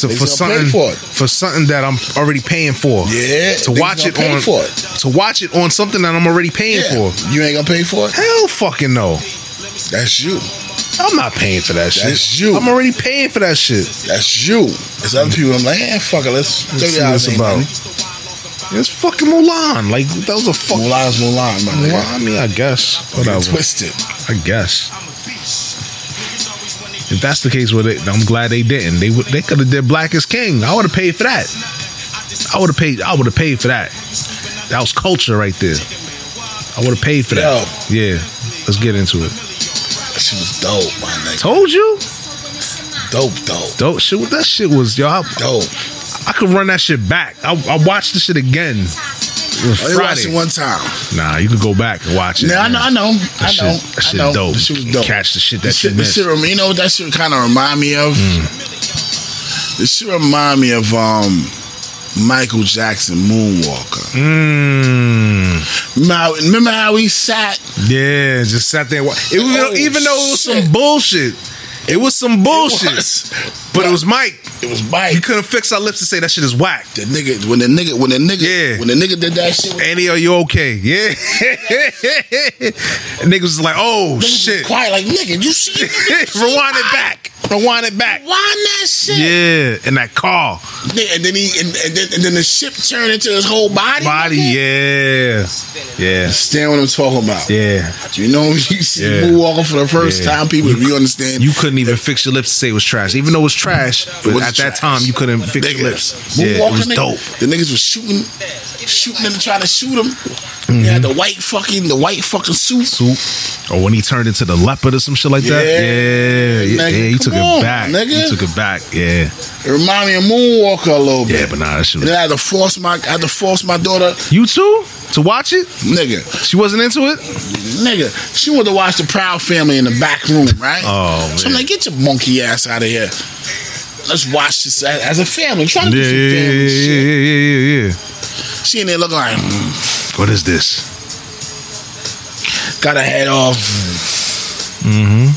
to for
gonna pay
something
for
for,
it.
something that I'm already paying for.
Yeah,
to
they
watch
gonna
it
pay
on
for it.
to watch it on something that I'm already paying
Yeah.
for.
You ain't gonna pay for it.
Hell, fucking no!
That's you.
I'm not paying for that shit.
That's you.
I'm already paying for that shit.
That's you. There's other people. I'm like, eh, fuck it. Let's
Let's
thirty
see what
dollars
it's about. It's fucking Mulan. Like that was a fuck.
Mulan's Mulan, my
Well,
nigga.
I mean, I guess.
Get
Whatever.
twisted.
I guess. If that's the case with it, I'm glad they didn't. They would. They could have did Black is King. I would have paid for that. I would have paid. I would have paid for that. That was culture right there. I would have paid for that. Yeah. Let's get into it.
That shit was dope, my nigga.
Told you.
Dope, dope,
Dope shit. That shit was yo. I,
dope.
I could run that shit back. I, I watched the shit again. It was
I only Oh, watched it
Friday.
one time.
Nah, you could go back and watch it.
Now I
man.
know, I know,
That
I
shit-
know,
that
I
shit
know.
dope.
That shit was dope.
Catch the shit that
This
you
this shit
missed.
rem- you know what that shit kind of remind me of.
Mm.
This shit remind me of um, Michael Jackson Moonwalker.
Mm.
Now, remember how he sat?
Yeah, just sat there. and wa- It was,
Oh,
even though it was
shit.
some bullshit, it was some bullshit.
was.
But it was Mike.
It was Mike.
You couldn't fix our lips to say that shit is whack.
The nigga when the nigga when the nigga
Yeah.
when the nigga did that shit.
Andy, are you okay? Yeah. Niggas was like, oh
niggas was
shit.
Quiet like nigga. You see?
Rewind it back. Rewind it back.
Why that shit?
Yeah, in that car.
Nigga, and then he and, and then and then the ship turned into his whole body.
Body,
nigga?
yeah. Yeah.
Understand what I'm talking about?
Yeah.
You know, when you see
Yeah.
Moonwalker for the first
Yeah.
time, people, if you understand,
You couldn't even fix your lips to say it was trash. Even though it was trash, but
was
at that
trash.
time you couldn't fix
Nigga,
your lips.
Moonwalker,
Yeah, it was
nigga,
dope.
The niggas was shooting, shooting and trying to shoot him.
Mm-hmm.
They had the white fucking, the white fucking suit.
Soup. Or when he turned into the leopard or some shit like that.
Yeah,
Yeah, yeah,
nigga,
yeah, he
come
took
on,
it back.
nigga.
He took it back. Yeah,
It reminded me of Moonwalker a little
yeah,
bit.
but nah, that shit. Was...
And then I had to force my, I had to force my daughter,
You too to watch it?
nigga,
She wasn't into it.
nigga. She wanted to watch the Proud Family in the back room, right?
Oh,
so I'm
man.
like, get your monkey ass out of here. Let's watch this as, as a family. Try to do
Yeah,
some
yeah,
family
yeah,
shit.
yeah, yeah, yeah, yeah.
She in there looking like, mm,
What is this?
got her head off. Mm-hmm.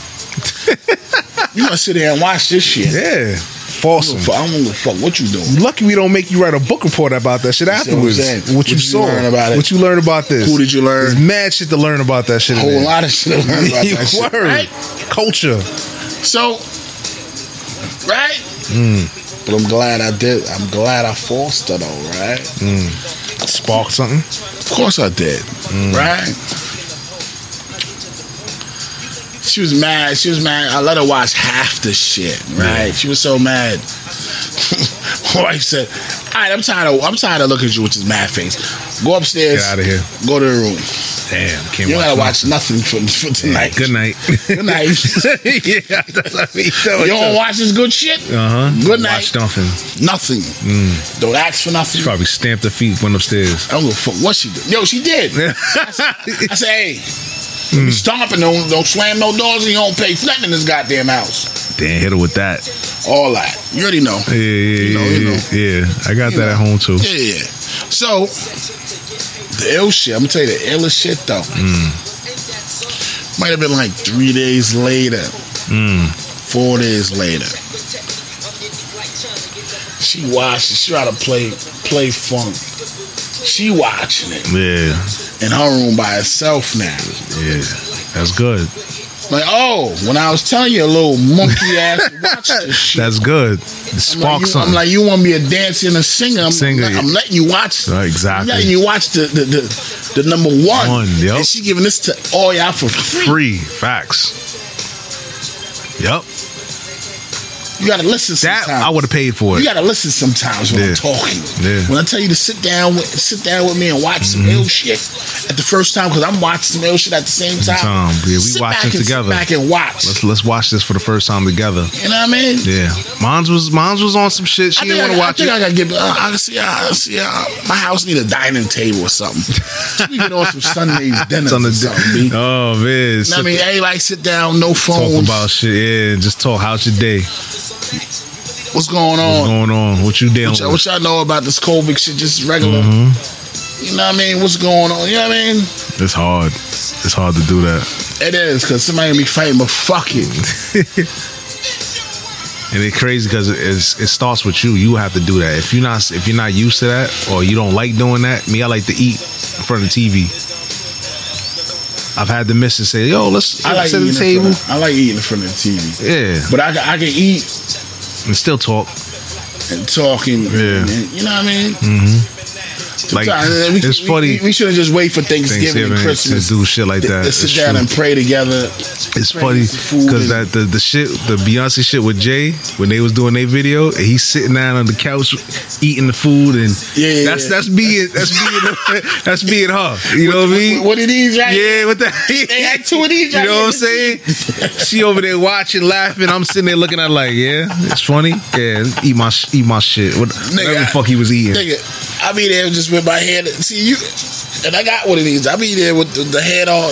you gonna sit there and watch this shit?
Yeah,
I
false.
don't give a fuck- I don't give a fuck what you doing.
Lucky we don't make you write a book report about that shit
see what I'm
afterwards.
saying?
What,
What
you,
you
saw,
learn about it?
what you learned about this,
Who did you learn?
There's mad shit to learn about that shit. in
Whole
there.
lot of shit I learned about that shit.
Word.
Right?
Culture.
So, right? Mm. But I'm glad I did. I'm glad I forced her though, right?
Spark something.
Of course I did,
Mm.
right? She was mad. She was mad. I let her watch half the shit, right? She was so mad. My wife said, "All right, I'm tired of I'm tired of looking at you with this mad face. Go upstairs.
Get outta here.
Go to the room.
Damn, can't
You don't gotta
watch
watch nothing for, for tonight.
Good night.
Good night.
yeah, that's what I mean.
You don't watch this good shit?
Uh huh.
Good night.
Watch nothing.
Nothing. Don't ask for nothing.
She Mm. probably stamped her feet, went upstairs.
I don't give a fuck what she did. Yo, she did. I said, hey, don't be stomping, don't, don't slam no doors, and you don't pay for nothing in this goddamn house.
Damn, hit her with that.
All that. You already know.
Yeah, yeah,
You know,
yeah,
you know.
yeah. yeah. I got that at home too.
Yeah, yeah. So, the ill shit, I'm gonna tell you the illest shit though. Might have been like three days later, four days later. She watching, she try to play play funk. She watching it
Yeah,
in her room by herself now.
yeah. That's good.
Like, oh, when I was telling you a little monkey ass to watch this shit.
That's good.
I'm like,
Spark
you, I'm
something.
like, you want me a dancer and a singer? I'm,
Singer,
I'm,
yeah.
letting you watch.
Right, exactly.
I'm letting you watch the the, the, the number one.
One, yep.
And she giving this to all y'all for
Free
free.
facts. Yep.
You gotta listen
That
sometimes.
I would have paid for it.
you gotta listen sometimes when I'm
Yeah.
talking.
Yeah. Mm-hmm.
When I tell you to sit down, with, sit down with me and watch some ill shit at the first time because I'm watching some ill shit at the same time.
Time. Yeah, we
sit
watching
back and
together.
Sit back and watch.
Let's let's watch this for the first time together.
you know what I mean?
Yeah. Mons was Mons was on some shit. She
I
didn't
think
want
I-
to watch
I think
it.
I gotta get. Uh, I see. I see. Uh, my house need a dining table or something. we get on some Sundays dinners
It's
or
on the
something. B.
oh man,
You know what I mean, everybody sit down, no
talk
phones.
about shit. Yeah, just talk. How's your day?
what's going
What's
on?
going on? What you dealing
What y'all-
with?
What y'all know about this COVID shit? Just regular.
Mm-hmm.
You know what I mean? What's going on? You know what I mean?
It's hard. It's hard to do that.
It is because somebody gonna be fighting, but fuck it.
And it's crazy because it, it's- it starts with you. You have to do that. If you're not if you're not used to that or you don't like doing that, me I like to eat in front of the TV. I've had the missus say, "Yo, let's
I like
sit at
eating
the
in
table."
front of, I like eating in front of the TV.
Yeah,
But I, can- I can eat
and still talk.
and talk and,
Yeah.
and- you know what I mean?
Like
Sometimes
it's funny.
We, shouldn't just wait for Thanksgiving,
Thanksgiving
and
to
Christmas
do shit like
to-
that.
To
It's
sit down
true.
and pray together.
It's
Crazy
funny
food
because
and-
that the, the shit the Beyonce shit with Jay when they was doing their video and he's sitting down on the couch eating the food and
Yeah, yeah,
that's
yeah.
that's being that's being that's being her you know what I mean
What it is, right?
yeah with that
They had two of these.
you
right?
know what I'm saying she over there watching laughing I'm sitting there looking at her like yeah it's funny yeah eat my sh- eat my shit what whatever the
I-
fuck he was eating
Nigga, I be there just with my head. See you, and I got one of these. I be there with the, the head on,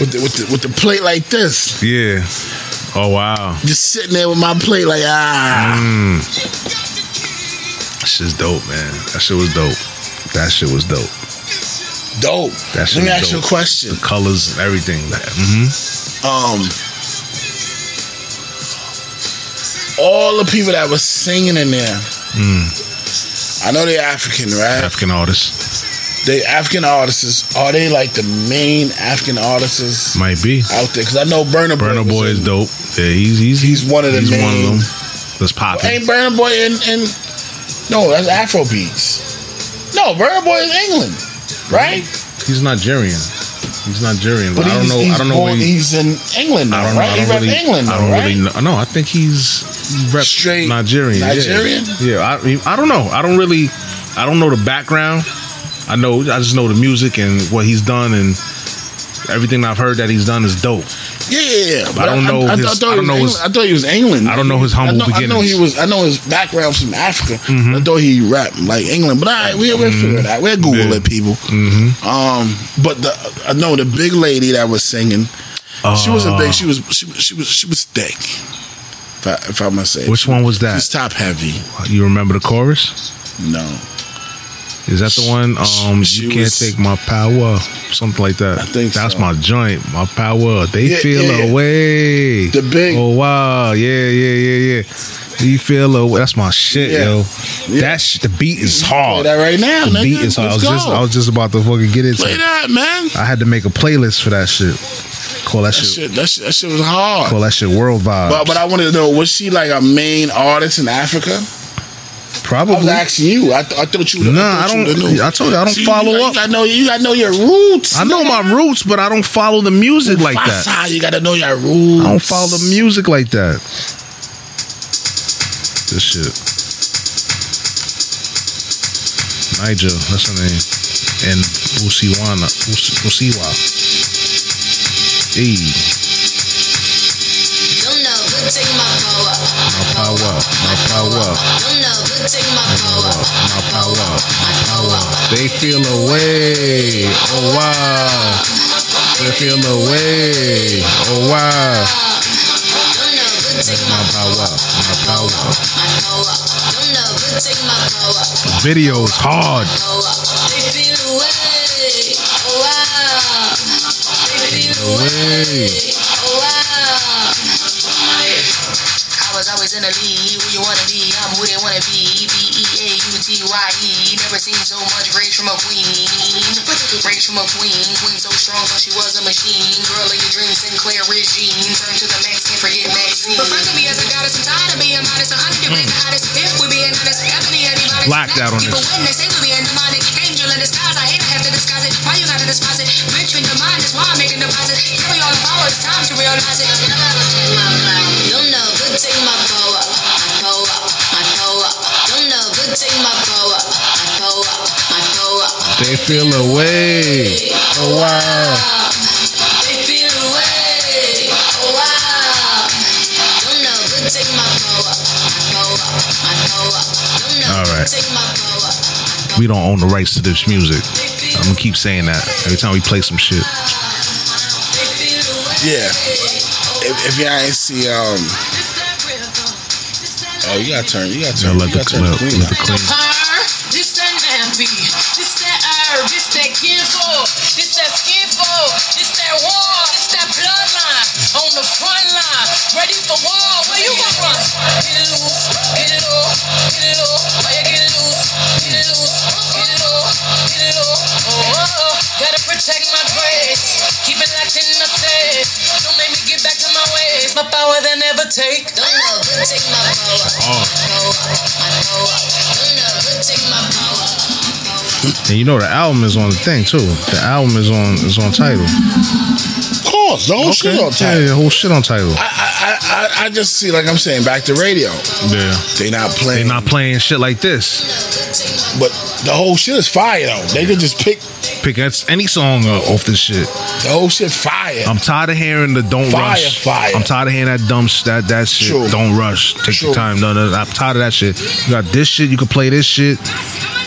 with the, with the with the plate like this,
yeah oh wow
just sitting there with my plate like ah.
that shit's dope man that shit was dope that shit was dope
Dope.
Mm. That shit
Let me
was
ask you a
dope.
question.
the colors and everything hmm
Um, all the people that was singing in there, I know they're African, right?
Mm. African artists
They African artists. Are they like the main African artists
might be
out there? Because I know Burner Boy.
Burner
was
Boy
in-
is dope yeah he's he's
He's one of the
he's
main-
one of them that's popping
Ain't Burner Boy in, in No, that's Afro beats. No, Burner Boy is England, right?
he's Nigerian he's Nigerian but, I don't
he's,
know
he's
I don't know
born,
where he,
he's in England,
I
now,
don't know
right?
I
He
don't
rep
really
England,
I don't
though, right?
really know no I think he's rep
Straight
Nigerian yeah.
Nigerian?
yeah, I I don't know I don't really I don't know the background I know I just know the music and what he's done and everything I've heard that he's done is dope
Yeah, yeah, yeah.
I don't know
I,
his-
I thought
I
he
don't
was
know
England.
his-
I thought he was England.
I don't know his humble
I know, I know
beginnings. Mm-hmm.
he was. I know his background from Africa. I thought he rapped like England, but all right, we'll, we'll figure it out. We'll Google
Yeah. Mm-hmm.
it, people. Um, but the I know the big lady that was singing. she wasn't big. She was. She, was- she was. She was thick. If I, if I must say,
which one was that
She's top heavy.
you remember the chorus
No,
Is that the one? Um, you
She
can't
was-
take my power, something like that.
I think
that's
so.
my joint, my power. They
Yeah,
feel
yeah, yeah.
away.
The big-
Oh wow, yeah, yeah, yeah, yeah. You feel away. That's my shit, yo.
Yeah. Yeah.
That sh- the beat is
play
hard.
that right
Oh.
now.
the
nigga.
beat is hard. I was
Let's
just,
go.
I was just about to fucking get into it.
play that, man.
I
That
had to make a playlist for that shit. Call that, shit,
shit. That shit. That shit was hard.
Call that shit world vibe.
But but I wanted to know was she like a main artist in Africa? I was
Probably.
asking you. I, th- I thought you.
Nah,
thought
I
you
don't-
would've knew.
I told you, I don't
See,
follow
you,
up.
I know you. I know your roots.
I know my roots, but I don't follow the music like that.
Fasa, You gotta know your roots.
I don't follow the music like that. This shit. Nigel, that's her name. And Busiwana. Bus- Busiwa. Hey,
Don't know who take my power.
my power, my power,
Don't know who take my power.
my power, my power. They feel away. Oh wow. They feel away. Oh wow.
Don't know who take my
My power,
power.
my power.
My power. Don't know who take my power.
Video's hard.
Power. They feel away. Oh wow. They feel away. Oh wow. I was always in the league. Who you wanna be? I'm who they wanna be. E B E A U T Y E. Never seen so much rage from a queen. Rage from a queen. Queen so strong, so she was a machine. Girl of your dreams, Sinclair regime. Turn to the max, can't forget Maxine. But first of me as a goddess, I'm tired of being modest. 100 degrees the hottest. If we being honest, ebony anybody.
Blacked out on
People
this.
win, they say we being demonic. Angel in disguise. I hate to have to disguise it. Why you gotta despise it? Bitch, with the mind is why I'm making deposit. Carry on the power, it's time to realize it. Don't know, good take my power. My power, my power. Don't know, good take my power. My power, my power.
They feel away. Oh wow.
They feel away. Oh wow. Don't know, good take my power. My power, my power. Don't know,
All right.
good take my power.
we don't own the rights to this music.
They feel
I'm gonna keep saying that every time we play some shit.
They feel away.
Yeah. If, if y'all ain't see, um, oh,
Oh,
you gotta turn. You gotta
Now
turn.
let the,
You gotta turn the
let,
queen
let
up.
the
This
clean.
that Bambi. This that
battle. This that kinfo. This that skinfo. This that war. This that bloodline. On the front line. Ready for war. Where you gonna run? Get it loose. Get it all. Get it all. Oh, yeah, get it loose. Get it loose. Get it all. Get it all. Oh, oh, oh. Gotta protect my grace. Keep it locked in the safe. Don't make me get back to my ways. My power they never take. Don't no good take my
Oh.
power. Power. My power. Don't no good take my power.
And you know the album is on the thing too. The album is on is on title.
Of course, the whole shit on
Yeah,
time.
the whole shit on title.
I, I, I, I just see, like I'm saying, back to radio.
Yeah.
They not
They
playing.
not playing shit like this.
But the whole shit is fire though. They could just pick
Pick us- any song up off this shit.
the whole shit fire.
I'm tired of hearing the don't
Fire,
rush.
fire.
I'm tired of hearing that dumb sh- that that shit.
True.
Don't rush. Take
True.
your time. No, no, no. I'm tired of that shit. You got this shit. You can play this shit.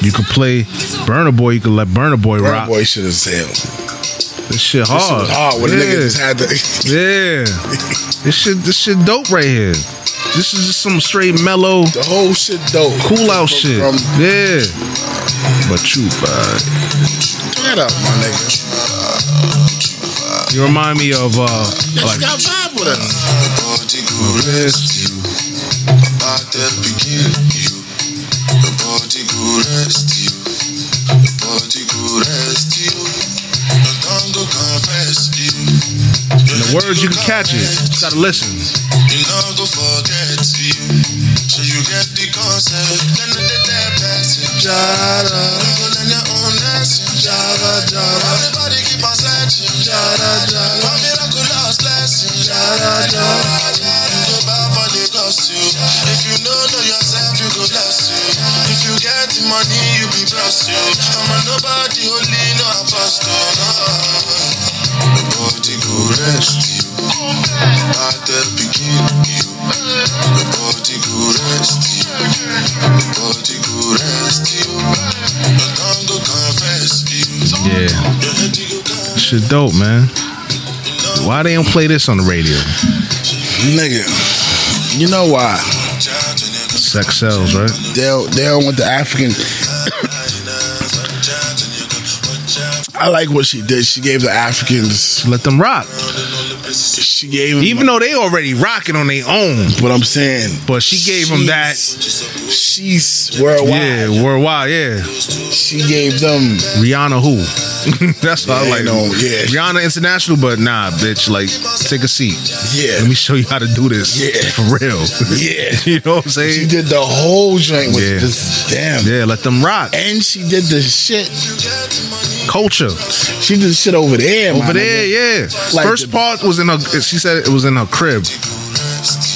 You can play Burner Boy. You can let Burner Boy
Burna
rock.
boy shit is hell. This
This shit
shit
hard.
was hard when
yeah.
the nigga just had to.
yeah. this shit. This shit dope right here. This is just some straight mellow
The whole shit dope.
cool out
From-
shit.
From,
yeah. But you, uh,
that up, my nigga.
you remind me of uh,
That's
like
got vibe with us.
this. The words you can catch it. Just gotta listen.
You know, go forget you. So you get the concept. Then the dead passing. Jada. Longer than your own lesson. Jada, Jada. Everybody keep on searching. Jada, Jada. One miraculous lesson. Jada, Jada. You go back for the loss you. If you know, know yourself, you go lost you. If you get the money, you be blessed you. I'm a nobody, only no apostle. No. Nobody go rest you. At the beginning, you. Nobody go rest you. Nobody go rest you. No tongue go confess you.
Yeah.
Your head you go confess.
Shit dope, man. Why they don't play this on the radio?
Nigga. You know why?
Sex sells, right?
They don't- they don't want the African. I like what she did. She gave the Africans.
Let them rock.
She gave them,
Even though they already rocking on their own,
what I'm saying.
but she gave them that.
She's worldwide.
Yeah, worldwide. Yeah,
She gave them.
Rihanna who? That's what I
Yeah,
like.
no, yeah.
Rihanna international, but nah, bitch. Like, take a seat.
Yeah.
Let me show you how to do this.
Yeah.
for real.
Yeah.
you know what I'm
She
saying?
did the whole joint with
Yeah.
this damn.
Yeah, let them rock.
And she did the shit.
Culture
She did the shit over there. my
over there.
nigga.
Yeah.
Like
First
the-
part was in her. She said it was in her crib.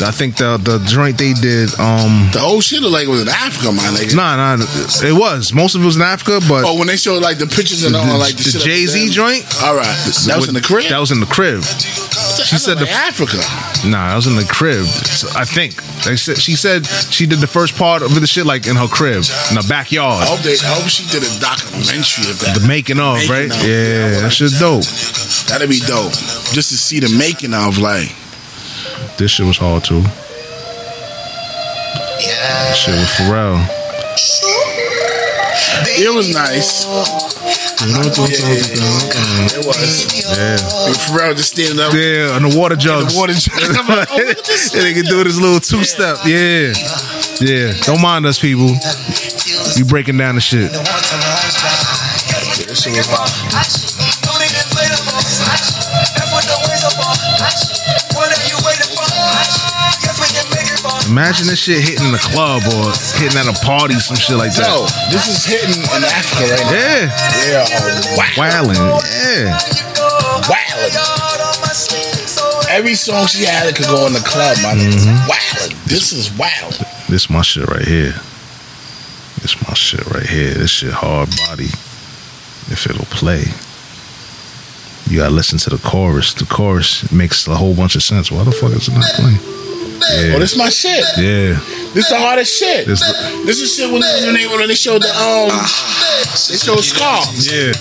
I think the the joint they did. Um.
The whole shit looked like it was in Africa, my nigga.
Nah, nah, it was. Most of it was in Africa, but
Oh, when they showed like the pictures and all, like the,
the
shit up
Jay Z
there.
joint.
All right, that was in the crib.
That was in the crib. She said
like
the
Africa.
nah. That was in the crib. So, I think they said she said she did the first part of the shit like in her crib in the
I
backyard.
hope they. I hope she did a documentary of that.
The making of,
Making
right?
of.
yeah,
Yeah, I
that shit's dope.
That'd be dope. Just to see the making of like.
This shit was hard too. This shit with Pharrell.
It was nice. It was.
Yeah,
And Pharrell just standing up.
yeah, and the water jugs.
water jug. I'm like, oh, look at this
and they can do this little two step. Yeah, yeah. Don't mind us, people. We breaking down the shit. Imagine this shit hitting in the club or hitting at a party, some shit like that.
Yo, this is hitting in Africa right
Yeah,
now. Yeah, wow.
wilding. Yeah,
Wildin'. Every song she had could go in the club, my nigga.
Mm-hmm.
Wildin'. This is wild.
this my shit right here. This my shit right here. This shit hard body. If it'll play, you gotta listen to the chorus. The chorus makes a whole bunch of sense. Why the fuck is it not playing?
Oh,
Yeah,
this my shit.
yeah.
This the hardest shit.
This-
This, is shit when they, when they, when they showed the um they showed Scar.
Yeah.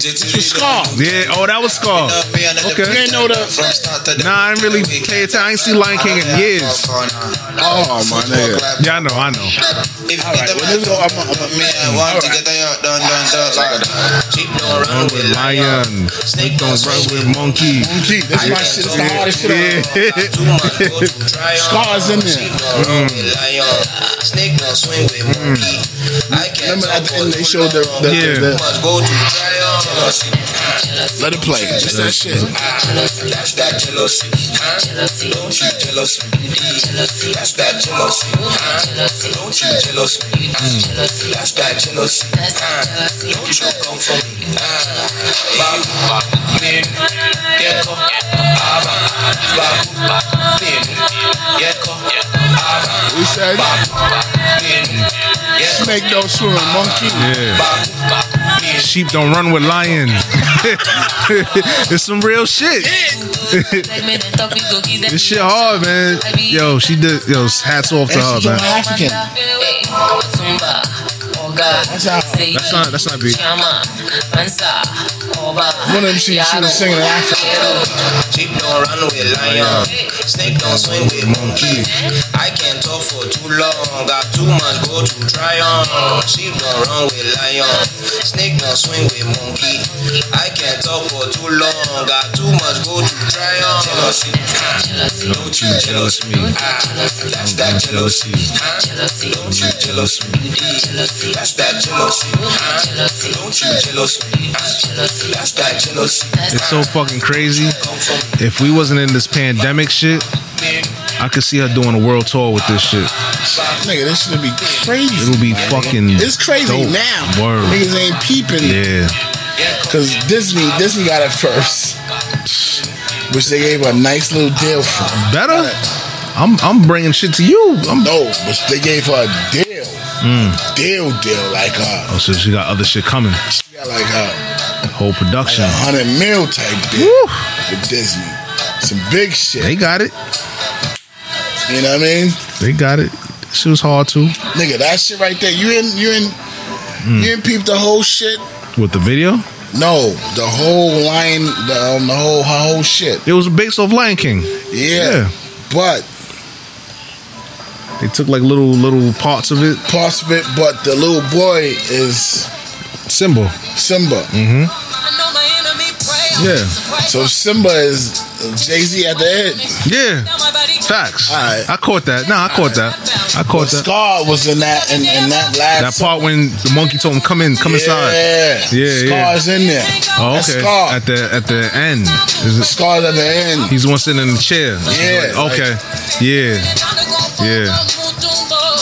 This was Scar.
Yeah. Oh, that was Scar.
You
Okay.
didn't know the
Nah, I ain't really pay attention. I ain't see Lion King in years.
Oh my nigga.
Yeah, I know. I know.
Alright, well let's go. I'm a, I'm a man.
Run with lion. We gon' run with monkey.
Gee, this my shit. It's the hardest shit. I-
Yeah.
Scars in there. Mm. Remember at the end they showed the, the,
Yeah.
the, let it play. Just that shit.
That's that jealousy, huh? Don't you jealous me? That's that jealousy, huh? Don't you jealous me? That's that jealousy, huh? Don't you come for me, huh? Bakuba, bin, gecko, aba. Bakuba, bin, gecko, aba.
We said
Bakuba, bin, gecko,
snake don't swim, monkey.
Yeah.
Bakuba, bin.
Sheep don't run with lion. it's some real shit. This shit hard, man. Yo, she did. Yo, hats off to her, man.
African. That's how.
That's not. That's not big.
One of them she, she was singing in Africa.
Sheep don't run with lion. Snake don't swing with monkey. I can't talk for too long. Got too much go to try on. Sheep don't run with lion. Snake don't swing with monkey. I can't talk for too long. Got too much go to try on. Jealousy. Ah, Don't you jealous me. Ah, That's that jealousy. Ah, Don't you jealous me. That's that jealousy. Ah, Don't you jealous me. Ah, That's that jealousy.
It's so fucking crazy.
Come from
If we wasn't in this pandemic shit,
me.
I could see her doing a world tour with this shit.
Nigga, this should be crazy.
It'll be fucking.
It's crazy
dope.
now.
Word.
Niggas ain't peeping.
Yeah.
Cause Disney, Disney got it first, which they gave a nice little deal for.
Better. I'm. I'm bringing shit to you. I'm.
No, but they gave her a deal,
Hmm.
deal, deal. Like uh,
Oh, so she got other shit coming.
she got like a
Whole production.
hundred mil type deal
Woo.
with Disney. Some big shit.
They got it.
You know what I mean?
They got it. She was hard too
Nigga, that shit right there. You in? You in?
Hmm.
You in? Peep the whole shit.
with the video.
No, the whole line, the, um, the whole her whole shit.
It was based off Lion King.
yeah, but
They took like little little parts of it.
parts of it. But the little boy is
Symbol.
Simba.
Hmm. Yeah.
So Simba is Jay Z at the end.
Yeah. Facts.
Alright.
I caught that. Nah, I caught that. I
But
caught that.
Scar was in that in, in that
That
last
part when the monkey told him, "Come in, come inside."
Yeah,
Yeah, yeah.
Scar's in there.
Oh,
That's
okay.
Scar.
At the at the end, Is it-
Scar's at the end.
he's the one sitting in the chair.
Yeah,
Like, okay. yeah. Yeah.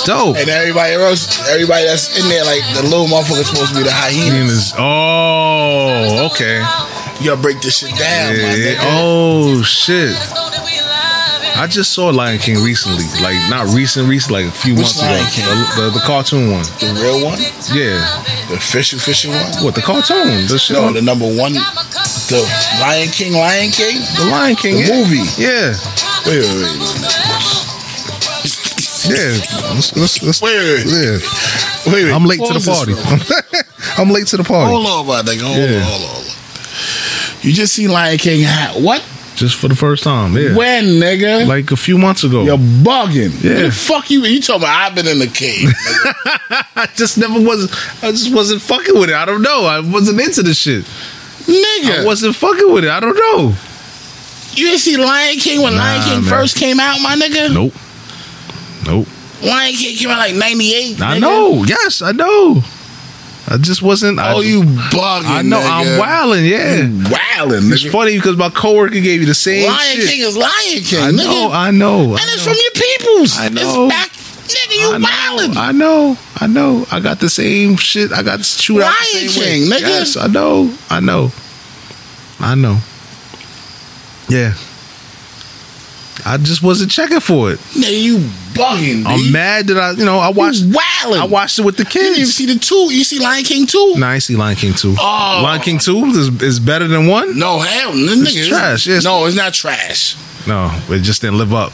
Dope.
And everybody else, everybody that's in there, like the little motherfucker's supposed to be the
He in
hyena.
his- oh, okay.
You gotta break this shit down, my
Yeah, yeah.
nigga.
Oh shit. I just saw Lion King recently. Like not recent, recent, like a few
Which
months
Lion
ago.
King?
The, the, the cartoon one.
The real one,
Yeah.
the fishy fishy one.
What the cartoon? The shit.
No,
on
the number one, the Lion King, Lion King.
The Lion King
The
yeah.
movie.
Yeah,
Wait, wait, wait,
yeah. Let's- let's- let's-
wait, wait,
yeah.
wait, wait.
I'm late to the
Pause this
party.
real
I'm late to the party.
Hold on, my nigga. Hold
Yeah.
on, hold on, hold on. You just seen Lion King hat. What?
Just for the first time. Yeah.
When, nigga?
Like a few months ago.
You're bugging.
Yeah.
What the fuck you? You talking about I've been in the cave. nigga.
I just never was. I just wasn't fucking with it. I don't know. I wasn't into this shit. I
nigga.
wasn't fucking with it. I don't know.
you didn't see Lion King when Lion
Nah,
King
man.
first came out, my nigga?
Nope. Nope.
Lion King came out like 98.
I
nigga.
know. Yes, I know. I just wasn't. I,
Oh, you bugging.
I know.
nigga.
I'm wilding. Yeah.
Wilding,
It's
nigga.
funny because my coworker gave you the same
Lion
shit.
King is Lion King,
I
nigga.
know. I know.
and
I
it's
know.
from your peoples.
I know.
It's back. Nigga, you
I know,
wilding.
I know, I know. I got the same shit. I got chewed out the
Lion
same
King,
way.
nigga.
Yes, I know, I know, I know. Yeah, I just wasn't checking for it.
Nigga, you bugging.
I'm
B.
mad that I, you know, I
You
watched,
wilding.
I watched it with the
You didn't even
kids.
see the two. You see Lion King two?
Nah, I ain't see Lion King two.
Oh.
Lion King two is, is better than one.
No, hell, no, nigga.
trash, yes.
No, it's not trash.
No, it just didn't live up.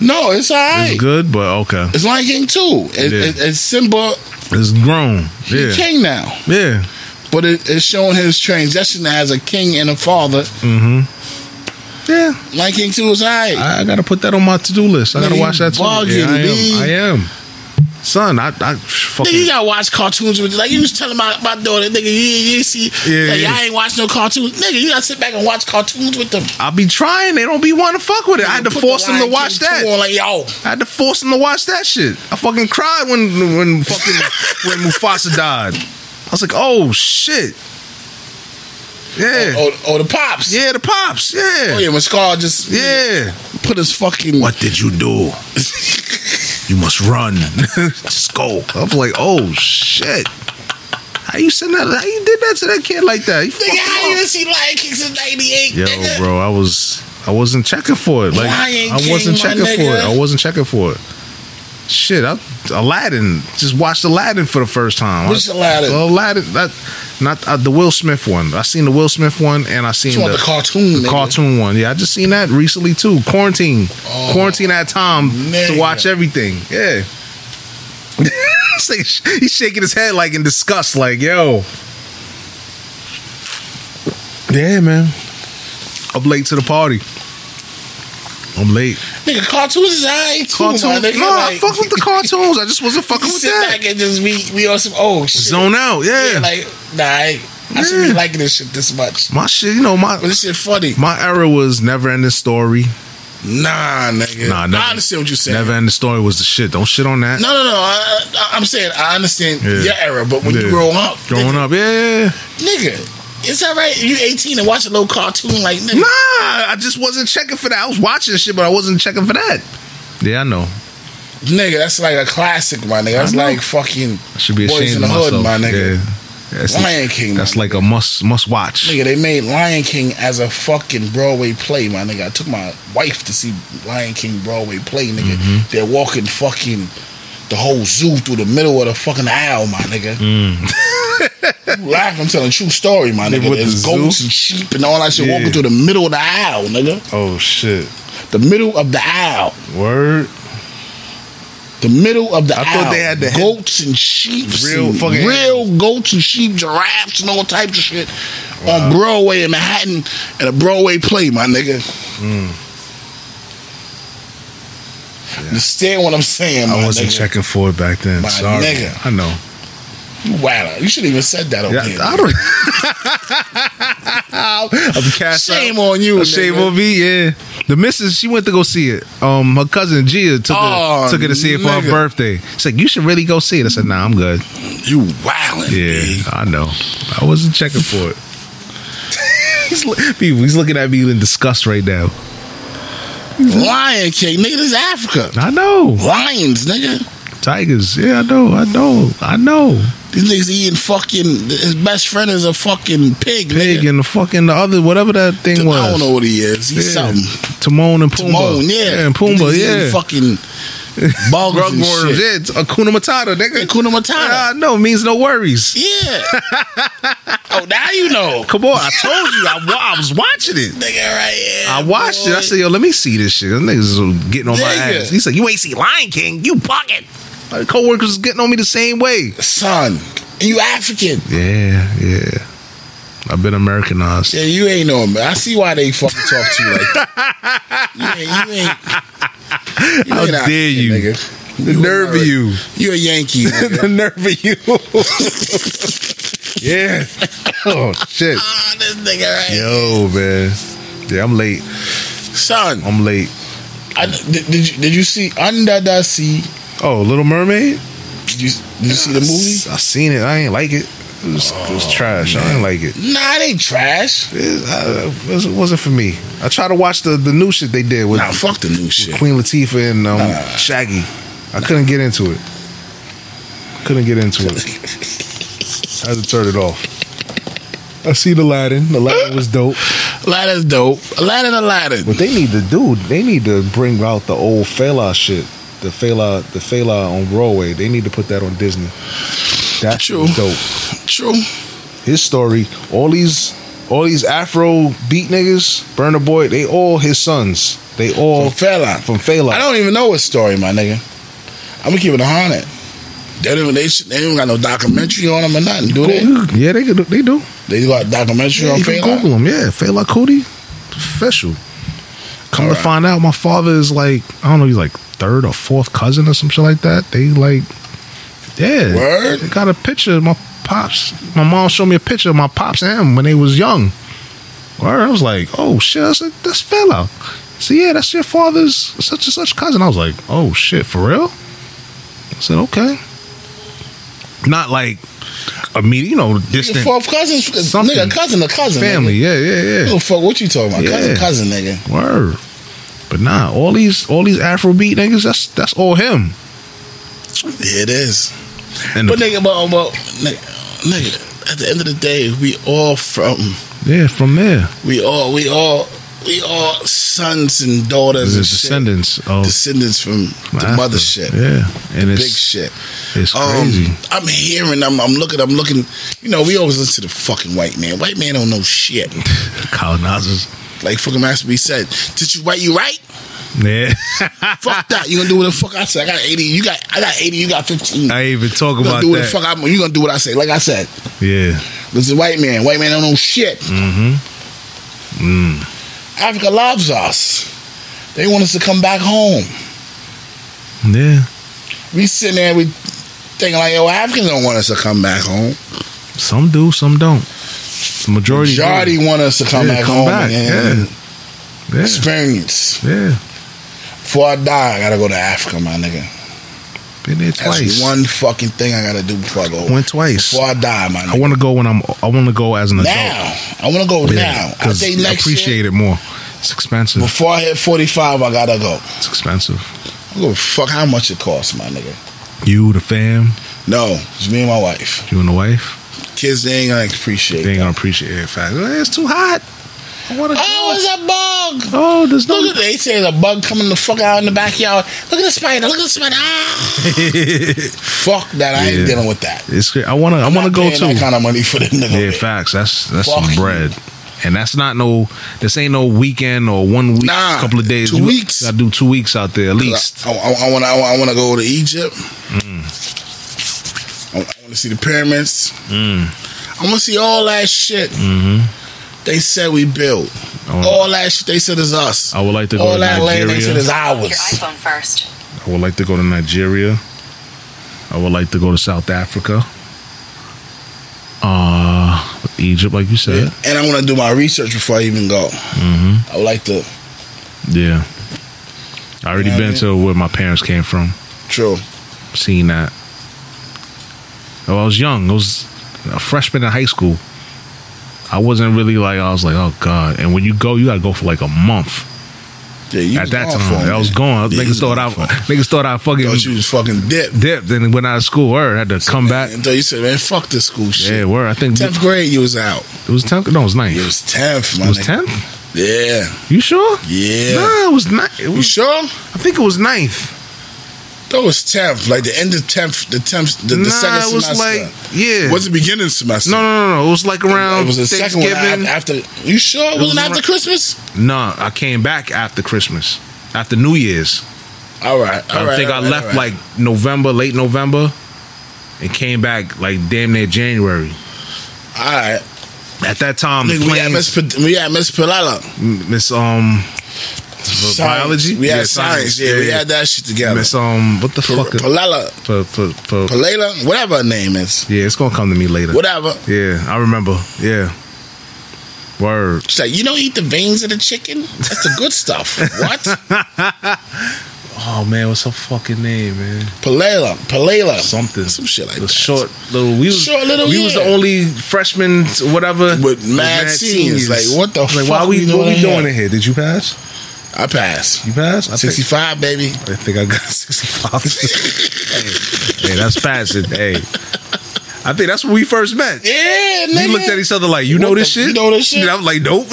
No, it's all right.
It's good, but okay.
It's Lion King too. It,
Yeah.
it, it's Simba.
It's grown.
He's
Yeah.
king now,
Yeah.
but it, it's showing his transition as a king and a father.
Yeah.
Lion King two is all right.
I, I gotta put that on my to do list. I gotta
Nigga,
watch that too.
bugging,
Yeah, I
B.
am. I am. Son, I, I fucking.
Nigga, you gotta watch cartoons with like you was telling my, my daughter, nigga, you, you see,
Yeah,
like,
yeah.
I ain't watch no cartoons, nigga. You gotta sit back and watch cartoons with them.
I be trying. They don't be wanting to fuck with it. I had to
Put
force
the
them to
Lion
watch
King
that.
2 on, like yo,
I had to force them to watch that shit. I fucking cried when when fucking when Mufasa died. I was like, oh shit. Yeah.
or, or the pops.
Yeah, the pops.
Oh,
Yeah.
yeah, when Scar just
Yeah.
put his fucking
What did you do? you must run. Just go. I'm like, oh shit. How you send that? How you did that to that kid like that? You
Nigga, how you
fucked him
didn't see Lion King since '98?
up.
nigga?
Yo, bro, I was I wasn't checking for it. Like
Lion
I
King,
wasn't
my
checking for it.
nigga.
I wasn't checking for it. Shit, I, Aladdin. Just watched Aladdin for the first time.
Which
I-
Aladdin?
Aladdin. That, not uh, the Will Smith one. I seen the Will Smith one, and I seen
You want the cartoon,
the
nigga.
cartoon one. Yeah, I just seen that recently too. Quarantine, quarantine at time
Oh, nigga.
to watch everything. Yeah, He's like- he's shaking his head like in disgust, like yo. Yeah, man. I'm late to the party. I'm late.
Nigga, cartoons is alright too,
Cartoons?
my nigga.
no, I
like,
fuck with the cartoons. I just wasn't fucking
you
with
sit
that.
back and just be be on some oh shit.
Zone out. Yeah.
Yeah, like nah, I, I should be
Yeah.
liking this shit this much.
my shit. You know my
But this shit funny.
my era was never ending story.
Nah, nigga.
Nah, never-
I understand what you're saying.
Never ending story was the shit. Don't shit on that.
No, no, no. I, I, I'm saying I understand
Yeah.
your era, but when you
Yeah.
grow up,
Growing
nigga,
up, yeah, yeah, yeah.
nigga, it's all right. You 18 and watch a little cartoon like nigga.
Nah, I just wasn't checking for that. I was watching shit, but I wasn't checking for that. Yeah, I know.
Nigga, that's like a classic, my nigga. That's
I know.
like fucking
I should be
Boys
ashamed
in the
of
Hood,
myself.
my nigga.
Yeah. That's,
Lion King.
that's
my
like a must must watch.
Nigga, they made Lion King as a fucking Broadway play, my nigga. I took my wife to see Lion King Broadway play, nigga.
Mm-hmm.
They're walking fucking the whole zoo through the middle of the fucking aisle, my nigga.
Mm.
You Laugh, I'm telling a true story, my nigga.
with the
There's
zoo?
goats and sheep and all that shit
Yeah.
walking through the middle of the aisle, nigga.
Oh shit!
The middle of the aisle.
Word.
The middle of the
I
aisle.
thought they had the head-
goats and sheep,
Real
and
fucking
real goats and sheep, giraffes and all types of shit on Broadway in Manhattan and a Broadway play, my nigga.
Hmm.
Understand what I'm saying, my
I wasn't
nigga?
checking for it back then.
My
Sorry.
nigga.
I know.
You wilder. You shouldn't even said that on
Yeah,
here.
I don't. I'm cast out.
Shame on you,
A shame
nigga.
on me, yeah. The missus, she went to go see it. Um, her cousin Gia took
Oh,
her took her to see it for
nigga.
her birthday. She's like, "You should really go see it." I said, "Nah, I'm good."
You wildin'.
Yeah,
B.
I know. I wasn't checking for it. he's, lo- people, he's looking at me in disgust right now.
Lion King, nigga. This is Africa.
I know
Lions, nigga.
tigers. Yeah, I know. I know. I know.
These niggas eating fucking. His best friend is a fucking pig,
Pig
nigga.
and the fucking the other whatever that thing was.
I don't know what he is. He's
Yeah.
something.
Timon and Pumbaa.
Timon, yeah.
and Pumbaa,
Niggas
yeah.
eating Fucking bugs
Rug
and
worms,
shit.
yeah. It's Akuna Matata, nigga.
Hakuna Matata.
Yeah, I know. Means no worries.
Yeah. oh, now you know.
Come on, I told you. I, wa- I was watching it.
Nigga, right here.
I watched it. I
boy.
said, yo, let me see this shit. Them niggas is getting on my
Nigga.
ass. He said, you ain't see Lion King. You bugging. My coworkers is getting on me the same way.
son, you African.
Yeah, yeah. I've been Americanized.
Yeah, you ain't know, man. I see why they fucking talk to you like that. You ain't. You ain't, you
How
ain't African,
dare you.
Nigga.
The nerve of you.
You a Yankee. nigga.
the nerve of you. yeah. Oh, shit.
Ah, this nigga, right?
Yo, man. Yeah, I'm late.
Son,
I'm late.
I, did, did, you, did you see Under the Sea?
Oh, Little Mermaid?
Did you, did you see the movie?
I seen it. I ain't like it. It was, it was trash. I ain't like it.
Nah, they trash.
It, I- it was- it wasn't for me. I tried to watch the, the new shit they did with
Nah, fuck the new shit.
Queen Latifah and um, Shaggy. I couldn't get into it. Couldn't get into it. I had to turn it off. I see Aladdin. Aladdin was dope.
Aladdin's dope. Aladdin, Aladdin.
What they need to do, they need to bring out the old Fela shit. The Fela, the Fela on Broadway. They need to put that on Disney. That shit was
True.
dope.
True.
his story. All these all these Afro beat niggas, Burner Boy, they all his sons. They all
From Fairline.
From Fairline.
I don't even know his story, my nigga. I'm gonna keep it a hundred. They don't even they, should- they ain't got no documentary on him or nothing, do they?
Yeah, they could. do- They do.
They got a documentary
Yeah,
on
you can
Fairline.
Google him. Yeah, Fela Kuti, official. Come to
Alright.
find out, my father is like I don't know. He's like third or fourth cousin or some shit like that. They like, yeah.
Word?
They got a picture. of My pops, my mom showed me a picture of my pops and him when they was young. Word, I was like, oh shit, that's, that's Fela. So yeah, that's your father's such and such cousin. I was like, oh shit, for real? I said, okay. Not like immediate, you know,
Your
distant
fourth cousins,
Something.
nigga, cousin, a cousin,
family.
Nigga.
Yeah, yeah,
I
yeah.
don't give a fuck what you talking about,
Yeah.
cousin, cousin, nigga.
Word. But nah, all these all these Afrobeat niggas, that's that's all him.
Yeah, it is.
And
But nigga, but, but nigga, nigga, at the end of the day, we all from
yeah, from there,
we all we all we all sons and daughters
the
and shit.
descendants of
descendants from the
Afro.
mother shit.
Oh. Yeah, and
Big
it's
shit.
it's
Um,
crazy.
I'm hearing. I'm, I'm looking. I'm looking. You know, we always listen to the fucking white man. White man don't know shit.
Colonizers.
Like fucking Master B said, "Did you write? You right?
Yeah,
Fuck that. You gonna do what the fuck I say? I got 80. You got. I got 80. You got 15.
I
You
ain't even talk
gonna
about
do what
that.
the fuck I'm. You gonna do what I say? Like I said,
yeah,
this is white man. White man don't know shit. Mm-hmm.
Mm.
Africa loves us. They want us to come back home.
yeah.
We sitting there. We thinking like, yo, Africans don't want us to come back home.
Some do, some don't. The majority. do.
Majority want us to come
Yeah,
back
come
home
back,
and
yeah. Yeah,
experience.
yeah.
Before I die, I gotta go to Africa, my nigga.
Been there
That's
twice.
one fucking thing I gotta do before I go.
Went twice.
Before I die, my nigga.
I want to go when I'm. I want to go as an adult.
now. I wanna go now. I
because
think
I
next
appreciate
year,
it more. It's expensive.
before I hit 45, I gotta go.
It's expensive.
I don't give a fuck how much it costs, my nigga.
You, the fam,
No, it's me and my wife.
you and the wife,
Kids, they ain't gonna appreciate
they ain't
it.
gonna appreciate it. In fact, "Eh, it's too hot. I wanna
Oh,
go.
it's a bug!
Oh, there's no.
Look at they say there's a bug coming the fuck out in the backyard. Look at the spider, look at the spider. Ah! fuck that, I
Yeah.
ain't dealing with that.
It's. cra- I wanna. I
I'm
wanna
not
go
paying that
too.
kind of money for the
Yeah,
nigga.
facts. That's that's some
Fuck you.
bread. And that's not no. This ain't no weekend or one week,
Nah,
couple of days.
two
You
weeks.
Gotta do two weeks out there at least.
I, I, want to. I want to go to Egypt.
Mm.
I, want to see the pyramids.
Mm.
I want to see all that shit.
Mm-hmm.
They said we built.
wanna-
all that shit they said is us.
Oh. I would like to go
all
to
that land they said
Nigeria.
is
Your
ours.
iPhone first.
I would like to go to Nigeria. I would like to go to South Africa. Uh, Egypt, like you said.
And I want to do my research before I even go.
Mm-hmm.
I would like to.
Yeah. I already
Yeah, I
been
mean-
to where my parents came from.
True.
Seen that. Oh, I was young. I was a freshman in high school. I wasn't really like I was like, oh god. And when you go, you gotta go for like a month.
Yeah, you
At
was
that
gone
time,
for a
I was
minute.
gone.
Yeah, you
niggas
was
thought I,
gone for a-
niggas thought I fucking
Thought you was fucking dipped.
dipped and went out of school. Word, had to come back.
And thought you said, man, fuck this school
Yeah,
shit.
word. I think
Tenth
it
grade, you was out.
was tenth. No, it was ninth.
It was tenth, my
It was
nigga.
tenth.
Yeah,
You sure?
yeah.
Nah, it was ninth. It
You
was,
sure?
I think it was ninth.
That was tenth, like the end of tenth, the tenth, the, the
nah,
second
it was
semester.
like yeah.
was the beginning semester?
No, no, no, no. It was like around
it was the second one
Thanksgiving.
af- after. You sure it
was
wasn't
around-
after Christmas?
no, I came back after Christmas, after New Year's.
All right, all
I
right,
think I
all right,
left
all right.
like November, late November, and came back like damn near January.
All right,
At that time, the
nigga, we had
planes-
Miss P- we had Miss Pilala.
Miss um
Science.
biology.
We had
Yeah,
science.
science.
Yeah, we
Yeah,
had that shit together.
Miss um what the
P-
fuck?
Pilala,
for, for, for,
Pilala, whatever her name is,
yeah, it's gonna come to me later.
whatever.
Yeah, I remember. Yeah, word.
She's like, you don't eat the veins of the chicken. That's the good stuff. what?
Oh man, what's her fucking name, man?
Pilala, Pilala,
Something,
some shit like
the
that.
short little. We was
Short little,
We was the
yeah.
only freshmen, whatever,
With mad seniors. Like, what the
Like, why
fuck
we
we
what
doing
we
in
doing
here?
in here? Did you pass?
I pass.
You pass? I think-
Sixty-five, baby.
I think I got 65. hey, hey, that's passing. Hey. I think that's when we first met.
Yeah, nigga.
We looked at each other like, you know
What
this
the-
shit?
you know this shit?
And I'm like, nope.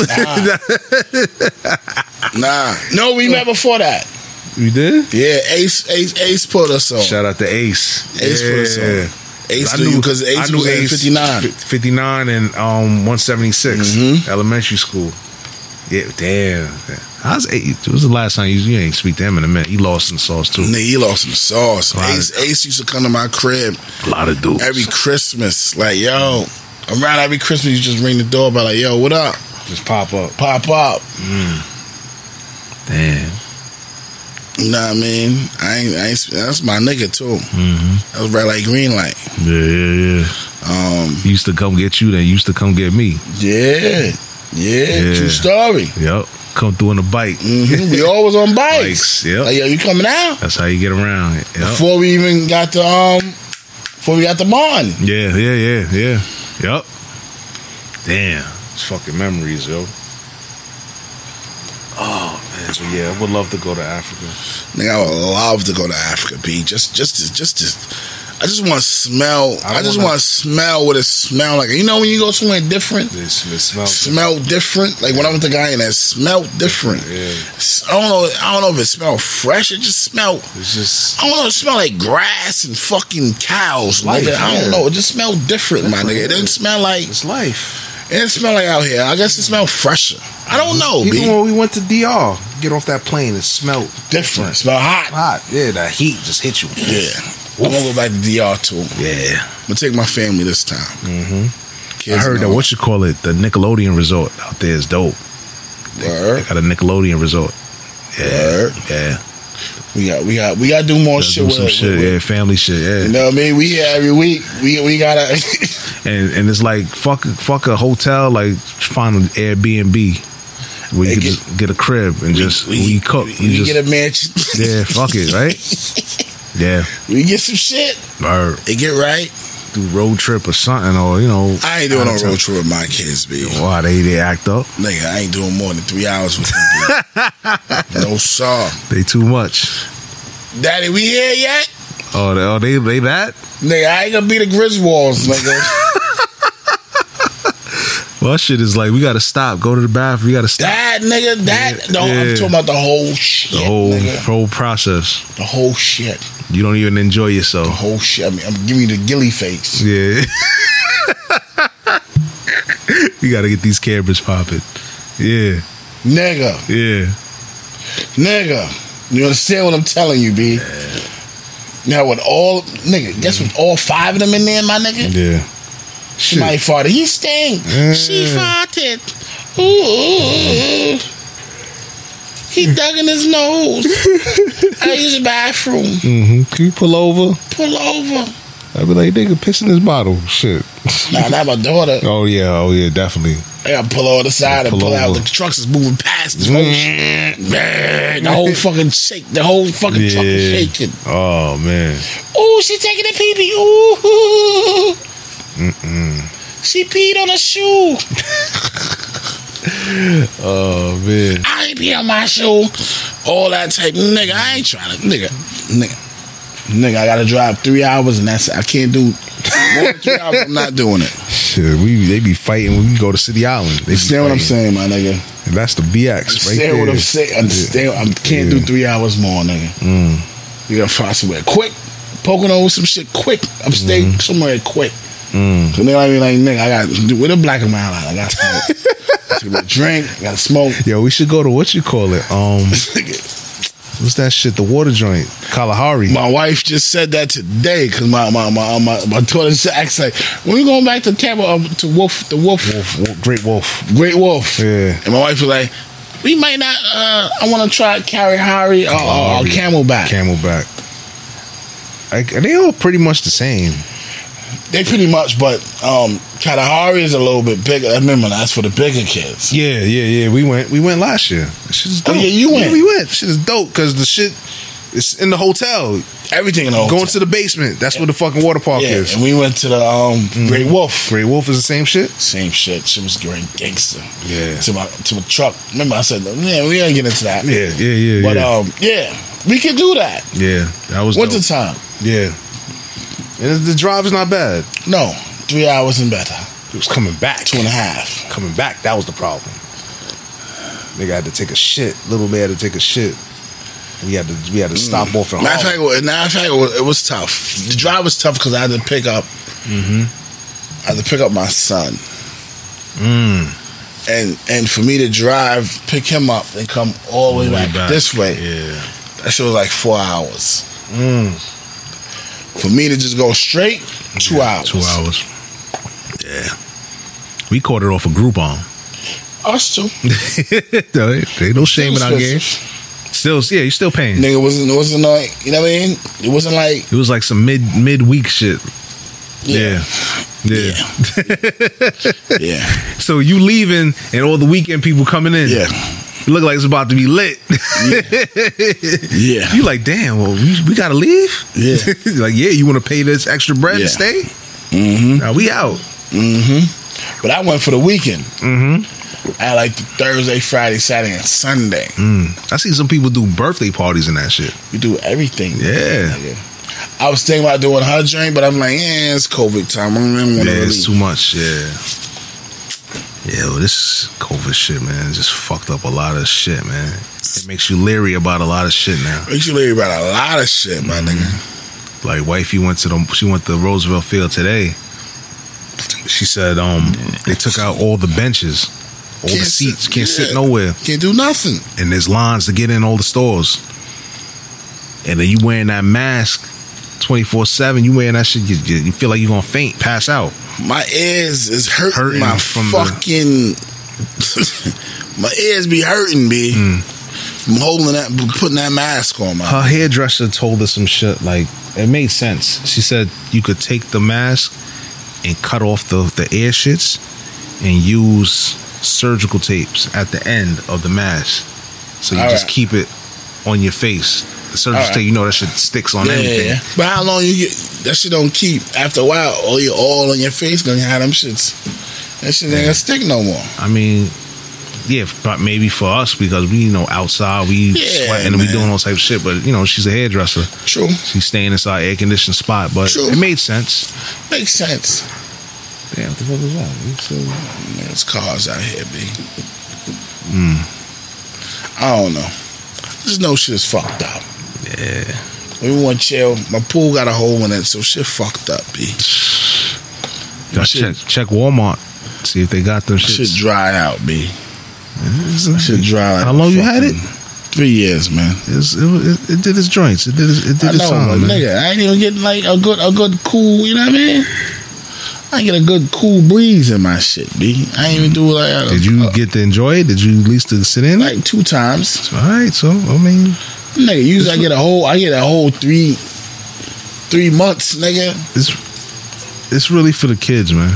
Nah. No, we met before that.
you did?
Yeah, Ace Ace Ace put us on.
Shout out to Ace.
Ace put us on. Ace knew because
I
Ace
knew
was in
Ace
fifty nine.
fi-
Mm-hmm.
59 and um, 176, elementary school. Yeah, damn. I was eight. It was the last time you, you ain't speak to him in a minute. He lost in sauce too.
Nigga, he lost some sauce.
Right.
Ace, Ace used to come to my crib
A lot of dudes.
every Christmas. Like, yo, around every Christmas, you just ring the doorbell, like, yo, what up?
just pop up.
Pop up.
Damn.
You know what I mean? I ain't, I ain't, that's my nigga, too.
hmm
That was right like green light.
Yeah, yeah, yeah.
Um,
He used to come get you, then he used to come get me.
yeah, yeah,
Yeah.
true story.
Yep. Come through on a bike.
hmm We always on bikes.
Bikes, yep.
Like, yo, you coming out?
That's how you get around. Yep.
Before we even got the, um, before we got the bond.
Yeah, yeah, yeah, yeah. Yep. Damn. It's fucking memories, yo. Oh, man. So, yeah, I would love to go to Africa.
Nigga, I would love to go to Africa, B. Just, just, to, just, to, I just want to smell.
I
I, just
wanna-
want to smell what it smell like. You know when you go somewhere different,
This, this smells.
smell different. Like when I went to Guyana, it smelled different.
Yeah.
S- I don't know. I don't know if it smelled fresh. It just smelled.
It's just.
I don't know. It smelled like grass and fucking cows.
Life,
nigga. I
yeah.
don't know. It just smelled different, my nigga. It didn't smell like. It
It's life.
didn't smell like out here. I guess it smelled fresher. I
Mm-hmm.
don't know,
Even
B.
when we went to DR, get off that plane, it smelled
Different. It smelled hot.
hot. Yeah, that heat just hit you.
Yeah. I'm gonna go back to DR too.
Yeah.
I'm gonna take my family this time.
Mm-hmm. I
Kids
heard that.
know.
What you call it? The Nickelodeon resort out there is dope. They
Word.
got a Nickelodeon resort. Yeah.
Word.
Yeah.
We got we got we got to do more
Let's
shit.
do
with
some
with-
shit.
with-
Yeah, family shit. Yeah.
You know what I mean? We here every week. We we gotta.
and and it's like fuck fuck a hotel, like find an Airbnb where you
Hey,
can
get-
just get a crib and just we, cook.
We,
you just,
get a mansion.
yeah, fuck it, right? yeah,
we get some shit.
or
It get right.
do road trip or something, or you know,
I ain't doing no
out of
road trip with my kids, B.
town. Why they they act up?
Nigga, I ain't doing more than three hours with them. B. no sir.
They too much.
Daddy, we here yet?
Oh, they, oh, they they that?
Nigga, I ain't gonna be the Griswolds, nigga.
Well, that shit is like we gotta stop. Go to the bathroom. We gotta stop.
that nigga, that. no, I'm
yeah.
talking about the whole shit,
the whole
nigga.
whole process.
The whole shit.
You don't even enjoy
The
yourself.
whole shit. I mean, I'm giving you the gilly face.
Yeah. you gotta get these cameras popping. Yeah,
Nigga.
yeah.
Nigga, you understand what I'm telling you, B? Now with all nigga, guess what? All five of them in there, my nigga.
Mm-hmm. Yeah. Shit.
My father, he stank. She farted. Ooh, ooh, ooh. He dug in his nose. I use the bathroom.
hmm Can you pull over?
Pull over.
I'd be like, nigga, piss in this bottle. Shit.
Nah, not my daughter.
Oh yeah, oh yeah, definitely.
I gotta pull over the side and
Pull
pull out.
over. Mm.
The trucks is moving past. This whole shit. the whole fucking shake. The whole fucking truck is
Yeah.
shaking.
Oh man.
Ooh, she taking a pee pee. Ooh. She peed on a shoe.
Oh man.
I ain't pee on my shoe. All that type. Nigga, I ain't trying to. Nigga, nigga. Nigga, I gotta drive three hours and that's it. I can't do more than three hours. I'm not doing it.
Shit, we they be fighting when we go to City Island. They be
Understand what I'm
fighting.
saying, my nigga.
And that's the BX right
Understand
there.
what I'm saying. Understand. I can't do three hours more, nigga.
Mm.
You gotta find somewhere quick. Pocono, some shit quick. Upstate,
Mm-hmm.
somewhere quick.
Mm.
So nigga, I be like, nigga, I got to do with a black in my eye. I got to take a drink. I got to smoke.
Yo, we should go to what you call it? Um
Nigga,
what's that shit? The water joint. Kalahari.
my wife just said that today because my my, my my my daughter just asked like, when we going back to Tampa uh, to Wolf the Wolf,
Wolf, Great Wolf.
Great Wolf?
Yeah.
And my wife was like, we might not. uh I want to try Kalahari or, or, or
Kalahari.
Camelback.
Camelback. Like, and they all pretty much the same.
They pretty much, but um Kalahari is a little bit bigger. Remember, that's for the bigger kids.
Yeah, yeah, yeah. We went. We went last year. Shit is
Oh,
dope.
yeah, you went.
we went. Shit is dope because the shit is in the hotel.
Everything in the hotel.
Going to the basement. That's where the Mm-hmm. fucking water park
yeah,
is.
and we went to the um Great Wolf.
Grey Wolf is the same shit.
Same shit. She was going gangster.
Yeah.
To my to my truck. Remember, I said, yeah, we ain't get into that.
Yeah, yeah, yeah,
But
yeah.
um, yeah, we can do that.
yeah, that was
Winter
dope.
time.
yeah. And the drive is not bad.
No, three hours and better.
It was coming back.
Two and a half.
Coming back. That was the problem. Nigga had to take a shit. Little man had to take a shit. We had to. We had to stop off and.
Matter of
haul.
fact, it was- matter of fact, it was, it was tough. The drive was tough because I had to Mm-hmm. pick up. I had to pick up my son. and and for me to drive, pick him up, and come all the way back, this way,
Yeah.
that shit was like four hours. Mm. For me to just go straight, two hours.
Two hours. Yeah. We caught it off a Groupon.
Us two.
No, ain't- ain't no shame in our game.
Expensive.
Still, yeah, you still paying.
Nigga wasn't wasn't like you know what I mean. It wasn't like
It was like some mid midweek shit. Yeah. Yeah.
yeah
So you leaving and all the weekend people coming in.
yeah
It look like it's about to be lit.
yeah
you like, damn, well, we, we gotta leave?
Yeah.
like, yeah, you wanna pay this extra bread
Yeah.
to stay? Mm-hmm. Nah, we out.
But I went for the weekend. Mm-hmm. I like the Thursday, Friday, Saturday, and Sunday.
I see some people do birthday parties and that shit.
We do everything.
Yeah.
nigga. I was thinking about doing her joint, but I'm like, yeah, it's COVID time. I don't even want to
Yeah, it's
really.
too much. Yeah. Yeah, well, this COVID shit, man, just fucked up a lot of shit, man. It makes you leery about a lot of shit now.
Make sure you about a lot of shit, my
Mm-hmm.
nigga.
Like, wifey went to the she went to Roosevelt Field today. She said, um, they took out all the benches, all the
Can't sit-
seats, can't sit
yeah.
nowhere,
Can't do nothing.
and there's lines to get in all the stores. And then you wearing that mask, twenty four seven. You wearing that shit, you, you you feel like you're gonna faint, pass out.
My ears is hurting.
Hurting
my
from the-
fucking. my ears be hurting, b.
Mm.
From holding that, putting that mask on, my.
her hairdresser told her some shit like it made sense. She said you could take the mask and cut off the the air shits and use surgical tapes at the end of the mask. So you
All
just
right.
keep it on your face. The surgical
right.
tape, you know that shit sticks on
Yeah,
anything.
yeah, yeah. But how long you get that shit don't keep after a while, all you all on your face gonna have them shits. That shit ain't gonna stick no more.
I mean, yeah, but maybe for us because we you know outside we
Yeah,
sweating and we
man.
doing all type of shit. But you know she's a hairdresser.
True.
She's staying inside air conditioned spot, but
True.
it made sense.
Makes sense.
Damn, what the fuck was that?
There's cars out here, B.
Hmm.
I don't know. Just know shit's fucked up.
Yeah.
We want chill. My pool got a hole in it, so shit fucked up, B.
Gotta check
Shit.
check Walmart. See if they got them
Shit
shit.
dried out, B. Shit dried out.
How long you had it?
Three years, man.
It's- it, was- it, it did its joints. It did its, it did
I
its
know,
time,
but
man.
nigga, I ain't even getting like a good, a good cool. You know what I mean? I ain't get a good cool breeze in my shit, b. I ain't even do like a,
Did you
a-
get to enjoy it? Did you at least to sit in? it?
uh, like two times,
All right, so I mean,
nigga? Usually I get a whole, I get a whole three, three months, nigga.
it's it's really for the kids, man.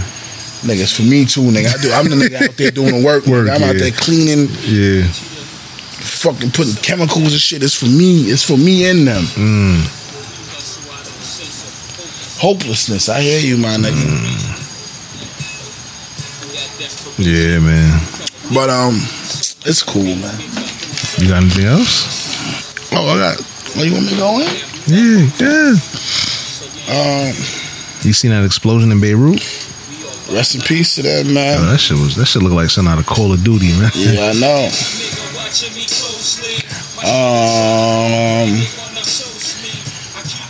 Nigga, it's for me too, nigga. I do. I'm the nigga out there doing the work.
Work,
nigga. I'm out
yeah.
there cleaning,
Yeah,
fucking putting chemicals and shit. It's for me. It's for me and them.
Mm.
Hopelessness. I hear you, my nigga.
yeah, man. Mm.
But um, it's cool, man.
You got anything else?
Oh, I got. Oh, you want me to go in?
Yeah, yeah.
Um,
You seen that explosion in Beirut?
rest in peace to that
Oh,
man.
that shit was that shit looked like something out of Call of Duty, man.
Yeah, I know. Um,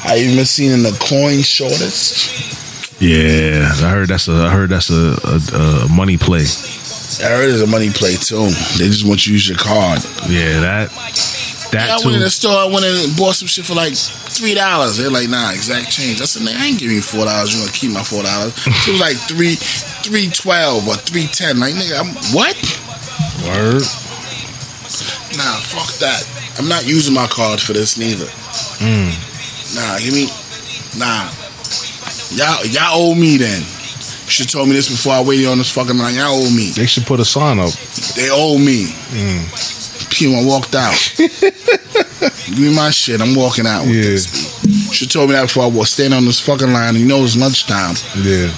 I even seen in the coin shortest.
Yeah, I heard that's a I heard that's a, a, a money play.
I heard it's a money play too. They just want you to use your card.
Yeah, that that
I
too.
went in the store. I went in and bought some shit for like three dollars. They're like, nah, exact change. I said, nah, I ain't giving you four dollars. You gonna keep my four dollars? It was like three, three twelve or three ten. Like nigga, I'm what?
Word.
Nah, fuck that. I'm not using my card for this neither. Nah, give me. Nah, y'all y'all owe me then. You should told me this before I waited on this fucking line. Y'all owe me.
They should put a sign up.
They owe me. P one walked out. Give me my shit. I'm walking out with
Yeah.
this. She told me that before I was standing on this fucking line. You know it's lunchtime.
Yeah.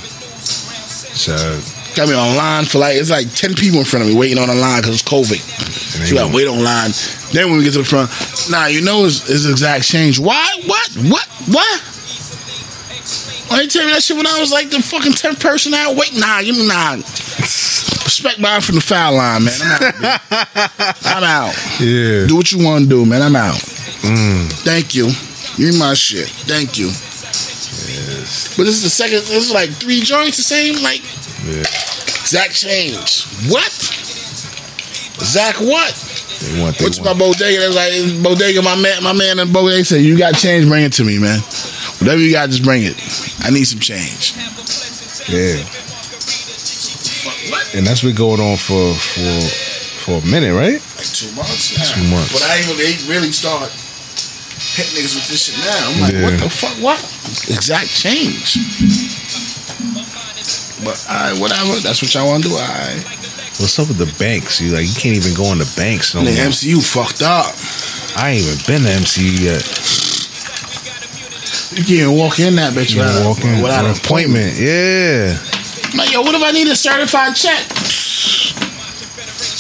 So
Got me on line for like it's like ten people in front of me waiting on the line because it's COVID.
they
So you gotta
won't-
wait on line. Then when we get to the front, nah, you know it's, it's exact change. Why? What? What? What? Why you tell me that shit when I was like the fucking tenth person out? Wait, nah, you nah. Respect mine from the foul line, man. I'm out. dude. I'm out.
yeah,
Do what you want to do, man. I'm out.
Mm.
Thank you. You my shit. Thank you. But this is the second. This is like three joints, the same like
yeah.
exact change. What? Zach what?
They want. They
What's my
want.
bodega? That's like bodega. My man, my man in bodega said, "You got change? Bring it to me, man. Whatever you got, just bring it. I need some change."
Yeah. And that's been going on for for for a minute, right?
Like two months. Now.
Two months.
But I even they really start hitting niggas with this shit now. I'm like,
Yeah.
what the fuck? What? Exact change. But I whatever. That's what y'all want to do. I
What's up with the banks? You like you can't even go in the banks no
the
more.
MCU fucked up.
I ain't even been to MCU yet.
You can't even walk in that bitch
You
without,
walk in
without
for
an
an appointment. Yeah.
appointment. Like, yo, what if I need a certified check?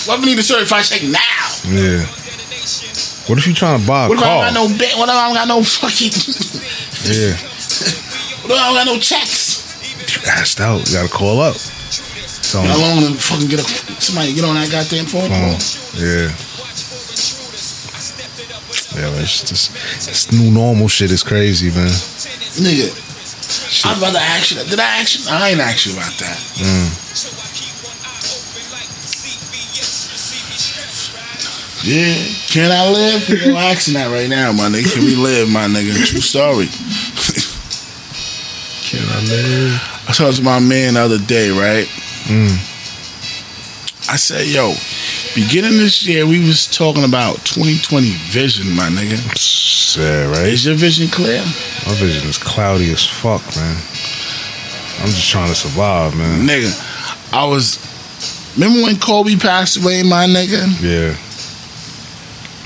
What if I need a certified check now?
Yeah. What if you trying to buy a
What if
car?
I don't got no bet? What if I don't got no fucking?
yeah.
What if I don't got no checks?
You asked out. You gotta call up. So
How long to fucking get a somebody get on that goddamn phone?
phone. Yeah. Yeah, man, it's just this new normal shit is crazy, man.
Nigga, I'm about to ask you that. Did I ask you? I ain't ask you about that.
Mm.
Yeah, can I live? You're asking that right now, my nigga. Can we live, my nigga? True story.
Can I live? Mm.
I talked to my man the other day, right? I said, yo, beginning this year, we was talking about 2020 vision, my nigga.
Yeah, right.
Is your vision clear?
My vision is cloudy as fuck, man. I'm just trying to survive, man.
Nigga, I was. Remember when Kobe passed away, my nigga?
Yeah.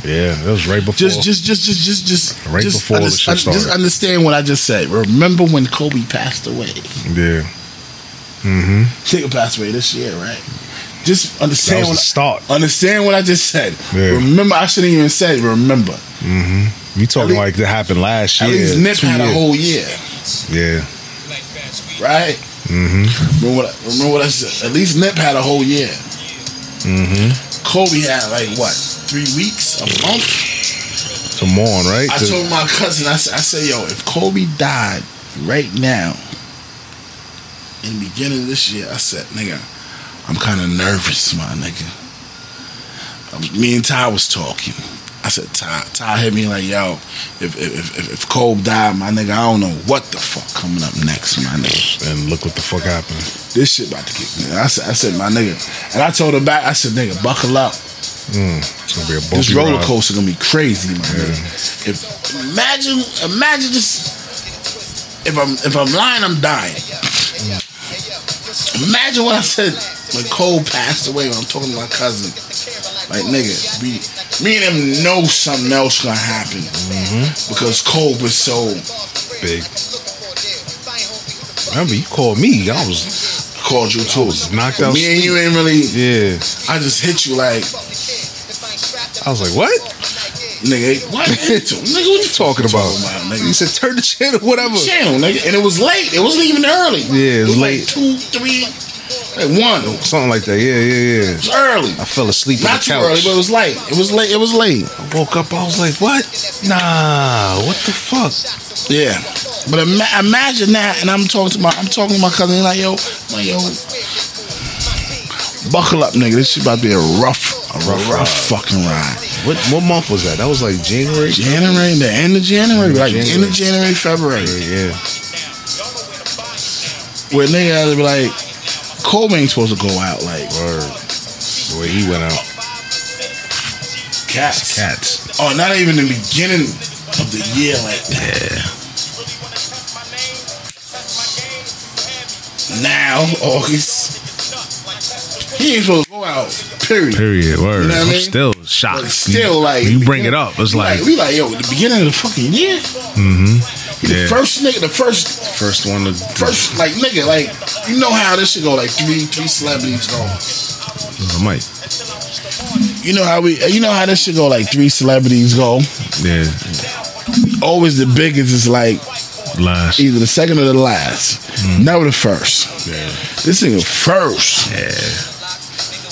Yeah, that was right before.
Just, just, just, just, just, just,
Right
just,
before the shit
un- just
started.
understand what I just said. Remember when Kobe passed away?
yeah. Mm-hmm.
Nigga passed away this year, right? Just
That
understand
was the
what
start.
I, understand what I just said.
Yeah.
Remember, I shouldn't even say. Remember,
You talking
least-
like that happened last
at
year?
least Nip
two
had a
years.
whole year,
Yeah.
right? Mm-hmm. Remember what? I, remember what I said. At least Nip had a whole year. Mm-hmm.
Mm-hmm.
Kobe had like what? Three weeks, a month.
Tomorrow, right?
I
To-
told my cousin, I said, I said, yo, if Kobe died right now, in the beginning of this year, I said, nigga, I'm kind of nervous, my nigga. I was- me and Ty was talking. I said, Ty, Ty hit me like, yo, if if, if if Kobe died, my nigga, I don't know what the fuck coming up next, my nigga.
and look what the fuck happened.
This shit about to get. I said, I said, my nigga, and I told her back. I said, nigga, buckle up.
Mm, it's gonna be a bumpy
This roller
ride.
coaster gonna be crazy, man. If imagine, imagine this. If I'm if I'm lying, I'm dying. Imagine what I said when Cole passed away. When I'm talking to my cousin, like nigga, we, me and him know something else gonna happen
Mm-hmm.
because Cole was so.
Big. Remember, you called me. I was
I Called you too.
knocked
But
out.
Me and you ain't really.
Yeah.
I just hit you like
I was like, what?
nigga. What? nigga, what you
Talking about?
about, nigga?
You said turn the channel, whatever.
channel, nigga. And it was late. It wasn't even early.
Yeah, it was
like
late.
two, three, like one. It
Something like that. Yeah, yeah, yeah.
was early.
I fell asleep on
Not
the
too
couch.
early, but it was late. It was late. It was late.
I woke up. I was like, what? Nah. What the fuck?
Yeah. But ima- imagine that, and I'm talking to my, I'm talking to my cousin. he Like yo, I'm like yo, buckle up, nigga. This shit about to be a rough, a rough, rough fucking ride.
What? What month was that? That was like January.
January, the end of January, like
January.
end of January, February.
Yeah.
Where nigga had to be like, Kobe ain't supposed to go out like
Word. Boy, he went out.
cats.
Cats.
Oh, not even the beginning of the year, like now, August. He ain't supposed to go out. Period.
Period. Word.
You know what I
I'm
mean?
still shocked.
But still, like
you bring it up, it's
we
like,
we like yo, the beginning of the fucking year. Mm-hmm. The
Yeah.
first nigga, the first,
first one to
first like nigga, like you know how this should go. Like three, three celebrities go.
I might.
You know how we, uh, you know how this should go. Like three celebrities go.
Yeah.
Always the biggest is like
Last.
either the second or the last, never the first.
Mm-hmm. Yeah.
This nigga first.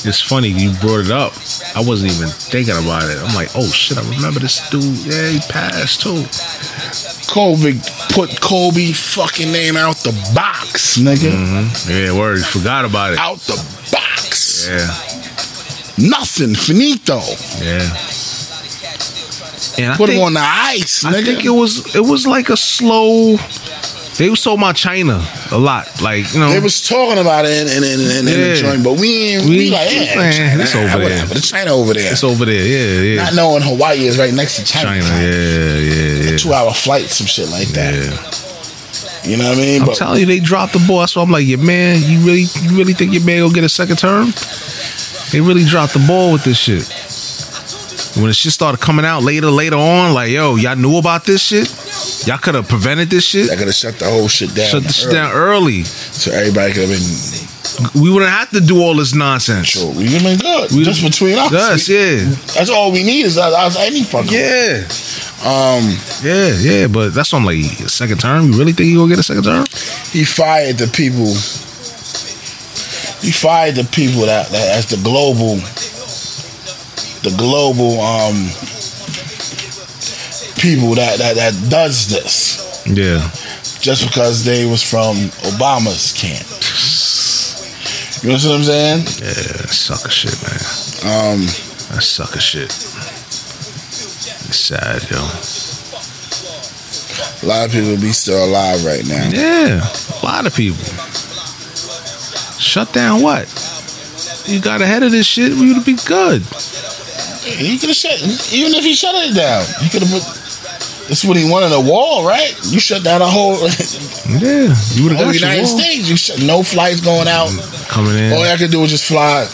It's funny you brought it up. I wasn't even thinking about it. I'm like, oh shit, I remember this dude. Yeah, he passed too.
Kobe put Kobe fucking name out the box, nigga.
Mm-hmm. Yeah, word. Forgot about it.
Out the box.
Yeah.
Nothing. Finito.
Yeah. And I
Put
think-
him on the ice, nigga.
I think it was it was like a slow. They sold my China a lot, like you know.
They was talking about it in, in, in, in, in the
Yeah.
joint, but we ain't,
We-
we, like,
we
yeah,
saying,
China,
it's over there.
whatever. It's China over there.
it's over there, yeah, yeah.
Not knowing Hawaii is right next to China.
China, yeah, yeah, yeah.
Two hour flight, some shit like that.
Yeah.
You know what I mean?
I'm
but
telling you, they dropped the ball. So I'm like, your man, you really, you really think your man gonna get a second term? They really dropped the ball with this shit. When the shit started coming out later, later on, like, yo, y'all knew about this shit. Y'all could have prevented this shit.
I could have shut the whole shit down.
Shut this shit
early,
down early.
So everybody could have been
We wouldn't have to do all this nonsense.
sure. We could have been good.
We-
just between us.
Yes, yeah.
That's all we need is us, us any fucking.
Yeah.
Um,
Yeah, yeah, but that's what I'm like. a Second term? You really think you gonna get a second term?
he fired the people. He fired the people that, that as the global, the global um people that that that does this
Yeah,
just because they was from Obama's camp. You know what I'm saying?
yeah, that's sucker shit, man.
Um,
That sucker shit. It's sad, yo.
a lot of people be still alive right now.
Yeah, a lot of people. Shut down what? You got ahead of this shit, we would be good.
He could have shut. Even if he shut it down, he could have put. This is what he wanted a wall, right? You shut down a whole,
Yeah, you would have
whole
got your
United
wall.
States. You shut no flights going out.
coming in.
All I could do was just fly.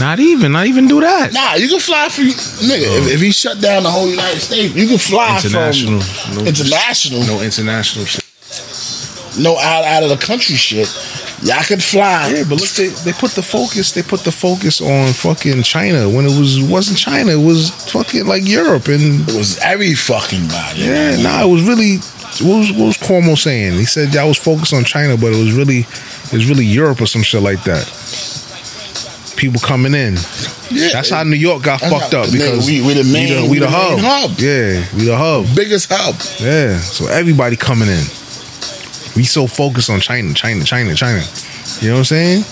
Not even, not even do that.
Nah, you can fly from nigga. If, if he shut down the whole United States, you can fly
International.
from
No-
international, no,
No international shit.
out out of the country shit. Y'all could fly.
Yeah, but look, they, they put the focus. They put the focus on fucking China when it was wasn't China. It was fucking like Europe and
It was every fucking body.
yeah. Nah, it was really. What was, what was Cuomo saying? He said that was focused on China, but it was really it was really Europe or some shit like that. People coming in.
yeah.
That's how New York got
That's
fucked
how-
up
nigga,
because
we- we the
we
main-
the,
we the
hub.
main hub.
Yeah, we the hub.
biggest hub.
Yeah, so everybody coming in. We so focused on China, China, China, China. You know what I'm saying?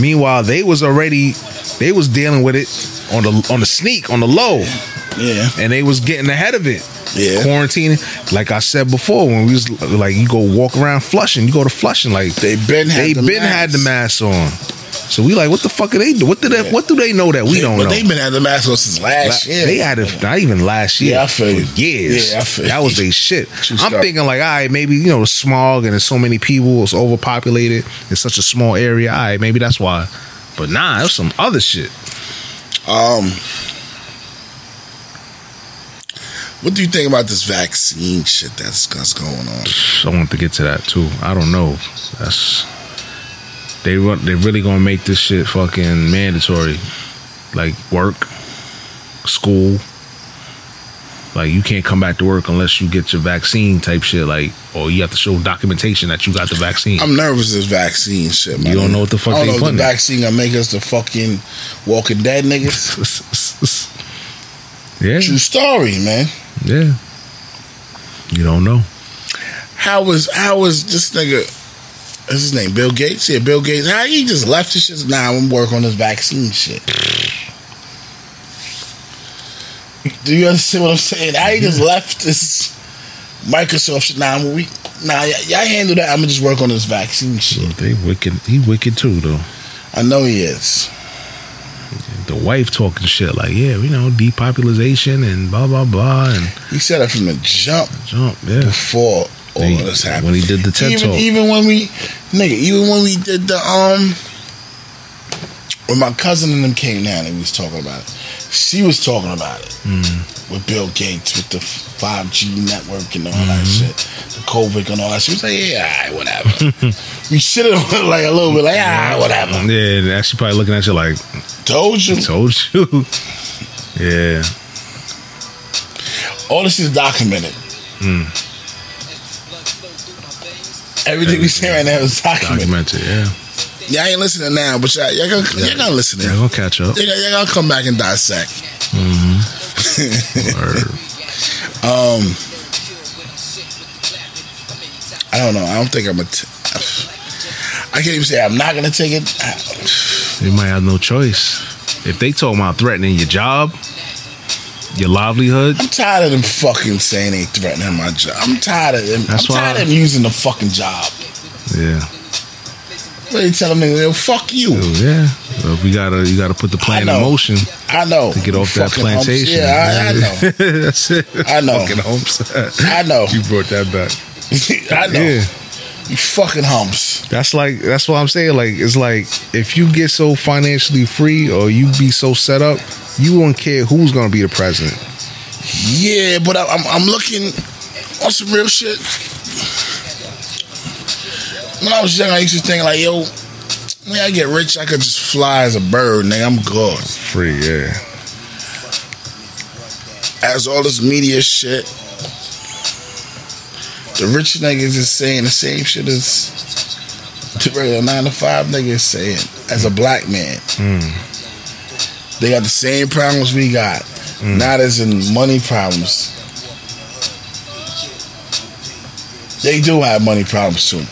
Meanwhile, they was already they was dealing with it on the on the sneak on the low,
Yeah,
and they was getting ahead of it.
Yeah.
quarantining. Like I said before, when we was like, you go walk around flushing, you go to flushing. Like
they been had
they
the
been had the mask on. So we like, what the fuck are they? do? What do they? What do they know that we don't
but
know?
they been had the mask on since last
La-
year.
They had it not even last year.
Yeah, I feel you.
for years.
Yeah, I feel
that
you.
was they shit.
True
I'm
stuff.
thinking like, all right, maybe you know the smog and there's so many people, it's overpopulated. It's such a small area. All right, maybe that's why. But nah, it was some other shit.
Um, what do you think about this vaccine shit that's, that's going on?
I want to get to that too. I don't know. That's they run. They really gonna make this shit fucking mandatory, like work, school. Like you can't come back to work unless you get your vaccine type shit. Like, or you have to show documentation that you got the vaccine.
I'm nervous this vaccine shit. Man.
You don't know what the fuck
I don't
they
know if
putting.
the vaccine gonna make us the fucking Walking Dead niggas.
yeah,
True story, man.
yeah. You don't know.
How was how was this nigga? What's his name? Bill Gates. Yeah, Bill Gates. How he just left his shit? Nah, I'm working on this vaccine shit. Do you understand what I'm saying? I just left this Microsoft shit. Nah, I'm, we nah, y- y'all handle that. I'm gonna just work on this vaccine shit.
They wicked. He wicked too, though.
I know he is.
The wife talking shit like, yeah, you know, depopulation and blah blah blah and
He said that from the jump
jump. Yeah.
before all
He-
of this happened.
when he did the TED
even,
Talk.
even when we, nigga, even when we did the um, when my cousin and them came down and we was talking about it, she was talking about it
Hmm.
with Bill Gates with the five G network and all that
Hmm.
shit, the COVID and all that. She was like, yeah, all right, whatever. we should have like a little bit like, ah, whatever.
Yeah, and actually probably looking at you like,
Told you.
told you. yeah.
All this is documented.
Hmm.
Everything we say right now is documented.
Documented, yeah.
Y'all ain't listening now, but y'all, y'all, gonna, y'all gonna listen
They're
in.
gonna catch up.
Y'all, y'all gonna come back and dissect.
Or,
Um, I don't know. I don't think I'm a. T- I can't even say I'm not gonna take it. I-
They might have no choice. If they talking about threatening your job, your livelihood,
I'm tired of them fucking saying they threatening my job. I'm tired of them.
That's
I'm
why-
tired of them using the fucking job.
yeah,
What they tell them niggas, "Yo, fuck you.
Dude, yeah. Well, we gotta you gotta put the plan
I
in
know.
motion
I know.
to get off that
Fucking humps.
plantation.
Yeah, I, I know.
know. That's it.
I know.
Fucking humps.
I know.
you brought that back.
I know.
Yeah.
You fucking humps.
That's like that's what I'm saying. Like it's like if you get so financially free or you be so set up, you won't care who's gonna be the president.
Yeah, but I, I'm, I'm looking on some real shit. When I was young, I used to think like, yo, when I get rich, I could just fly as a bird, nigga. I'm good.
Free, yeah.
as all this media shit, the rich niggas is saying the same shit as the regular nine to five niggas is saying as a black man. They got the same problems we got. Not as in money problems. They do have money problems too.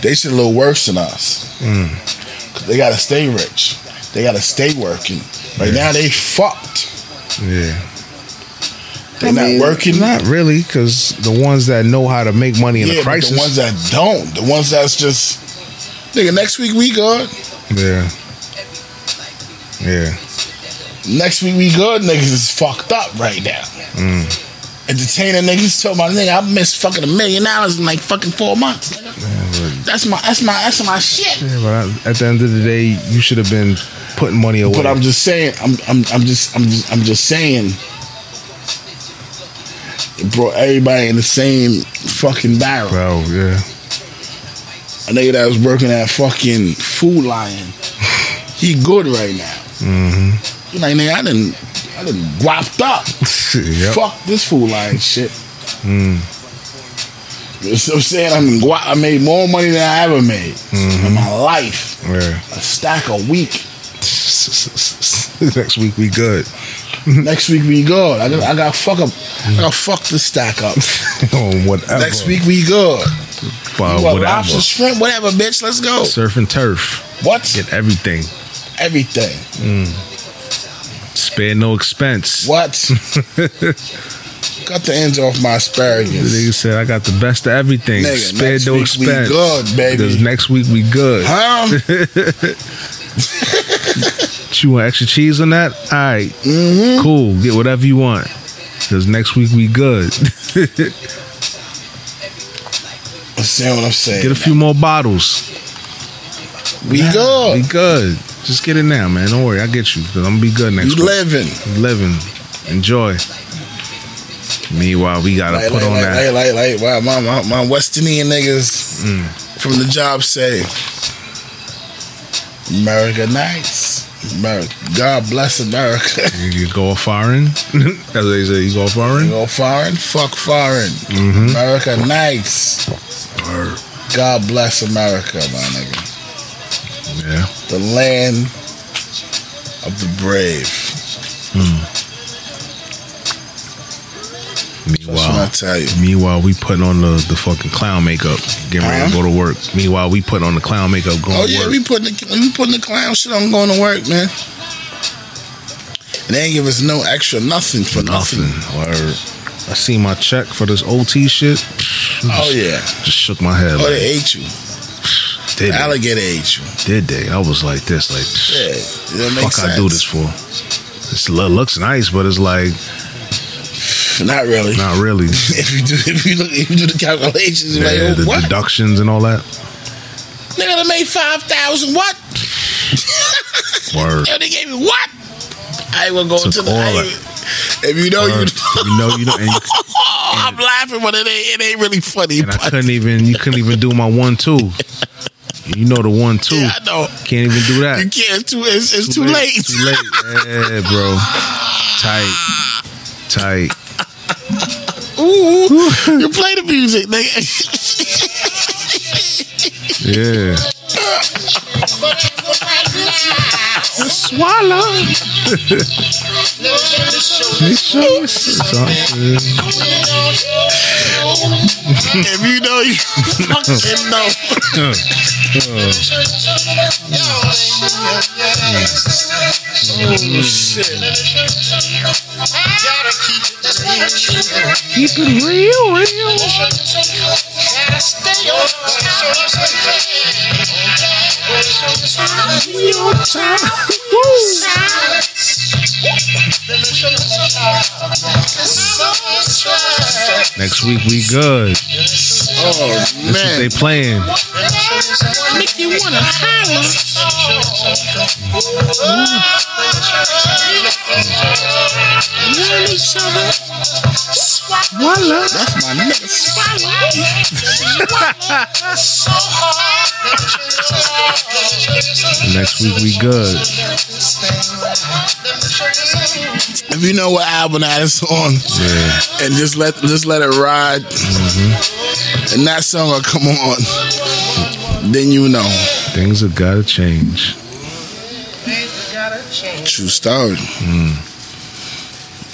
They shit a little worse than us. 'Cause They gotta stay rich. They gotta stay working. Right now they fucked.
Yeah.
They not working.
Not really, because the ones that know how to make money in
yeah,
a
but
crisis.
the ones that don't, the ones that's just nigga. Next week we good.
yeah. Yeah.
Next week we good. Niggas is fucked up right now.
Mm.
Entertaining niggas talking about nigga. I missed fucking a million dollars in like fucking four months. nigga. That's my that's my that's my shit.
Yeah, but I, at the end of the day, you should have been putting money away.
But I'm just saying. I'm I'm I'm just I'm just I'm just saying. It brought everybody in the same fucking barrel.
bro. Yeah.
A nigga that was working at fucking Food Lion, he good right now.
Mm-hmm.
You like nigga, I didn't, I didn't guapped up.
Yep. Mm.
Fuck this Food Lion shit. You know what I'm saying I mean, guap, I made more money than I ever made
Mm-hmm.
in my life.
Yeah.
A stack a week.
Next week we good.
Next week we good. I got, I got fuck up. I got fuck the stack up.
On whatever.
Next week we good.
By
You
Oh,
want
whatever.
lobster, shrimp, whatever, bitch. Let's go.
Surf and turf.
What?
Get everything.
Everything.
Spare no expense.
What? Cut the ends off my
The
asparagus.
nigga said, "I got the best of everything.
Nigga,
Spare
next
no
week we
expense.
good, baby.
Because next week we good.
Huh?
You want extra cheese on that? All right.
Mm-hmm.
Cool. Get whatever you want. Because next week we good. Get
I'm saying what I'm saying.
a few more bottles.
we
We
good.
good. Just get it now, man. Don't worry. I get you. Because I'm going to be good next
You
week.
living.
Living. Enjoy. Meanwhile, we got to
Like,
put
like,
on
like,
that. Mm.
like, like, like, wow, my, my, my West Indian niggas from the job say, America nights. America. God bless America.
You go foreign. That's what they say. You go foreign.
Go foreign? Fuck foreign.
Mm-hmm.
America nights. God bless America, my nigga.
Yeah.
The land of the brave. That's
Meanwhile,
what I tell you.
Meanwhile, we putting on the, the fucking clown makeup, getting ready to go
Huh?
to work. Meanwhile, we putting on the clown makeup, going
Uh-huh. Oh
to
yeah,
work.
we putting the, we putting the clown shit on going to work, man. And they ain't give us no extra nothing for nothing.
Nothing. Word. I see my check for this OT shit.
Oh yeah.
Just shook my head.
Oh,
like,
they ate you.
did, they,
The alligator ate you.
did they? I was like this, like,
Yeah.
psh,
That
fuck
makes sense.
I do this for? It's, it looks nice, but it's like,
Not really.
not really.
If you do, if you look, if you do the calculations, you're
yeah,
like,
the
oh, what?
deductions and all that.
Nigga, they made five thousand. What?
Word.
Yo, they gave me what? I will go
Took
to the.
all
I
that.
ain't- If Oh, you know,
Word.
you.
You know, you know, and,
I'm laughing, but it ain't. It ain't really funny.
and I
but-
couldn't even. You couldn't even do my one two. You know the one two.
yeah, I know.
Can't even do that.
You can't. It's too. It's, it's too, late.
Too late. Yeah, bro. Tight. Tight.
Ooh, you play the music, nigga.
Yeah.
What's
swallow. Make sure it's something.
if you know, you fucking know. Oh, shit.
Keep it real, real. Next week we good.
Oh,
This is what they
man.
playing.
That's my nigga.
Next week we good.
If you know what album that is on,
Yeah.
and just let just let it ride, and that song will come on, then you know.
Things have gotta change.
True story. Mm.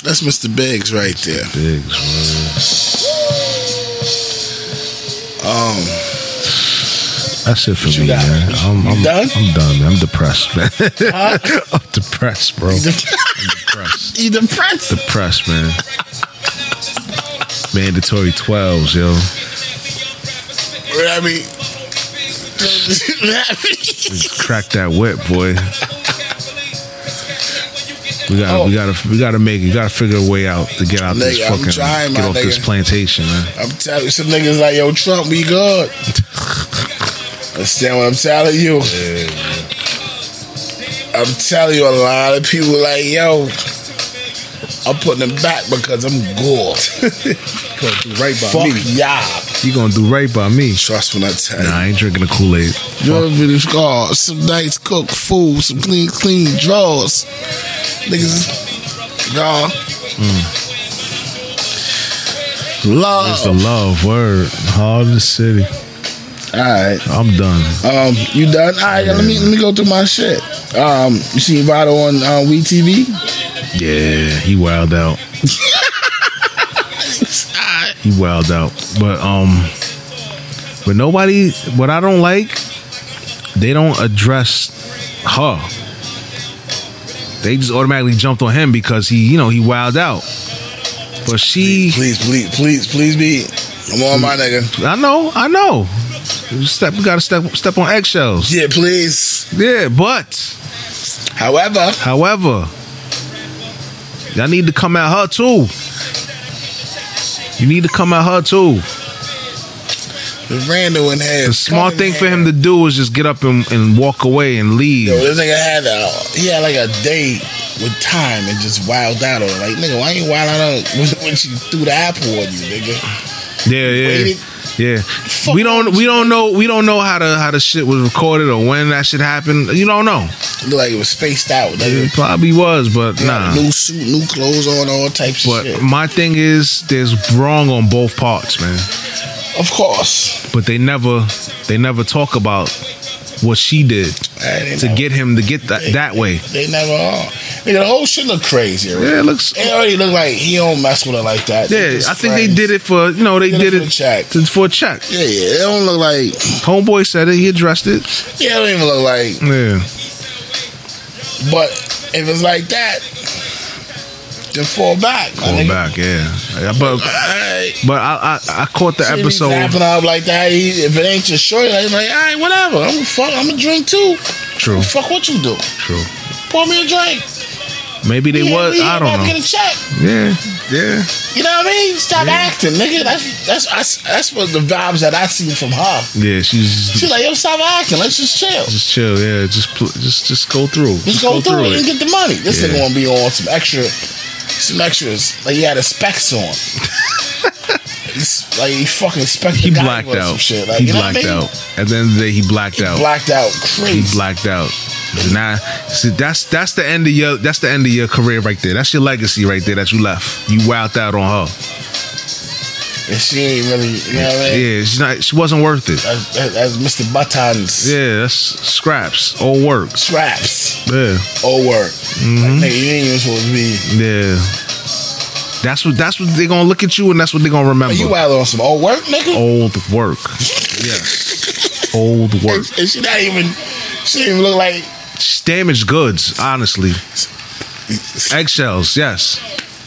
That's Mr. Biggs right there.
Biggs,
Um,
That's it for me,
got?
man. I'm, I'm,
done?
I'm done, man. I'm depressed, man. I'm depressed, bro. I'm depressed.
you depressed?
Depressed, man. Mandatory 12s, yo.
I mean,
Crack that whip, boy. We gotta, we gotta, we gotta make, we gotta figure a way out to get out this
Nigga, Oh. I'm
fucking,
trying,
get
my
off this
nigga.
plantation, man.
I'm telling you, some niggas like yo Trump, we good. Understand what I'm telling you? I'm telling you, a lot of people like yo. I'm putting them back because I'm good.
Gonna do right by
Fuck
me.
y'all.
You gonna do right by me?
Trust when I tell
Nah, I ain't drinking the Kool Aid.
you. Your British God, some nice cooked food, some clean, clean drawers. Niggas, nah.
It's the
Love.
love word. Hard in the city.
All right.
I'm done.
Um, you done? All right, let me let me go through my shit. Um, you see Vado on uh, We TV?
Yeah, he wild out. he wild out. But um but nobody what I don't like, they don't address her. They just automatically jumped on him because he, you know, he wild out. But she
Please, please, please, please be. Come on, my nigga.
I know, I know. Step we gotta step step on eggshells.
Yeah, please.
Yeah, but
However,
However, y'all need to come at her too. You need to come at her too.
with Randall in here.
The smart thing for him to do is just get up and, and walk away and leave.
Yo, this nigga had a he had like a date with time and just wild out on it. Like nigga, why you wild out on when, when she threw the apple on you, nigga?
yeah, yeah.
waited.
Yeah. We don't we don't know we don't know how the how the shit was recorded or when that shit happened. You don't know.
Looked like it was spaced out.
It
Nigga.
probably was, but Mm-hmm.
Got
nah.
a New suit, new clothes on, all types of
But
shit.
my thing is there's wrong on both parts, man.
Of course.
But they never they never talk about what she did to get him to get that, that way.
They never are. Nigga, the whole shit look crazy. Right?
Yeah, it looks
It already look like he don't mess with her like that. They
Yeah,
just
I think they
friends.
did it for you know they
Did it
did
for
it
a check.
to- for a check.
Yeah, yeah. It don't look like.
Homeboy said it. He addressed it.
Yeah, it don't even look like.
Yeah,
But if it's like that, then fall back. my
going
nigga.
back. Yeah, Yeah, but
Alright.
but I I, I caught the
Shit be
episode.
Zapping up like that. He, if it ain't your shorty, like, like all right, whatever. I'm gonna fuck. I'm gonna drink too.
True,
Fuck what you do.
true.
Pour me a drink.
Maybe they
Yeah,
was.
we
I
about
don't
to
know.
Get a check.
Yeah, yeah.
You know what I mean? Stop acting, nigga. That's that's that's, that's what the vibes that I seen from her.
Yeah, she's
She's like, yo, stop acting. Let's just chill.
just chill. Yeah, just pl- just just go through.
Just go, through, it and get the money. This
Yeah.
nigga gonna be on some extra, some extras. Like he had a specs on. He's like he fucking spec.
He
the guy
blacked
with some
out.
Shit. Like,
he
you know what
blacked
I mean?
out. At the end of the day, he blacked out.
Blacked out. Crazy.
He blacked out. Nah, see, that's that's the end of your that's the end of your career right there. That's your legacy right there that you left. You wowed out on her.
and she ain't really, you know what I
Yeah,
mean?
she's not. She wasn't worth it.
That's, that- that's Mr. Buttons.
Yeah, that's scraps. Old work.
Straps.
Yeah,
Or work.
Mm-hmm.
Like, nigga, you ain't even supposed to be.
yeah. That's what. That's what they're gonna look at you, and that's what they're gonna remember.
But you out on some old work, nigga?
Old work. Yes. Old work.
And she not even, she didn't even look like,
It's damaged goods, honestly. Eggshells, yes.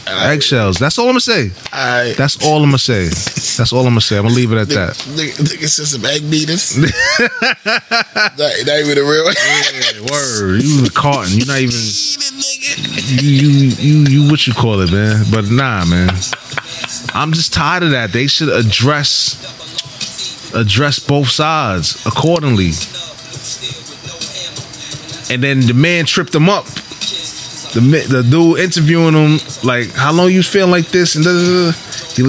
Eggshells. That's all I'm gonna say.
alright.
That's all I'm gonna say. That's all I'm gonna say. I'm gonna leave it at
Nigga,
that.
nigga, nigga sent some egg beaters. not, not even a real.
Word, you was caught and you're not even. You, you, you, you, what you call it, man? But nah, man. I'm just tired of that. They should address, address both sides accordingly. And then the man tripped him up. The mi- the dude interviewing him, like, how long you feeling like this? And da, da, da.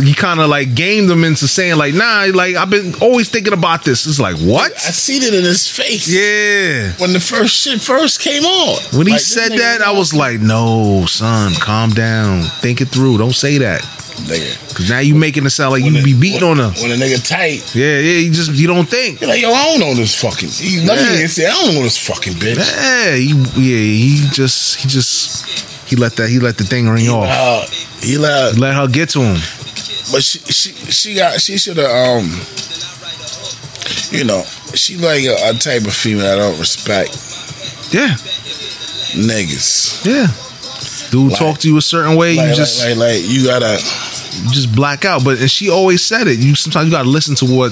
he, he kind of like gamed him into saying, like, nah, like I've been always thinking about this. It's like, what?
I seen it in his face.
Yeah.
When the first shit first came on.
When he
Like, this
said
nigga-
that, I was like, "No, son, calm down. Think it through. Don't say that,
Nigga.
because now you making it sound like you
When
be
the-
beating
when-
on her.
When a nigga tight,
Yeah, yeah. You just you don't think.
you're like, yo, I don't know this fucking. He lucky
Yeah.
he didn't say, I don't know this fucking bitch.
Yeah, you, yeah. He just he just he let that he let the thing ring off.
Uh, he loud,
Let her get to him.
but she she she got she should have um, you know, she like a, a type of female I don't respect
Yeah,
niggas.
yeah. Dude,
Like-
talk to you a certain way.
Like,
you
like,
just
like like you gotta
you just black out. But and she always said it. You sometimes you gotta listen to what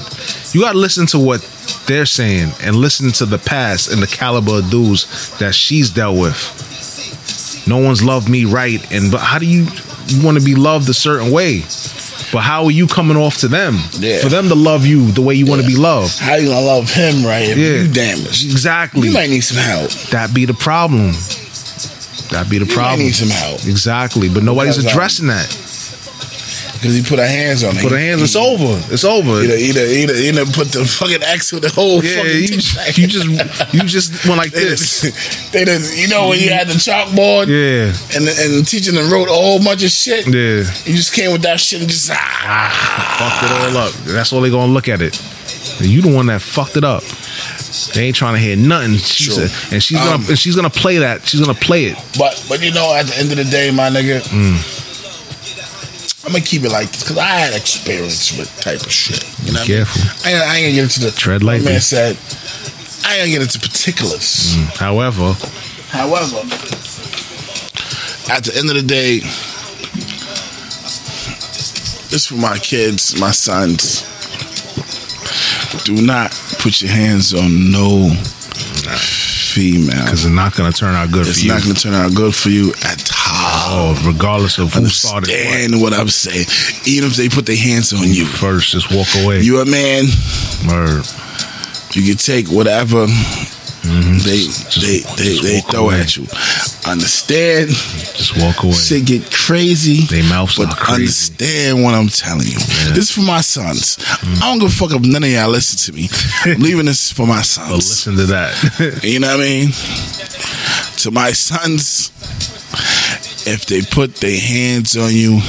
you gotta listen to what they're saying and listen to the past and the caliber of dudes that she's dealt with. No one's loved me right, and but how do you you want to be loved a certain way? But how are you coming off to them
Yeah.
for them to love you the way you want to be loved?
how you gonna love him right if
Yeah.
you damaged.
Exactly.
You might need some help.
that be the problem. That be the
You might
problem.
need some help
Exactly, but nobody's
Because, um,
addressing that.
because he put our hands on it.
Put her hands. It's over. It's over.
Either either either either put the fucking X with the whole
Yeah,
fucking.
you,
tic tac.
you just you just went like
They
this.
just, they just, you know, when you had the chalkboard
Yeah,
and and teaching them wrote a whole bunch of shit.
yeah.
You just came with that shit and just ah.
Fucked it all up. That's all they gonna look at it. And you the one that fucked it up. They ain't trying to hear nothing. She
True.
said, and she's
Um,
gonna and she's gonna play that. She's gonna play it.
But but you know, at the end of the day, my nigga,
Mm.
I'm gonna keep it like this because I had experience with type of shit. You know, what
Careful.
I, mean? I, ain't- I ain't gonna get into the
Tread
my
lightly.
Man said, I ain't gonna get into particulars.
However,
However, at the end of the day, this for my kids, my sons. Do not put your hands on no female.
because it's not gonna turn out good
It's
for you.
not going to turn out good for you at all.
oh, regardless of who started what.
Understand what I'm saying. Even if they put their hands on you,
first, just walk away.
you a man.
Word.
You can take whatever they they they,
Mm-hmm. just
they
walk
throw
away.
at you. Understand?
just walk away.
Shit get crazy.
They mouths
But
are crazy.
understand what I'm telling you. This is for my sons. I don't give a fuck if none of y'all listen to me. I'm leaving this for my sons.
But listen to that.
You know what I mean? To my sons, if they put their hands on you,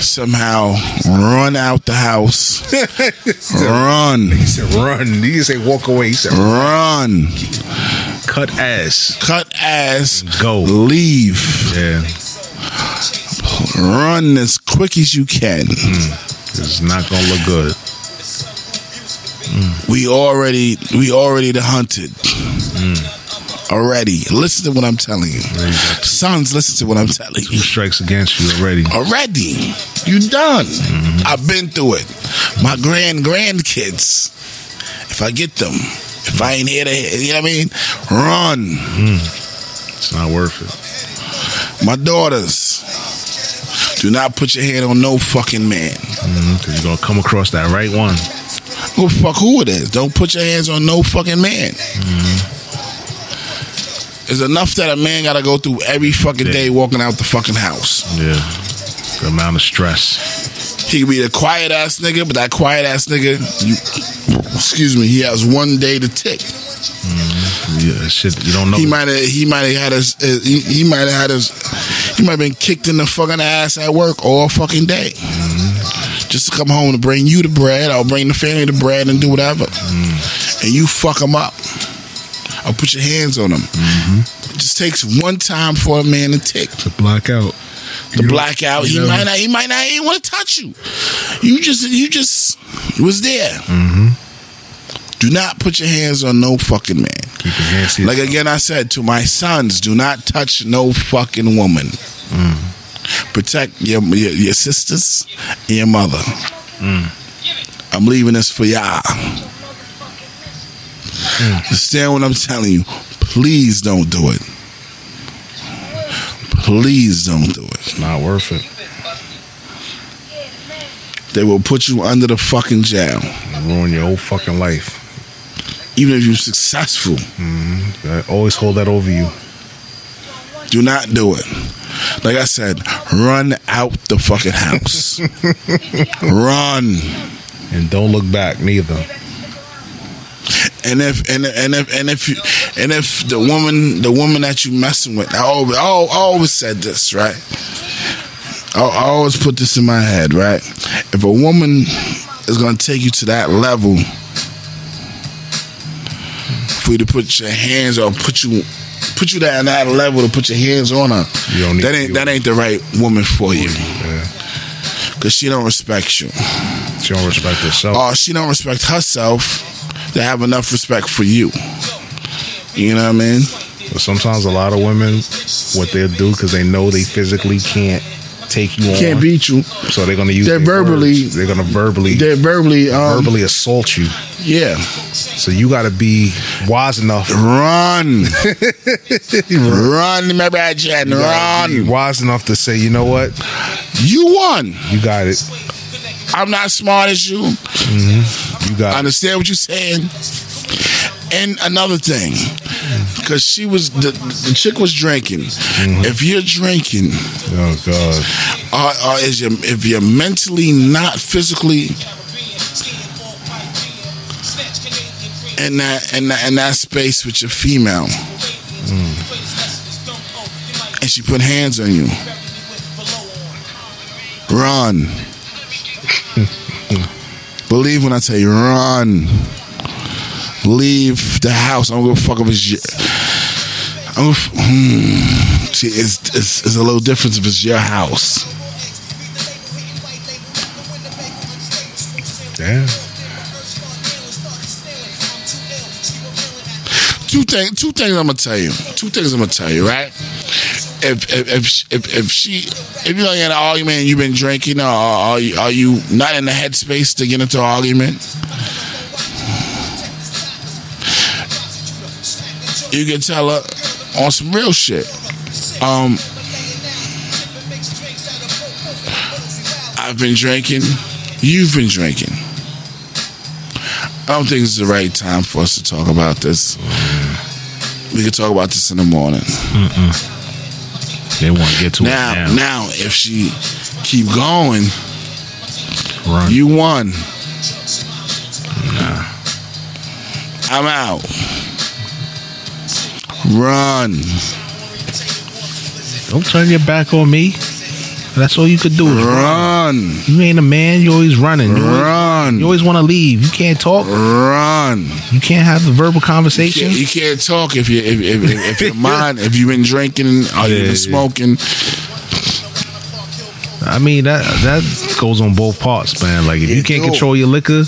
somehow run out the house. run,
said, "Run." He didn't say, "Walk away." He said,
run,
"Cut ass."
cut ass,
Go.
leave,
Oh. Yeah,
run as quick as you can.
it's not gonna look good.
We already, we already the hunted. Already, listen to what I'm telling you, sons. Listen to what I'm telling you.
Two strikes against you already.
already. You done. I've been through it. My grand grandkids, if I get them, if I ain't here to, you know what I mean? Run.
It's not worth it.
My daughters, do not put your hand on no fucking man.
Because Mm-hmm, you're going to come across that right one.
Who the fuck who it is? Don't put your hands on no fucking man. It's enough that a man gotta go through every fucking
Yeah.
day walking out the fucking house.
Yeah. The amount of stress.
He could be the quiet ass nigga, but that quiet ass nigga, you, excuse me, he has one day to tick.
Yeah, shit, you don't know.
He might have. He might have had his. Uh, he he might have had his. He might have been kicked in the fucking ass at work all fucking day. just to come home to bring you the bread or bring the family the bread and do whatever. And you fuck them up or put your hands on them. It just takes one time for a man to tick.
to block out.
The blackout. He
you know-
might not. He might not even want to touch you. You just. You just was there.
Mm-hmm.
Do not put your hands on no fucking man.
Keep your hands to
Like
yourself.
again, I said to my sons, do not touch no fucking woman. Protect your, your your sisters and your mother. I'm leaving this for y'all. Understand what I'm telling you? Please don't do it. Please don't do it.
not worth it.
They will put you under the fucking jail,
Ruin your whole fucking life.
even if you're successful.
I always hold that over you.
Do not do it. Like I said, run out the fucking house. run.
And don't look back neither.
And if and and if and if you, and if the woman the woman that you messing with, I always, I al- I always said this right. I, I always put this in my head, right? If a woman is gonna take you to that level for you to put your hands on, put you put you down that level to put your hands on her,
You don't need
that
to-
ain't that ain't the right woman for you
Yeah.
because she don't respect you.
She don't respect herself.
Oh, she don't respect herself to have enough respect for you. You know what I mean?
But sometimes a lot of women, what they'll do because they know they physically can't take you on.
Can't beat you.
So they're gonna use.
They're
their
verbally-
words. They're gonna verbally.
They verbally, um,
verbally assault you.
yeah.
So you gotta be wise enough.
Run, run, my bad, Jen.
You gotta be
Run.
wise enough to say, you know what,
You won.
you got it.
I'm not smart as you.
You
I
got it.
understand what you're saying. And another thing, because she was the, the chick was drinking. If you're drinking,
Oh god.
or, or is your if you're mentally not physically in that in that, in that space with your female, and she put hands on you, run. Believe when I tell you, run. Leave the house. I'm gonna fuck up his. I'm gonna, f- hmm. See, it's, it's, it's a little difference if it's your house.
Damn.
two things. Two things I'm gonna tell you. Two things I'm gonna tell you. Right? If if if sh- if, if she if you're like in an argument, and you've been drinking, or are you, are you not in the headspace to get into an argument? You can tell her on some real shit. Um, I've been drinking. You've been drinking. I don't think it's the right time for us to talk about this. We can talk about this in the morning.
They want to get to
Now,
it now.
now, if she keep going,
Run.
you won. I'm out. Run.
Don't turn your back on me. That's all you could do. is run.
Run.
You ain't a man. You always running. You always, you
Run.
always want to leave. You can't talk.
Run.
You can't have the verbal
You
conversation.
can't, you can't talk if you if, if, if, if your mind if you've been drinking or you've
Yeah, yeah.
been smoking.
I mean that that goes on both parts, man. Like if you
It
can't
do.
control your liquor,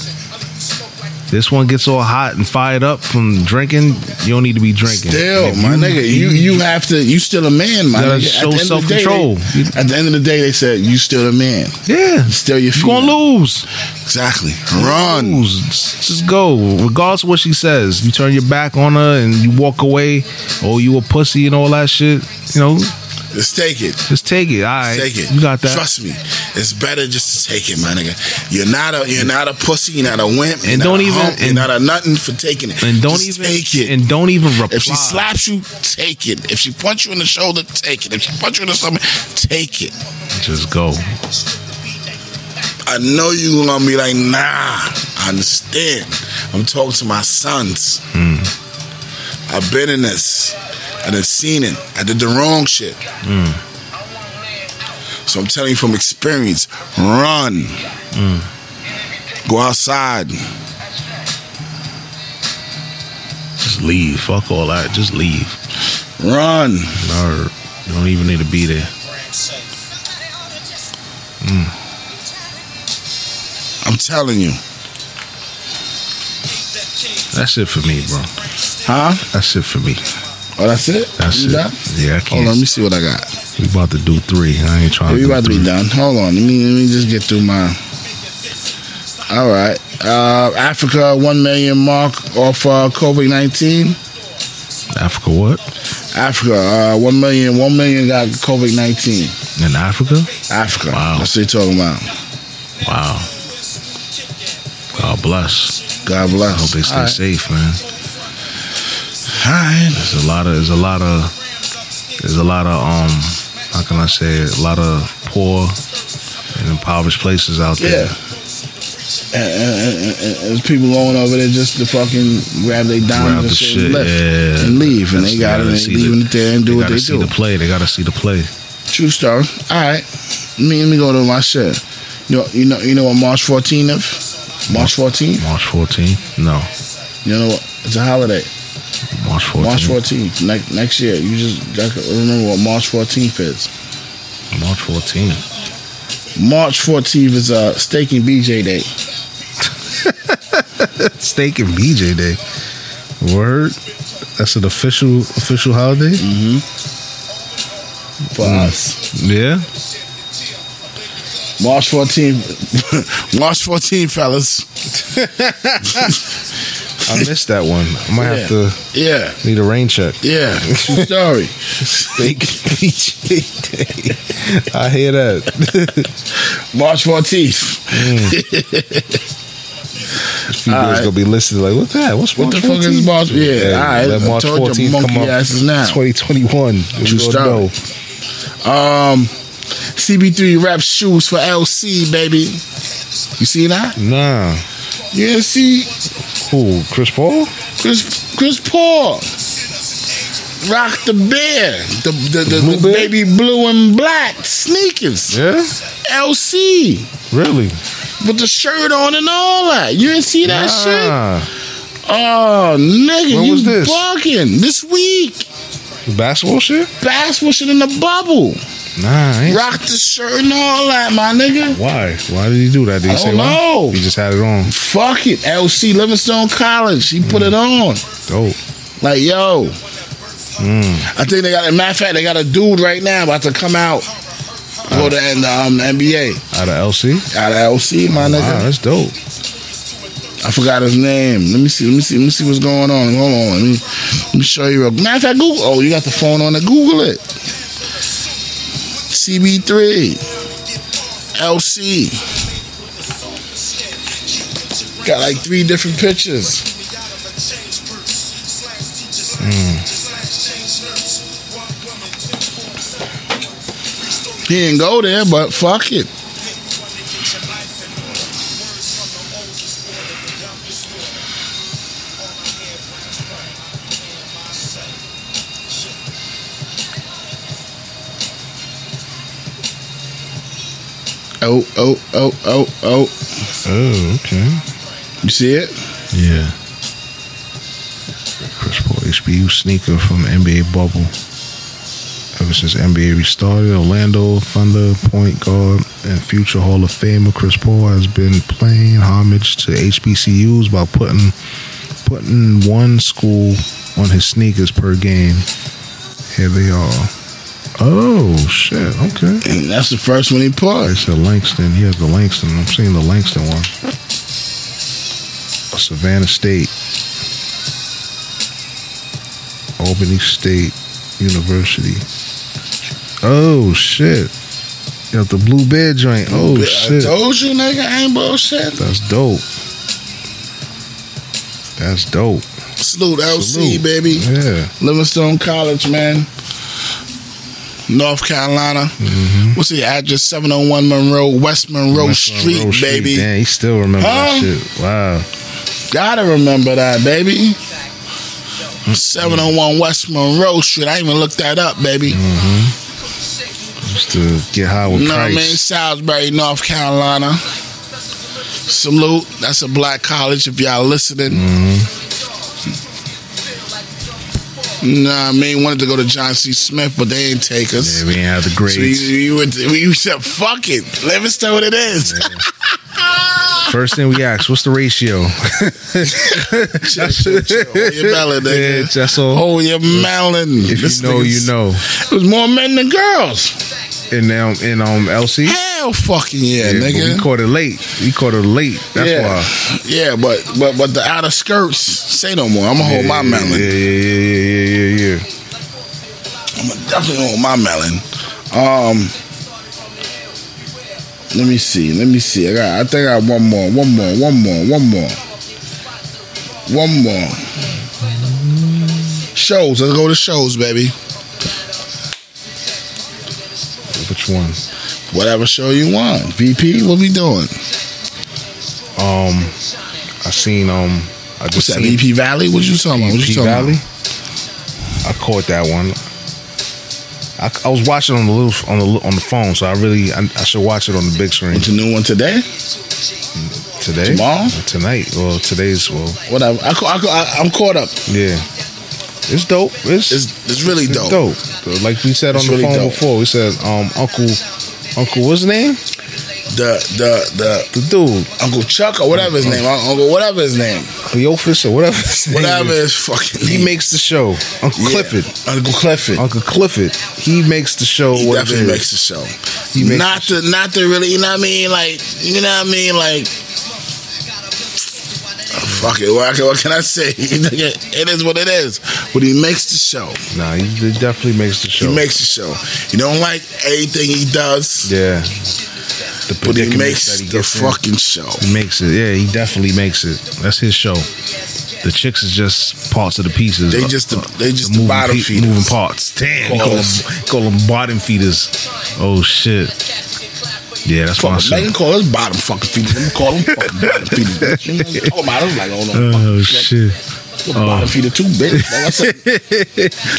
this one gets all hot and fired up from drinking. You don't need to be drinking.
Still,
If
my nigga, you you have to. You still a man, my
You gotta
nigga.
show
end of the day,
self-control.
they- At the end of the day, they said you still a man.
yeah,
Still your
you gonna
female.
lose.
Exactly. Run.
Lose. Just just go. Regardless of what she says, you turn your back on her and you walk away. Oh, you a pussy and all that shit. You know,
Let's take it.
just take it. All right,
Take it.
You got that.
Trust me. It's better just to take it, my nigga. You're not a you're not a pussy. You're not a wimp. You're
And
not
don't
a
even-
hump, you're
and-
not a nothing for taking it.
and don't
Just
even
take it.
and don't even reply.
if she slaps you, take it. If she punch you in the shoulder, take it. If she punch you in the stomach, take it.
just go.
I know you gonna be like, nah, I understand. I'm talking to my sons.
Hmm.
I've been in
Hmm.
this. I done seen it. I did the wrong shit. So I'm telling you from experience, run.
Hmm.
Go outside.
Just leave. Fuck all that. Just leave.
Run.
No, you don't even need to be there.
I'm telling you.
That's it for me, bro.
Huh?
That's it for me.
Oh, that's it?
That's
You
it.
done?
Yeah, I can't.
Hold on, let me see what I got.
We about to do three. I ain't trying
Yeah, we
to do
Oh, about to
three.
be done. Hold on. Let me let me just get through my. All right. Uh, Africa one million mark off uh, COVID nineteen.
Africa what?
Africa uh, one million one million got COVID nineteen.
In Africa?
Africa.
Wow.
That's what you're talking about.
Wow. God bless.
God
I
bless.
hope they stay
All right.
safe, man.
All right.
There's a lot of there's a lot of there's a lot of um how can I say it? a lot of poor and impoverished places out there.
Yeah. And, and, and, and, and people going over there just to fucking grab their
Grab
dimes
the
and shit, and
shit,
left
yeah.
and leave, and
That's-
they got
gotta
it. and They
see
leaving
the-
it there and
They
do what
gotta
they
see
do.
the play. They gotta see the play.
True story. All right. Me let me go to my shit. You know, you know, you know what March 14th of? March 14th?
March 14th? No,
You know what? It's a holiday.
March 14th.
March 14th. Next next year. You just got to remember what March 14th is.
March 14th.
March 14th is uh, Steak and BJ Day.
Steak and BJ Day. Word. That's an official official holiday.
For us.
Yeah.
March 14th. March 14th, fellas.
I missed that one. I might
Yeah.
have to
Yeah.
need a rain check.
Yeah. True story.
Steak and BJ Day. I hear that.
March 14th.
few
All
girls
right.
gonna be listening like, what's that? What's
What
March
the fuck is
14th?
March- yeah, all right,
let
I
March
told you,
14th come
monkey
up.
asses now.
2021.
True
You
story.
gonna know.
Um, CB3 rap shoes for LC, baby. You see that?
Nah.
Yeah, see?
Who? Chris Paul?
Chris Chris Paul. Rock the bear. The, the, the,
Blue
the
bear?
baby blue and black sneakers.
Yeah.
LC
Really?
with the shirt on and all that. You didn't see that shit?
nah.
Oh, nigga,
When
you
was this?
bugging. This week.
Basketball shit?
Basketball shit in the bubble.
Nah. I ain't-
Rock the shirt and all that, my nigga.
Why? Why did he do that? Did he
I
say
don't
why?
know.
He just had it on.
Fuck it. LC Livingstone College. He put it on.
Dope.
Like, yo. I think they got, a matter of fact, they got a dude right now about to come out. Go to and, um, the NBA.
Out of LC.
Out of LC, my
Wow,
nigga.
that's dope.
I forgot his name. Let me see. Let me see. Let me see what's going on. Hold on. Let me, let me show you. real- Matter of fact, Google. Oh, you got the phone on it. Google it. CB3. LC. Got like three different pictures. Hmm. He didn't go there, but fuck it. Oh, oh, oh, oh, oh.
Oh, okay.
You see it?
Yeah. Chris Paul HBU sneaker from NBA bubble. Ever since NBA restarted, Orlando Thunder point guard and future Hall of Famer Chris Paul has been paying homage to HBCUs by putting putting one school on his sneakers per game. Here they are. Oh shit! Okay,
And that's the first one he
they
paused.
said Langston. He has the Langston. I'm seeing the Langston one. Savannah State, Albany State University. Oh shit! Got the blue bed joint. Oh shit!
I told you, nigga, I ain't bullshit.
That's dope. That's dope.
Salute LC,
Salute.
baby.
Yeah.
Livingstone College, man. North Carolina. What's the address? 701 Monroe, West Monroe
Mm-hmm. West
Street,
Monroe
baby.
Damn, he still remember
Huh?
that shit. Wow.
Gotta remember that, baby.
Mm-hmm.
701 West Monroe Street. I even looked that up, baby.
Used to get high with
You know what I mean?
Christ.
Salisbury, North Carolina. Salute. That's a black college if y'all listening.
Mm-hmm.
You know what I mean? Wanted to go to John C. Smith, but they ain't take us.
Yeah, we didn't have the
so you,
grades.
you, went- you said, fuck it. Let us know what it is.
First thing we asked, what's the ratio?
Hold your melon,
Yeah,
nigga.
that's all.
Hold your melon.
If
This
you know,
nigga's-
you know.
It was more men than girls.
And now, and um, LC.
Hell fucking yeah,
Yeah, but
nigga.
We caught it late. We caught it late. That's
yeah.
why.
Yeah, but but but the outer skirts. Say no more. I'm gonna hold my melon.
Yeah, yeah, yeah, yeah, yeah, yeah.
I'm gonna definitely hold my melon. Um, let me see. Let me see. I got. I think I got one more. One more. One more. One more. One more. Shows. Let's go to shows, baby.
Which one?
Whatever show you want. VP. What we doing?
Um, I seen um, I
What's
just
that?
seen E
VP Valley. What you talking about? What you
P
talking
Valley.
about?
I caught that one. I, I was watching on the little, on the li- on the phone, so I really I, I should watch it on the big screen
What's the new one today?
today,
tomorrow?
Or tonight, well today's well,
Whatever. I, ca- I, ca- I, I'm caught up.
yeah. It's dope. It's
It's it's really
it's
dope.
dope. Like we said on
It's
the
really
phone
dope.
before, we said um Uncle Uncle what's his name?
The the the
The dude
Uncle Chuck or whatever his name. Uncle whatever his name.
Cleophas or whatever. His name
Whatever
is.
his fucking name.
He makes the show. Uncle
Yeah.
Clifford.
Uncle Clifford.
Uncle Clifford. He makes the show.
He
what it is.
definitely makes the show.
He makes
not
the
to not to really, you know what I mean? Like, you know what I mean? Like, fuck it. What, what can I say? it is what it is. But he makes the show.
Nah, he he definitely makes the show.
He makes the show. You don't like everything he does,
yeah. The
but he
predicaments
makes
that he
the
gets in.
fucking show.
He makes it. Yeah, he definitely makes it. That's his show. The chicks is just parts of the pieces. Uh,
They just the, they just the
moving,
bottom
pe-
feeders.
moving parts. Damn, he call
Parts.
them, call them bottom feeders. Oh shit. Yeah, that's my
Fuck,
show.
Megan call us bottom fucking feeders. Let me call them fucking bottom feeders. bitch. You know what I'm talking about? I was like, oh no,
Oh
fuck that.
shit.
Your
Oh.
bottom feeder too, bitch. Like I said,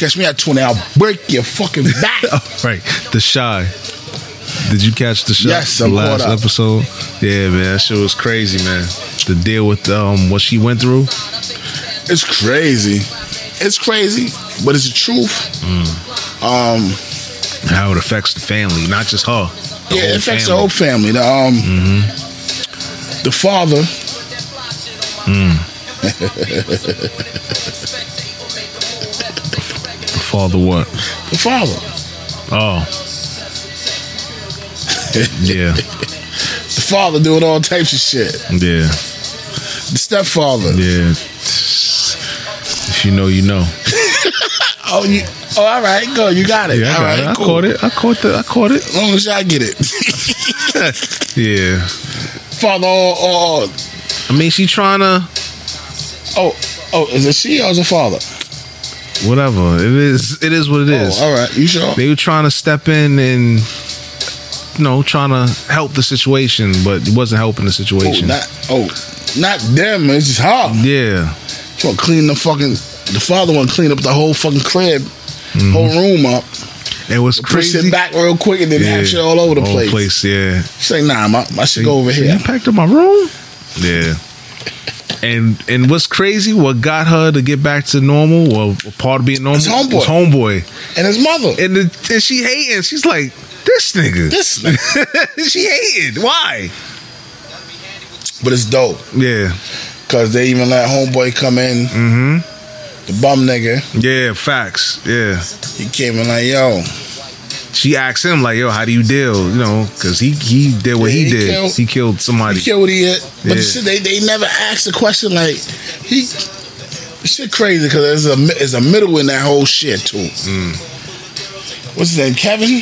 catch me at 20, I'll break your fucking back.
Right, the shy. Did you catch the show?
Yes,
the
I'm
last
caught up.
episode. Yeah, man, that shit was crazy, man. The deal with um, what she went through.
It's crazy. It's crazy, but it's the truth.
Mm.
Um,
and How it affects the family, not just her. The
yeah, it affects the
family. Mm-hmm.
whole family. The, um, the father.
The father, what?
The father.
Oh, yeah,
The father doing all types of shit.
yeah,
The stepfather.
yeah. If you know, you know.
Oh, you. Oh, all right. Go. You got it.
Yeah, I,
all
got
right.
it. I
cool.
caught it. I caught the. I caught it.
As long as y'all get it.
Yeah.
father. Oh, oh,
I mean, she trying to.
oh, oh. Is it she or is it father?
Whatever. It is. It is what it is.
Oh, all right. You sure?
they were trying to step in and you know trying to help the situation but it wasn't helping the
Oh,
situation
not. Oh, not them. It's just her.
yeah
She want to clean the fucking. The father want to clean up the whole fucking crib, whole room up,
it was
push
crazy
it back real quick, and then
Yeah.
have shit all over the place.
yeah
She like, nah, my, my shit go over
So
here.
you packed up my room yeah and and what's crazy what got her to get back to normal or part of being normal
It's homeboy.
was homeboy
And his mother.
and, the, and she hating she's like this nigga
this,
she hated why
but it's dope
yeah
because they even let homeboy come in. Mm-hmm. The bum nigga,
yeah facts yeah
he came in like, yo,
she asked him like, "Yo, how do you deal?" You know, because he he did what
Yeah,
he,
he
did.
killed-
he killed somebody.
you care what he is. But
Yeah.
the shit, they they never asked the question like he. Shit crazy because there's a mi- there's a middle in that whole shit too.
Mm.
What's his name? Kevin,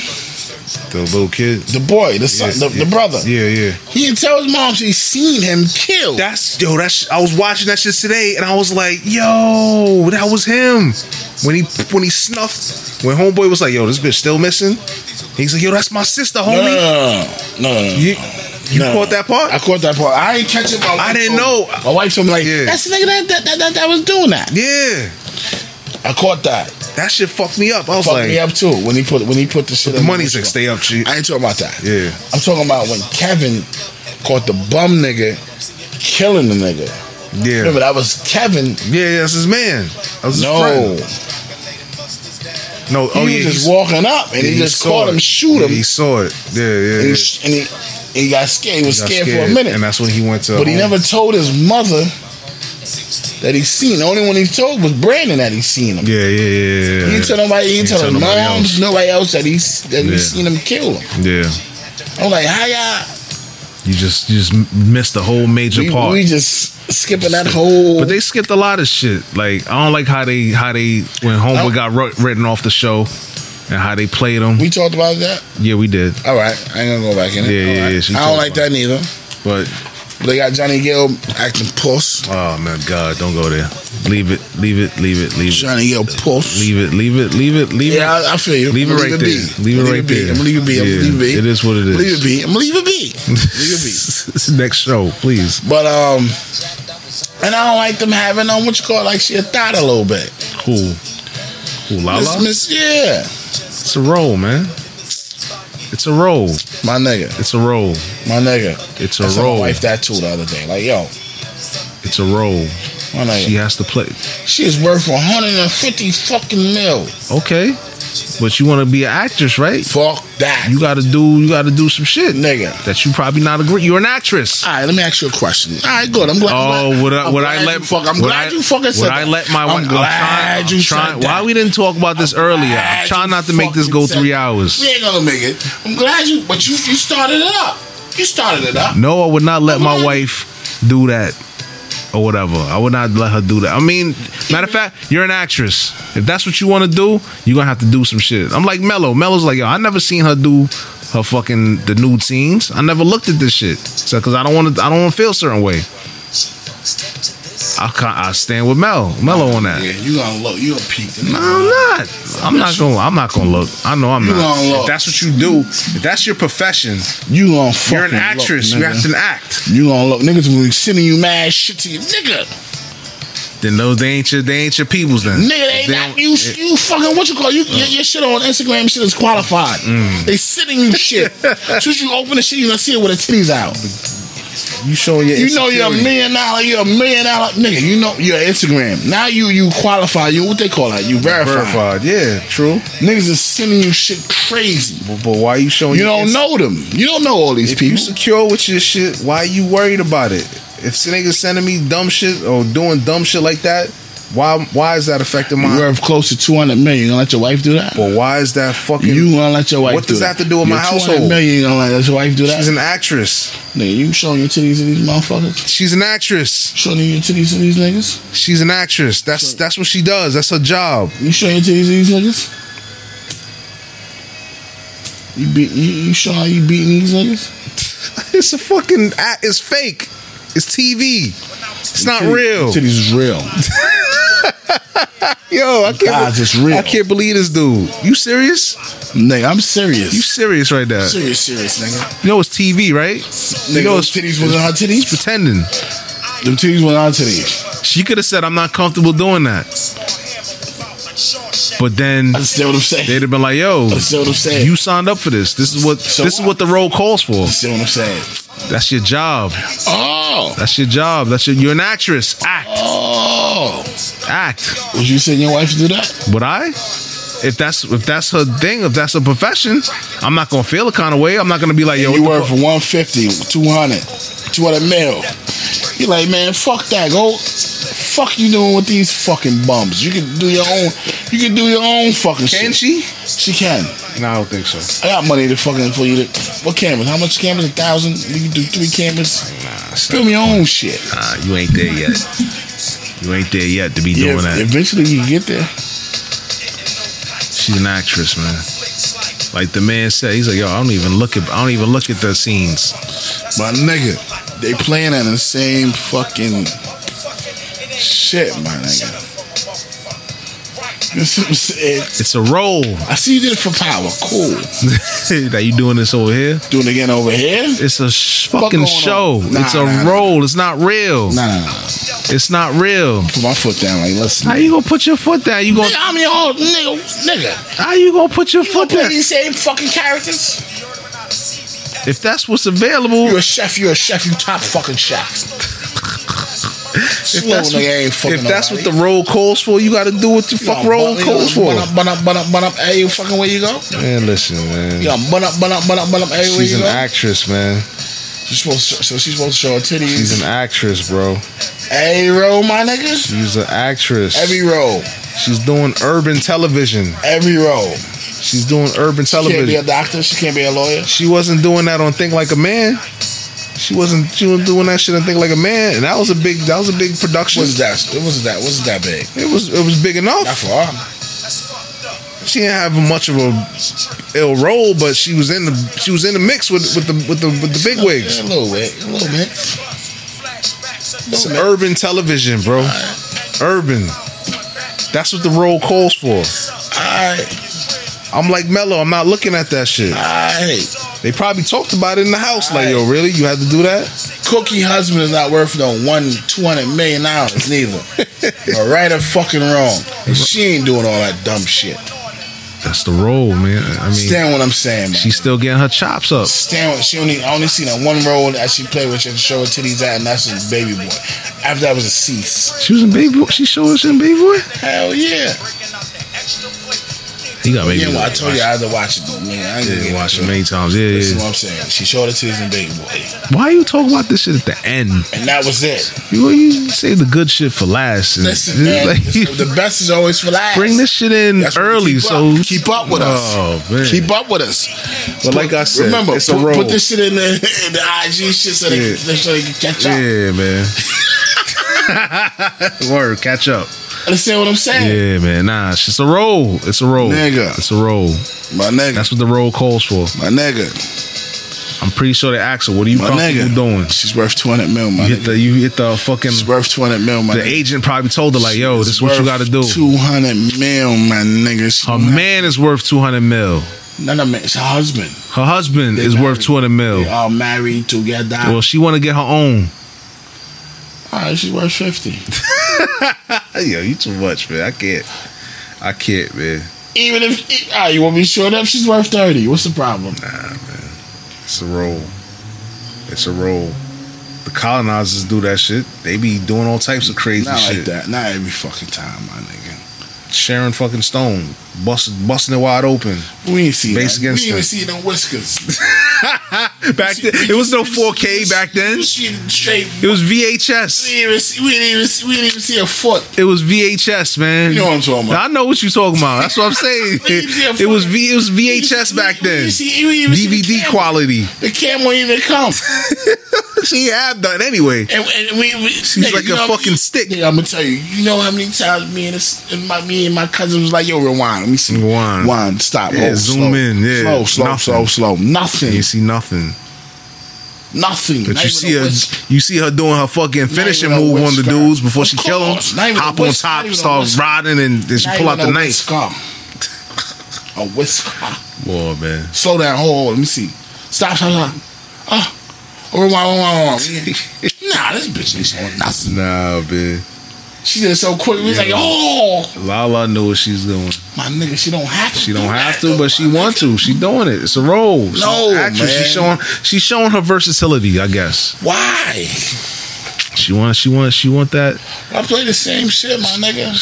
the little kid.
the boy, the son, the, the brother.
Yeah, yeah.
He didn't tell his mom she seen him killed.
That's yo. That's I was watching that shit today, and I was like, "Yo, that was him." When he when he snuffed, when homeboy was like, "Yo, this bitch still missing," he's like, "Yo, that's my sister,
no,
homie."
no, no, no, no, no, no.
You, you
No.
caught that part?
I caught that part. I ain't catch it. My wife
didn't
told-
know.
My wife told me like,
Yeah.
"That's the nigga that that, that, that, that was doing that."
yeah,
I caught that.
That shit fucked me up. I was
Fucked
like,
me up too when he put when he put the shit.
The
in
money's like stay up, G.
I ain't talking about that.
Yeah.
I'm talking about when Kevin caught the bum nigga killing the nigga.
Yeah,
Remember that was Kevin.
yeah, yeah. That's his man. That was his
No,
friend. no.
he
Oh
was
yeah,
just
he-
walking up and
yeah,
he, just
saw
caught
it.
him, shoot
Yeah,
him,
he saw it. Yeah, yeah. yeah.
and, sh- and he he got scared. He was
He got
scared, for a minute,
and that's when he went to.
but he
home.
never told his mother that he seen. The only one he told was Brandon that he seen him.
Yeah, yeah, yeah. yeah,
He
yeah.
didn't tell nobody. He didn't tell
tell
his
nobody
moms,
else.
nobody else that he's that he
Yeah.
seen him kill him.
yeah,
I'm like, how y'all?
you just you just m- missed the whole major
We,
part.
we just skipping that whole.
But they skipped a lot of shit. Like I don't like how they how they when Homewood got wr- written off the show and how they played him.
we talked about that.
yeah, we did.
All right, I ain't gonna go back in it.
Yeah,
All
yeah,
right.
yeah, she
I
talked
don't like
about
that neither.
But
But they got Johnny Gill acting puss.
oh man, God, don't go there. Leave it, leave it, leave it, leave it,
Johnny Gill puss.
leave it, leave it, leave it, leave
yeah,
it.
I, I feel you.
Leave it
I'ma
right there.
be.
Leave it
I'ma
right there.
I'm leave it be. I'm
Yeah,
leave it be.
it is what it is.
Leave it be. I'm leave it be. leave it be.
Next show, please.
But um, and I don't like them having on what you call like she a thought a little bit.
Who? Who?
Miss,
Lala.
miss, yeah,
It's a roll, man. It's a roll.
my nigga,
It's a roll.
my nigga.
It's
I
a
saw my
roll.
wife that too the other day. Like yo,
It's a roll.
my
She
nigga,
has to play.
she is worth 150 fucking mil.
Okay, but you want to be an actress, right?
Fuck that,
You got to do. You got to do some shit
nigga.
that you probably not agree. You're an actress.
All right, let me ask you a question. All right, good. I'm glad. I'm
Oh,
glad-
would I,
I'm
would
glad
I let?
You fuck, I'm
would
glad
I-
you fucking said
Would
that.
I let my?
I'm
wife-
glad
I'm
you
trying,
said that.
Why we didn't talk about this earlier? I'm
glad
trying
you
not to make this
fucking
go
said
three
that.
hours.
We ain't gonna make it. I'm glad you, but you you started it up. You started it up.
No, I would not let my
Okay.
wife do that or whatever. I would not let her do that. I mean, matter of fact, you're an actress. If that's what you want to do, you're gonna have to do some shit. I'm like Mello. Mello's like, yo, I never seen her do her fucking the nude scenes. I never looked at this shit. So, cause I don't want to. I don't want to feel a certain way. I can I stand with Mel. Mello on that.
Yeah, you gonna look. You gonna peek.
No, I'm not. I'm not gonna. I'm not gonna look. I know I'm
You
not.
gonna look.
If that's what you do, if that's your profession,
You gonna fucking
you're an actress.
Look,
you
nigga.
have to act.
You gonna look. Niggas will be sending you mad shit to your nigga.
Then those they ain't your they ain't your peoples then.
Nigga, they,
If
not
don't- Mm.
you.
if-
you fucking what you call you? your, your shit on Instagram shit is qualified.
Mm.
They sending you shit. As you open the shit, you gonna see it with the titties out.
you showing your
You know you're a
insecurity.
million dollar, you're a million dollar nigga. You know your Instagram. Now you you qualify. You what they call that? You verify.
verified. Yeah, true.
Niggas is sending you shit crazy.
But, but why you showing?
You
your
don't
ins-
know them. You don't know all these
If you
people.
secure with your shit, why you worried about it? If niggas sending me dumb shit or doing dumb shit like that, why why is that affecting
You're
my?
worth close to two hundred million. You gonna let your wife do that?
But why is that fucking?
You gonna let your wife?
What
do
does that have to do with
You're
my
200
household?
million, You gonna let your wife do that?
she's an actress.
Nigga, you showing your titties to these motherfuckers?
She's an actress.
Showing your titties to these niggas?
She's an actress. That's that's what she does. That's her job.
You showing your titties to these niggas? You beat you, you showing how you beating these niggas?
It's a fucking. act- It's fake. It's TV. It's not real.
Your titties is real.
Yo, I can't.
Guys, it's real.
I can't believe this dude. You serious?
nigga, I'm serious.
You serious right there?
serious, serious, nigga.
You know it's TV, right?
Nigga,
you know it's
those titties wasn't her
He's
titties.
pretending.
Them titties wasn't her titties.
She could have said, "I'm not comfortable doing that," but then
I understand what I'm saying.
they'd have been like, "Yo,
Understand what I'm saying.
you signed up for this. This is what
So
this is
what?
what the role calls for.
understand what I'm saying.
That's your job.
Oh,
That's your job. That's your. You're an actress. Act,
oh.
act.
Would you send your wife to do that?
Would I? If that's if that's her thing, if that's her profession, I'm not gonna feel a kind of way. I'm not gonna be like, "Yo,
you
what the
worth 150, 200, 200 mil. You like, man, fuck that. Go, fuck you doing with these fucking bums. You can do your own. You can do your own fucking
fuck?" Can
shit.
she?
She can.
No, I don't think so.
I got money to fucking for you to. What cameras? How much cameras? A thousand? You can do three cameras. Film your own shit.
Nah, you ain't there yet. You ain't there yet to be
Yeah,
doing that.
Eventually, you get there.
She's an actress, man. Like the man said, he's like, yo, I don't even look at, I don't even look at the scenes.
My nigga, they playing on the same fucking shit, my nigga. You see what I'm saying?
It's a role
I see you did it for power. Cool.
that you doing this over here.
Doing it again over here?
It's a sh-
Fuck
fucking
going on?
show.
Nah,
it's a
nah, nah.
role. It's not real.
Nah, nah, nah.
It's not real.
Put my foot down. Like, listen.
How you gonna put your foot down? You gonna
Nigga, I'm your old nigga. Nigga.
how you gonna put your foot
Play
down?
these same fucking characters.
If that's what's available,
You a chef. You a chef. You top fucking chef.
if
Slow
that's, what,
nigga ain't fucking
if that's what
nobody.
the role calls for, you gotta do what the fuck
You
role
bun-
calls
you
for.
Bun up, bun up, bun up, bun up. Every fucking way you go.
Man, listen, man.
You got bun up, bun up, bun up, bun up. Everywhere
She's
you
an
go.
actress, man.
She's supposed to, so she's supposed to show her titties.
She's an actress, bro.
Every row, my niggas.
She's an actress.
Every row,
She's doing urban television.
every row.
She's doing urban
She can't be
television.
a doctor. She can't be a lawyer.
She wasn't doing that on Think Like a Man. She wasn't. She wasn't doing that shit on Think Like a Man, and that was a big. That was a big production.
Was that? Was that? Was that big?
It was. It was big enough.
Not far.
she didn't have much of a ill role, but she was in the she was in the mix with with the with the with the big
Yeah,
wigs.
a little bit. A little bit.
It's urban television, bro. Urban. That's what the role calls for.
All right.
I'm like Mello. I'm not looking at that shit.
All right.
They probably talked about it in the house. Like, yo, really? You had to do that?
Cookie husband is not worth no one two hundred million dollars neither. or right or fucking wrong. And she ain't doing all that dumb shit.
That's the role, man. I mean,
Understand what I'm saying, man.
she's still getting her chops up.
Stand with, she only I only seen that one role that she played with and show her titties at, and that's in Baby Boy. After that was a cease.
She was in Baby Boy. She showed us in Baby Boy.
Hell yeah.
He got Baby
Yeah, well, I
Boy.
told you I had to watch it though, man. I ain't gonna
Yeah,
get
watch
into
it many times. Yeah,
This is
yeah.
what I'm saying. She showed her titties in Baby Boy,
Why you talking about this shit at the end?
and that was it.
You, you save the good shit for last. And
Listen,
just
man,
like-
the best is always for last.
bring this shit in
That's what we
early,
keep
so
up. keep up with us.
Oh man,
Keep up with us.
But like I said,
remember
it's a
put,
roll.
put this shit in the, in the IG shit so they,
Yeah.
so they can catch up.
yeah, man. Word, catch up.
Understand what I'm saying?
Yeah, man. Nah, it's just a roll. It's a roll.
Nigga.
It's a roll.
My nigga,
That's what the roll calls for.
my nigga,
I'm pretty sure they asked her, what are you comfortable doing?
She's worth 200 mil, my
You hit the you hit the fucking
She's worth 200 mil, my
the
nigga.
agent probably told her like, yo, this is what
Worth
you gotta do.
200 mil, my nigga. She-
Her man is worth two hundred mil.
No, no, man. It's her husband.
Her husband
They
is worth
married.
two hundred mil.
They all married together.
Well, she wanna get her own.
all right, she's worth 50.
Yo, you too much, man. I can't. I can't, man.
Even if, e, all right, you want me to show it up? She's worth 30. What's the problem?
It's a roll. It's a roll. The colonizers do that shit. They be doing all types of crazy
Not
shit.
like that. Not every fucking time, my nigga.
Sharon fucking Stone, busting, busting it wide open.
We ain't see
Base
that. We
against
ain't even
her.
see no whiskers.
back then, it was no 4K back then.
She straight.
It was
We
VHS.
didn't even see, we didn't even see, we didn't even see a foot.
It was VHS, man.
You know what I'm talking about.
I know what you talking about. That's what I'm saying.
We didn't see a
it was
foot.
v, it was
We didn't
VHS
see-
back
we didn't
then.
see- we didn't even see the
DVD
camera.
quality.
The camera won't even come.
She had done anyway.
And, and we, we she's
like a fucking stick.
I'm gonna tell you. You know how many times me and, this, and my me and my cousin was like, "Yo, rewind. Let me see.
Rewind.
Rewind. Stop.
Yeah,
oh,
zoom
slow.
in. Yeah,
Slow. Slow.
nothing.
Slow. Slow. Nothing.
You see nothing.
nothing.
But
Not
you
even
see
a
her,
whisk-
you see her doing her fucking
even
finishing
a
move on the
whisker.
dudes before
Of
she kill them.
course, not even
Hop
a
on
whisk- not
top,
even a
start
whisker.
riding, and then she
not
pull out
even
the
a
knife.
Whisker. a whisker.
Whoa, man!
Slow down. Hold. on. Let me see. Stop. Stop. Stop. Oh. Rewind. Rewind. Rewind. nah, this bitch ain't showing nothing.
Nah, man.
She did it so quick. We was like, oh,
Lala knows what she's doing.
my nigga. She don't have to.
She don't
do
have
that,
to,
though,
but she
my
want to. She doing it. It's a role. She's
No,
an actress. She's showing.
man.
She's showing her versatility. I guess
nigga. Why?
she wants. She wants. She want that.
I play the same shit, my nigga.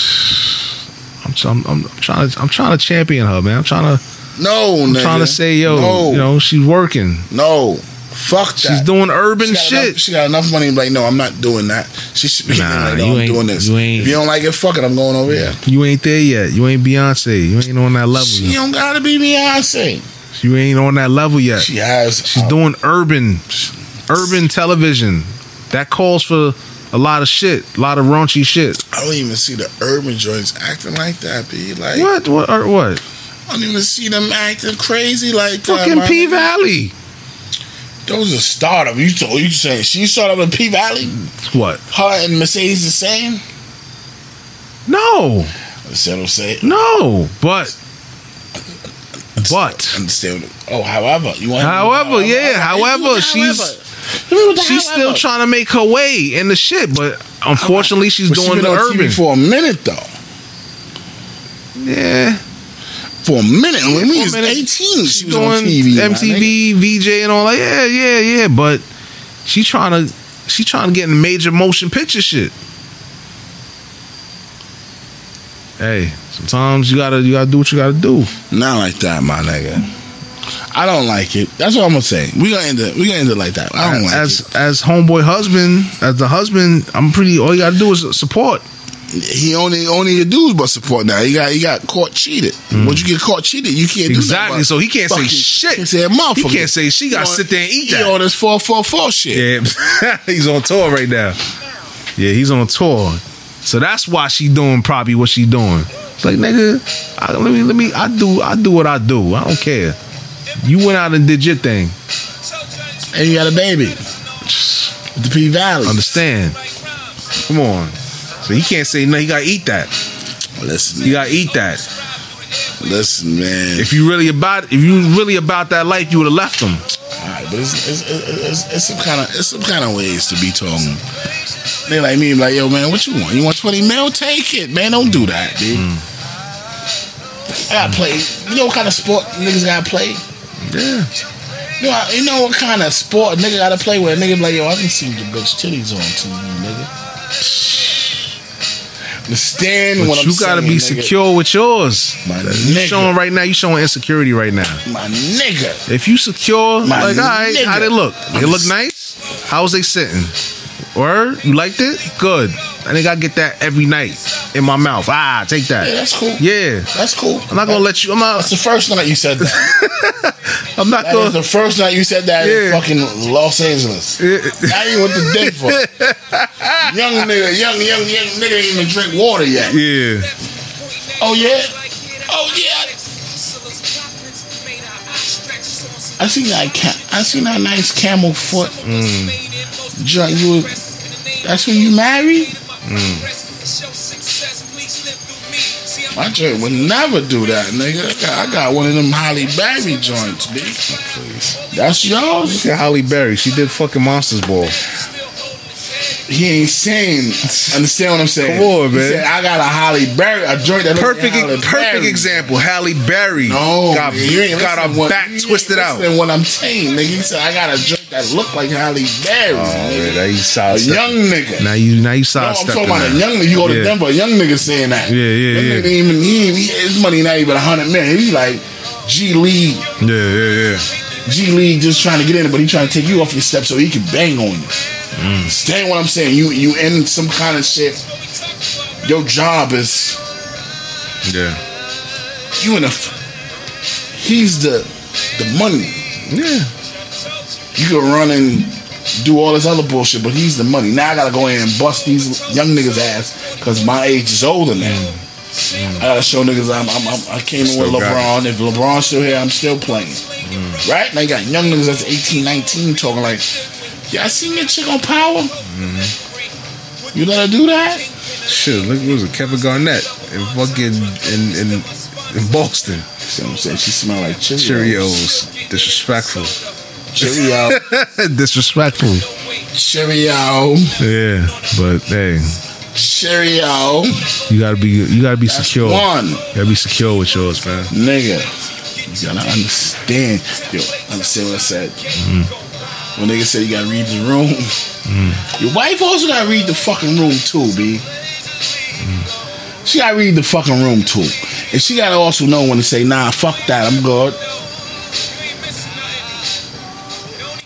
I'm. I'm, I'm trying to. I'm trying to champion her, man. I'm trying to.
No,
I'm
nigga.
trying to say, yo,
no,
you know, she's working.
no. Fuck that.
She's doing urban
She got
shit.
Enough, she got enough money. to be Like, no, I'm not doing that. She should be
Nah,
like, no,
you
I'm
ain't-
doing this.
you ain't-
If you don't like it, fuck it. I'm going over here.
You ain't there yet. You ain't Beyonce. You ain't on that level.
She
yet.
don't gotta be Beyonce.
You ain't on that level yet.
She has. uh,
She's doing urban, urban television. That calls for a lot of shit, a lot of raunchy shit.
I don't even see the urban joints acting like that. Be like,
What? What? Or what?
I don't even see them acting crazy like uh, that.
Fucking
my
P
nigga.
Valley.
Those are startup. You told you saying she started up in P Valley.
What?
Her and Mercedes the same.
No,
Understand what I'm saying?
no. But, but.
Understand? What, oh, however you want.
However, yeah, however, she's
What the hell
She's still
ever?
trying to make her way in the shit, but unfortunately, she's
But she
doing
been
the
on TV
urban.
for a minute though.
yeah,
For a minute, when we
For a
was
minute,
eighteen,
she's
she was
doing
on TV. my nigga.
MTV, VJ, and all that. Yeah, yeah, yeah. But she trying to, she trying to get in major motion picture shit. Hey, sometimes you gotta, you gotta do what you gotta do.
Not like that, my nigga. I don't like it. That's what I'm gonna say. We gonna end it. We gonna end it like that. I don't like
as as homeboy husband, as the husband, I'm pretty. All you gotta do is support.
it. He only only a dudes but support now. He got he got caught cheated. Once you get caught cheated, you can't do nothing
Mm. Exactly.
but
So he can't say
fucking-
shit.
Can't say a motherfucker.
He can't say she gotta
on-
sit there and eat
He
that.
on this four four four shit.
Yeah, he's on tour right now. Yeah, he's on tour. So that's why she doing probably what she doing. It's like nigga, I, let me let me. I do I do what I do. I don't care. You went out and did your thing.
And you got a baby. With the P Valley.
Understand? Come on. So he can't say no. He gotta eat that.
Listen,
You gotta eat that.
listen, man.
If you really about if you really about that life, you would have left him.
All right, but it's it's, it's, it's, it's some kind of it's some kind of ways to be talking. They like me, like yo, man, what you want? You want twenty mil? Take it, man. Don't do that, dude.
Mm.
I gotta play. You know what kind of sport niggas gotta play?
Yeah.
You know, you know what kind of sport a nigga gotta play where a nigga be like, yo, I can see the bitch titties on TV, nigga. Understand
But
what I'm
you gotta
saying,
be
nigga.
secure with yours.
My
You
nigga.
showing right now. You showing insecurity right now.
my nigga.
If you secure,
My
like, all right,
nigga.
how they look? They look nice. How's they sitting? Or you liked it? Good. I think I get that every night in my mouth. Ah, take that.
Yeah, that's cool.
Yeah.
That's cool.
I'm not gonna let you. I'm
That's
not.
the first night you said that.
I'm not
That was
gonna.
the first night you said that in
Yeah.
fucking Los Angeles. Now you went to Denver. young nigga, young, young, young nigga ain't even drink water yet.
Yeah.
Oh yeah? Oh yeah. I seen that ca- I seen that nice camel foot. Joint, Mm. you were- that's when you married?
Mm.
My joint would never do that, nigga. I got, I got one of them Holly Berry joints, bitch. That's yours.
Holly Berry. She did fucking Monsters Ball.
He ain't saying. Understand what I'm saying?
Come on,
He
man.
said, I got a Holly Berry, a joint that look like
Perfect.
Halle
Perfect
Berry."
example. Halle Berry.
No,
Got,
man, you ain't
got
listening
her
what-
back
you ain't
twisted out.
listening what I'm saying, nigga. He said I got a joint that look like Holly Berry. nigga.
you
a
sidestepping.
young nigga.
Now you. Now you
No, I'm
sidestepping.
talking about a
that.
young nigga. You go to
Yeah.
Denver, a young nigga saying that.
Yeah, yeah,
That
yeah.
nigga ain't even, he, ain't- he, his money not even a hundred million. He like G League,
Yeah, yeah, yeah.
G League, just trying to get in, but he trying to take you off your step so he can bang on you. Understand what I'm saying? You you in some kind of shit. Your job is
Yeah.
you in the. f- He's the the money.
Yeah.
You can run and do all this other bullshit, but he's the money. Now I gotta go in and bust these young niggas' ass because my age is older now. I gotta show niggas I'm, I'm, I'm I came in with
Mm. Still got Mm.
LeBron. If LeBron's still here, I'm still playing. Right? Now you got young niggas that's 18, 19 talking like, yeah, I seen that chick on Power.
Mm-hmm.
You let her do that?
Shit, look, it was it Kevin Garnett in fucking in in, in Boston
See what I'm saying? She smell like Cheerios.
Cheerios. Disrespectful.
Cheerio.
Disrespectful.
Cheerio.
Yeah, but hey,
Cheerio.
you gotta be you gotta be
That's
secure.
one.
You gotta be secure with yours, man.
Nigga, you gotta understand. Yo, understand what I said.
Mm-hmm.
When nigga said you gotta read the room, your wife also gotta read the fucking room too, B. She gotta read the fucking room too. And she gotta also know when to say, nah, fuck that, I'm good.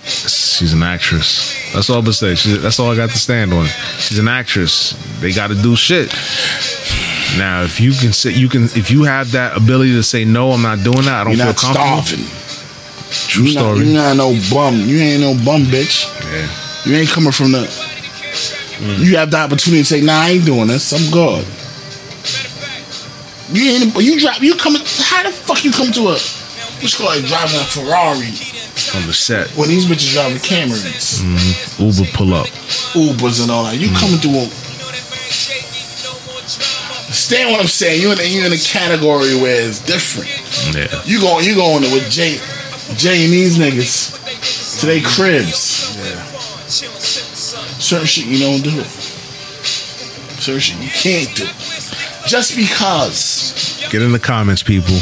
She's an actress. That's all I'm gonna say. She's, that's all I got to stand on. She's an actress. They gotta do shit. Now, if you can say you can, if you have that ability to say no, I'm not doing that. I don't
You're
feel
not
comfortable.
starving.
True
you not,
story.
you not no bum. You ain't no bum, bitch.
Yeah.
You ain't coming from the. You have the opportunity to say, "Nah, I ain't doing this. I'm good." You ain't. You drop. You coming? How the fuck you come to a? What's called like driving a Ferrari
On the set,
when these bitches driving Camrys,
Uber pull up.
Ubers, and all that. You coming to a? Understand what I'm saying? You in a, you in a category where it's different.
Yeah.
You going you going with Jay Jay and these niggas to they cribs. certain shit you don't do. Certain shit you can't do. Just because.
Get in the comments, people.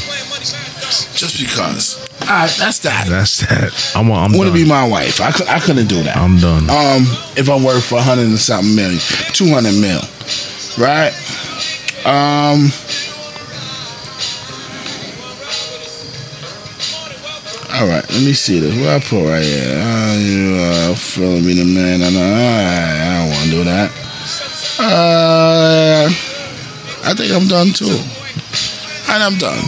Just because. All right, that's that.
That's that. I'm. I'm
Want
done.
to be my wife? I, cou- I couldn't do that.
I'm done.
Um, if I'm worth a hundred and something million, two hundred mil, right? Um, all right. Let me see this. What I put right here? Uh, you uh, feeling me the man? I know. I, I don't want to do that. Uh, I think I'm done too, and I'm done.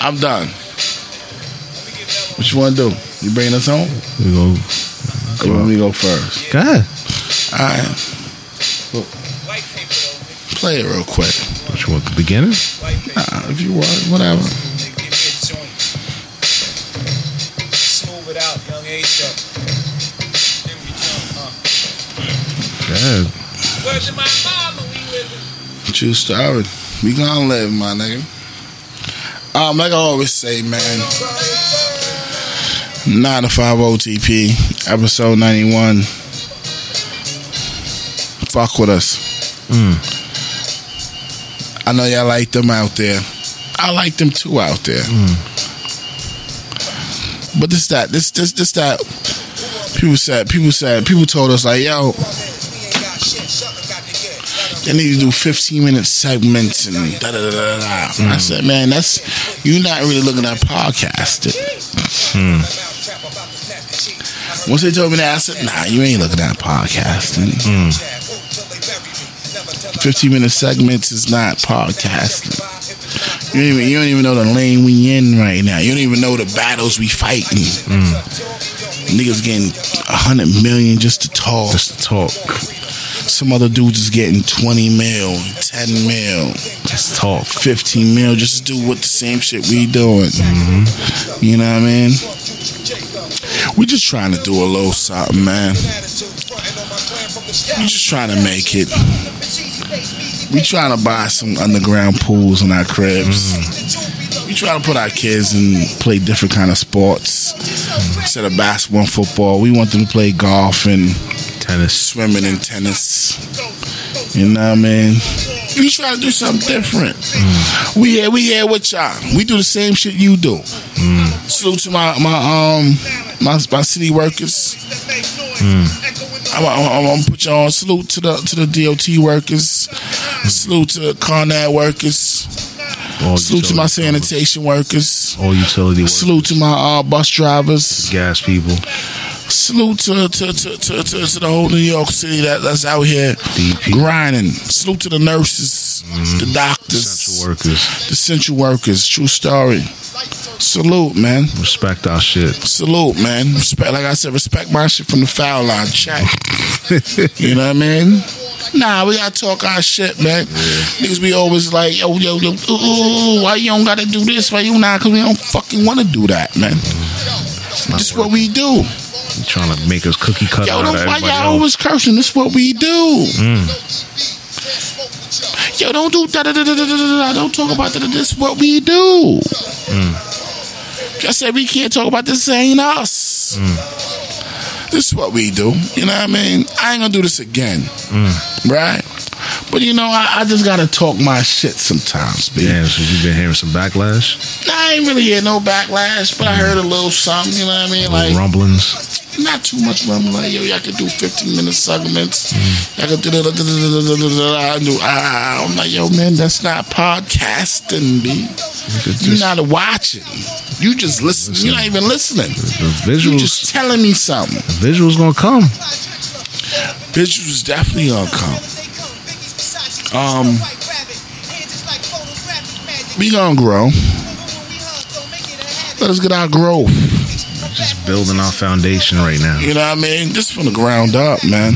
I'm done. What you want to do? You bringing us home?
we go.
Or you want me to go first?
Go ahead.
All right, play it real quick.
What you want? The beginning?
Nah, if you want, whatever.
Smooth it out, young age up. Here we come, uh.
Go ahead.
Where's my mama? We living.
True story. We gonna live, my nigga. Um, like I always say, man. 9 to 5 OTP, episode 91. Fuck with us. I know y'all like them out there. I like them too out there. But this that this this this that people said people said people told us like yo they need to do 15 minute segments and da da da da da. I said, man, that's you're not really looking at podcasting. Once they told me that, I said, nah, you ain't looking at podcasting. 15 minute segments is not podcasting. You don't, even, you don't even know the lane we in right now. You don't even know the battles we fighting. Niggas getting 100 million just to talk
Just to talk.
some other dudes is getting 20 mil, 10 mil,
Just talk.
15 mil just to do what the same shit we doing. You know what I mean? We just trying to do a little something, man. We just trying to make it. We trying to buy some underground pools in our cribs.
Mm-hmm.
We trying to put our kids and play different kind of sports instead of basketball and football. We want them to play golf and
Tennis.
swimming and tennis. You know what I mean? We try to do something different. We here, we here with y'all. We do the same shit you do. Salute to my my um my, my city workers. I'm, I'm, I'm gonna put y'all on. Salute to the to the DOT workers. Salute to the Carnat workers.
All
Salute to my
utility-
sanitation workers.
All utility work.
Salute to my uh, bus drivers.
Gas people.
Salute to to, to, to, to to the whole New York City that, that's out here
DP.
grinding. Salute to the nurses, the doctors,
Essential workers.
the essential workers. True story. Salute, man.
Respect our shit.
Salute, man. Respect, like I said, respect my shit from the foul line. Check. you know what I mean? Nah, we gotta talk our shit, man. Niggas be always like, yo, yo, yo, ooh, ooh, ooh, why you don't gotta do this? Why you not? Cause we don't fucking wanna do that, man. This what we do.
You trying to make us cookie cutter
Yo,
out of
don't, why
everybody
y'all
else. Mm.
always cursing? This what we do. Yo, don't do da da da da da da da. Don't talk about that. This what we do.
Mm.
I said we can't talk about this. Ain't us.
Mm.
This is what we do. You know what I mean? I ain't gonna do this again,
Mm.
right? But you know, I, I just gotta talk my shit sometimes, B.
Damn, so you've been hearing some backlash?
Nah, I ain't really hear no backlash, but I heard a little something. You know what I mean? Like
Rumblings?
not too much rum. Like yo, y'all could do fifteen minute segments. Y'all could do da da da da da da da. I do. ah, I'm like yo, man, that's not podcasting, b. You're not watching. You just listen. You're not even listening.
The
You
visuals.
just telling me something.
visuals gonna come.
Visuals definitely gonna come.
Um,
We gonna grow. Let us get our growth.
just
Building our foundation right now.
You know what I mean? Just from the ground up, man.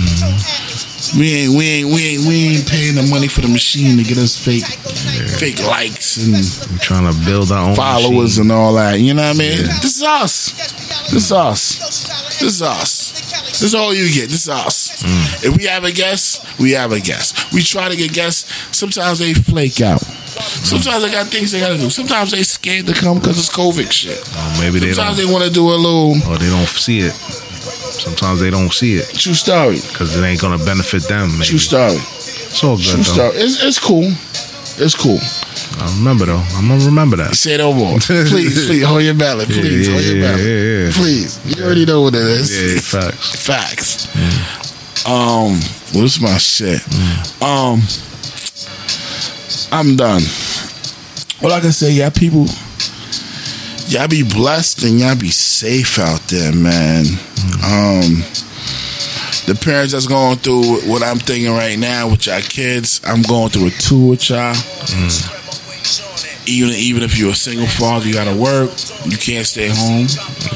We ain't, we ain't, we ain't, we ain't paying the money for the machine to get us fake, fake likes and
We're trying to build our own
followers
machine.
and all that. You know what I mean? This is us. This is us. This is us. This is all you get. This is us.
Mm.
If we have a guest, we have a guest. We try to get guests. Sometimes they flake out.
Mm.
Sometimes they got things they gotta do. Sometimes they scared to come because it's COVID shit.
Or maybe they
Sometimes
don't.
they want to do a little
Or they don't see it. Sometimes they don't see it
True story.
because it ain't gonna benefit them. Maybe.
True story.
It's all good
True
though.
story. It's, it's cool. It's cool.
I remember though. I'm gonna remember that.
Say no more. Please, please hold your ballot. Please
yeah,
hold your
yeah,
ballot.
yeah, yeah.
Please. You already know what it is.
Yeah, facts.
Facts. Um, what's my shit? Um, I'm done. All I can say, y'all people, y'all be blessed and y'all be safe out there, man. Um, the parents that's going through what I'm thinking right now with y'all kids, I'm going through it too with y'all even even if you're a single father, you gotta work. You can't stay home,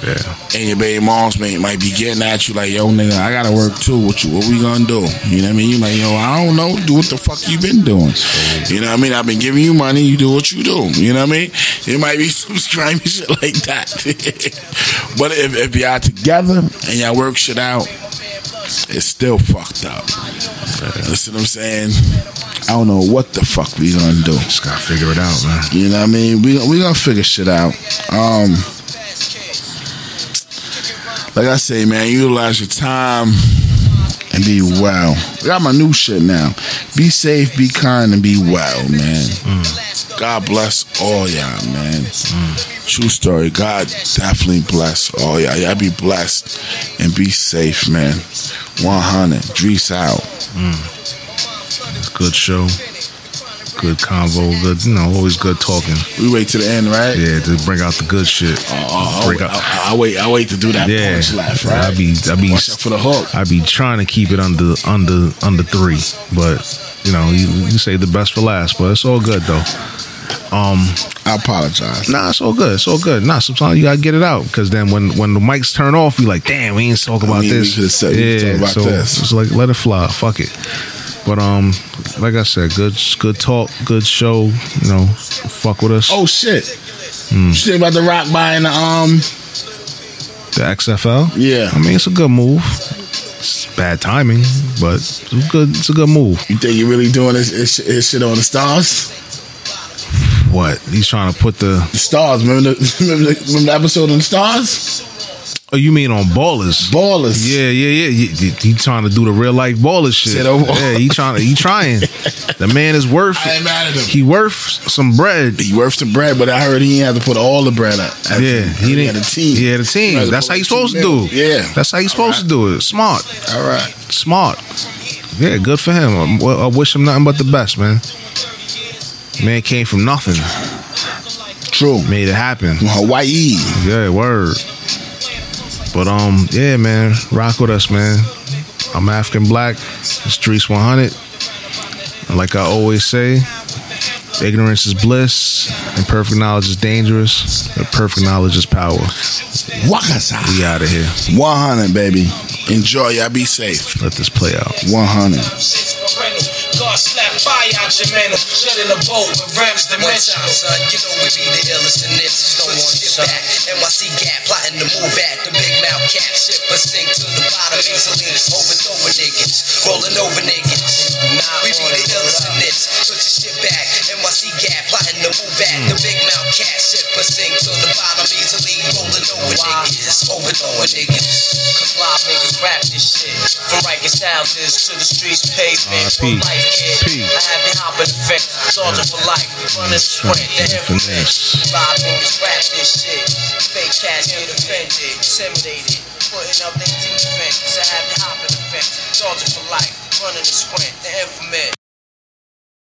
Yeah,
and your baby moms may might be getting at you like, "Yo, nigga, I gotta work too. What you? What we gonna do?" You know what I mean? You like, yo, I don't know. Do what the fuck you been doing? You know what I mean? I've been giving you money. You do what you do. You know what I mean? It might be some grimy shit like that. but if, if y'all together and y'all work shit out, it's still fucked up. Listen, what I'm saying, I don't know what the fuck we gonna do.
just gotta figure it out, man.
You know what I mean? We we gonna figure shit out. Um, like I say, man, utilize your time and be well. I got my new shit now. Be safe, be kind, and be well, man. God bless all y'all, man. True story. God definitely bless all y'all. Y'all be blessed and be safe, man. 100. Drees out.
It's a good show, good convo, good. You know, always good talking.
We wait to the end, right?
Yeah, to bring out the good shit.
Oh, I'll,
Break
wait,
up.
I'll, I'll wait. I'll wait to do that
Yeah,
punch laugh, right?
I be, I be,
Watch out for the hook.
I be trying to keep it under, under, under three. But you know, you, you say the best for last. But it's all good though. Um,
I apologize.
Nah, it's all good. It's all good. Nah, sometimes you gotta get it out because then when when the mics turn off, you like, damn, we ain't talk about
mean, we
this.
could've said we could talk about
so
this.
it's like let it fly. Fuck it. But um, like I said, good good talk, good show. You know, fuck with us.
Oh shit!
Hmm.
You think about the Rock buying the um?
The XFL.
Yeah.
I mean, it's a good move. It's bad timing, but it's a good. It's a good move.
You think you really doing this, this, this shit on the stars?
What he's trying to put the.
The stars. Remember the, remember the, remember the episode on the stars?
Oh, you mean on ballers?
Ballers.
Yeah, yeah, yeah. He, he- he trying to do the real life baller shit.
Said over.
Yeah, he trying to. He trying. the man is worth.
I ain't mad at him.
He worth some bread.
He worth the bread, but I heard he had to put all the bread up.
Yeah, he
he
didn't.
had a team.
He had a
He had
team.
to
That's
put
how you
two
supposed to do.
mil.
it.
Yeah.
that's how you supposed to do it. Smart,
All right.
smart. Yeah, good for him. I, well, I wish him nothing but the best, man. Man came from nothing,
True.
made it happen.
From Hawaii.
Yeah, word. But um, yeah, man, rock with us, man. I'm African Black. Streets 100. And like I always say, ignorance is bliss, and perfect knowledge is dangerous, but perfect knowledge is power.
Wakasa.
We out of here.
100, baby. Enjoy. Y'all be safe.
Let this play out.
100.
God slapped fire out your mantle, shut in a boat with Rams dementia.
son. You know we be the illest and this. Don't want shit back. NYC cat plotting to move at the big mouth cat. Ship but sink to the bottom easily. Overthrowing niggas, rolling over niggas. Nah, we be the illest and this. Put your shit back. NYC cat plotting to move at the big mouth cat. Ship but sink to the bottom easily. Rolling over niggas, overthrowing niggas.
Cause live niggas rap this shit. From Rikers houses to the streets pavement.
R.I.P.
From life, kid.
P.
I have the hopping effect. Soldier for life. Running the sprint. The infamous.
Finesse.
Live niggas rap this shit. Fake cats get offended. Intimidated. Putting up their defense. I have the hopping effect. Soldier for life. Running the sprint. The infamous.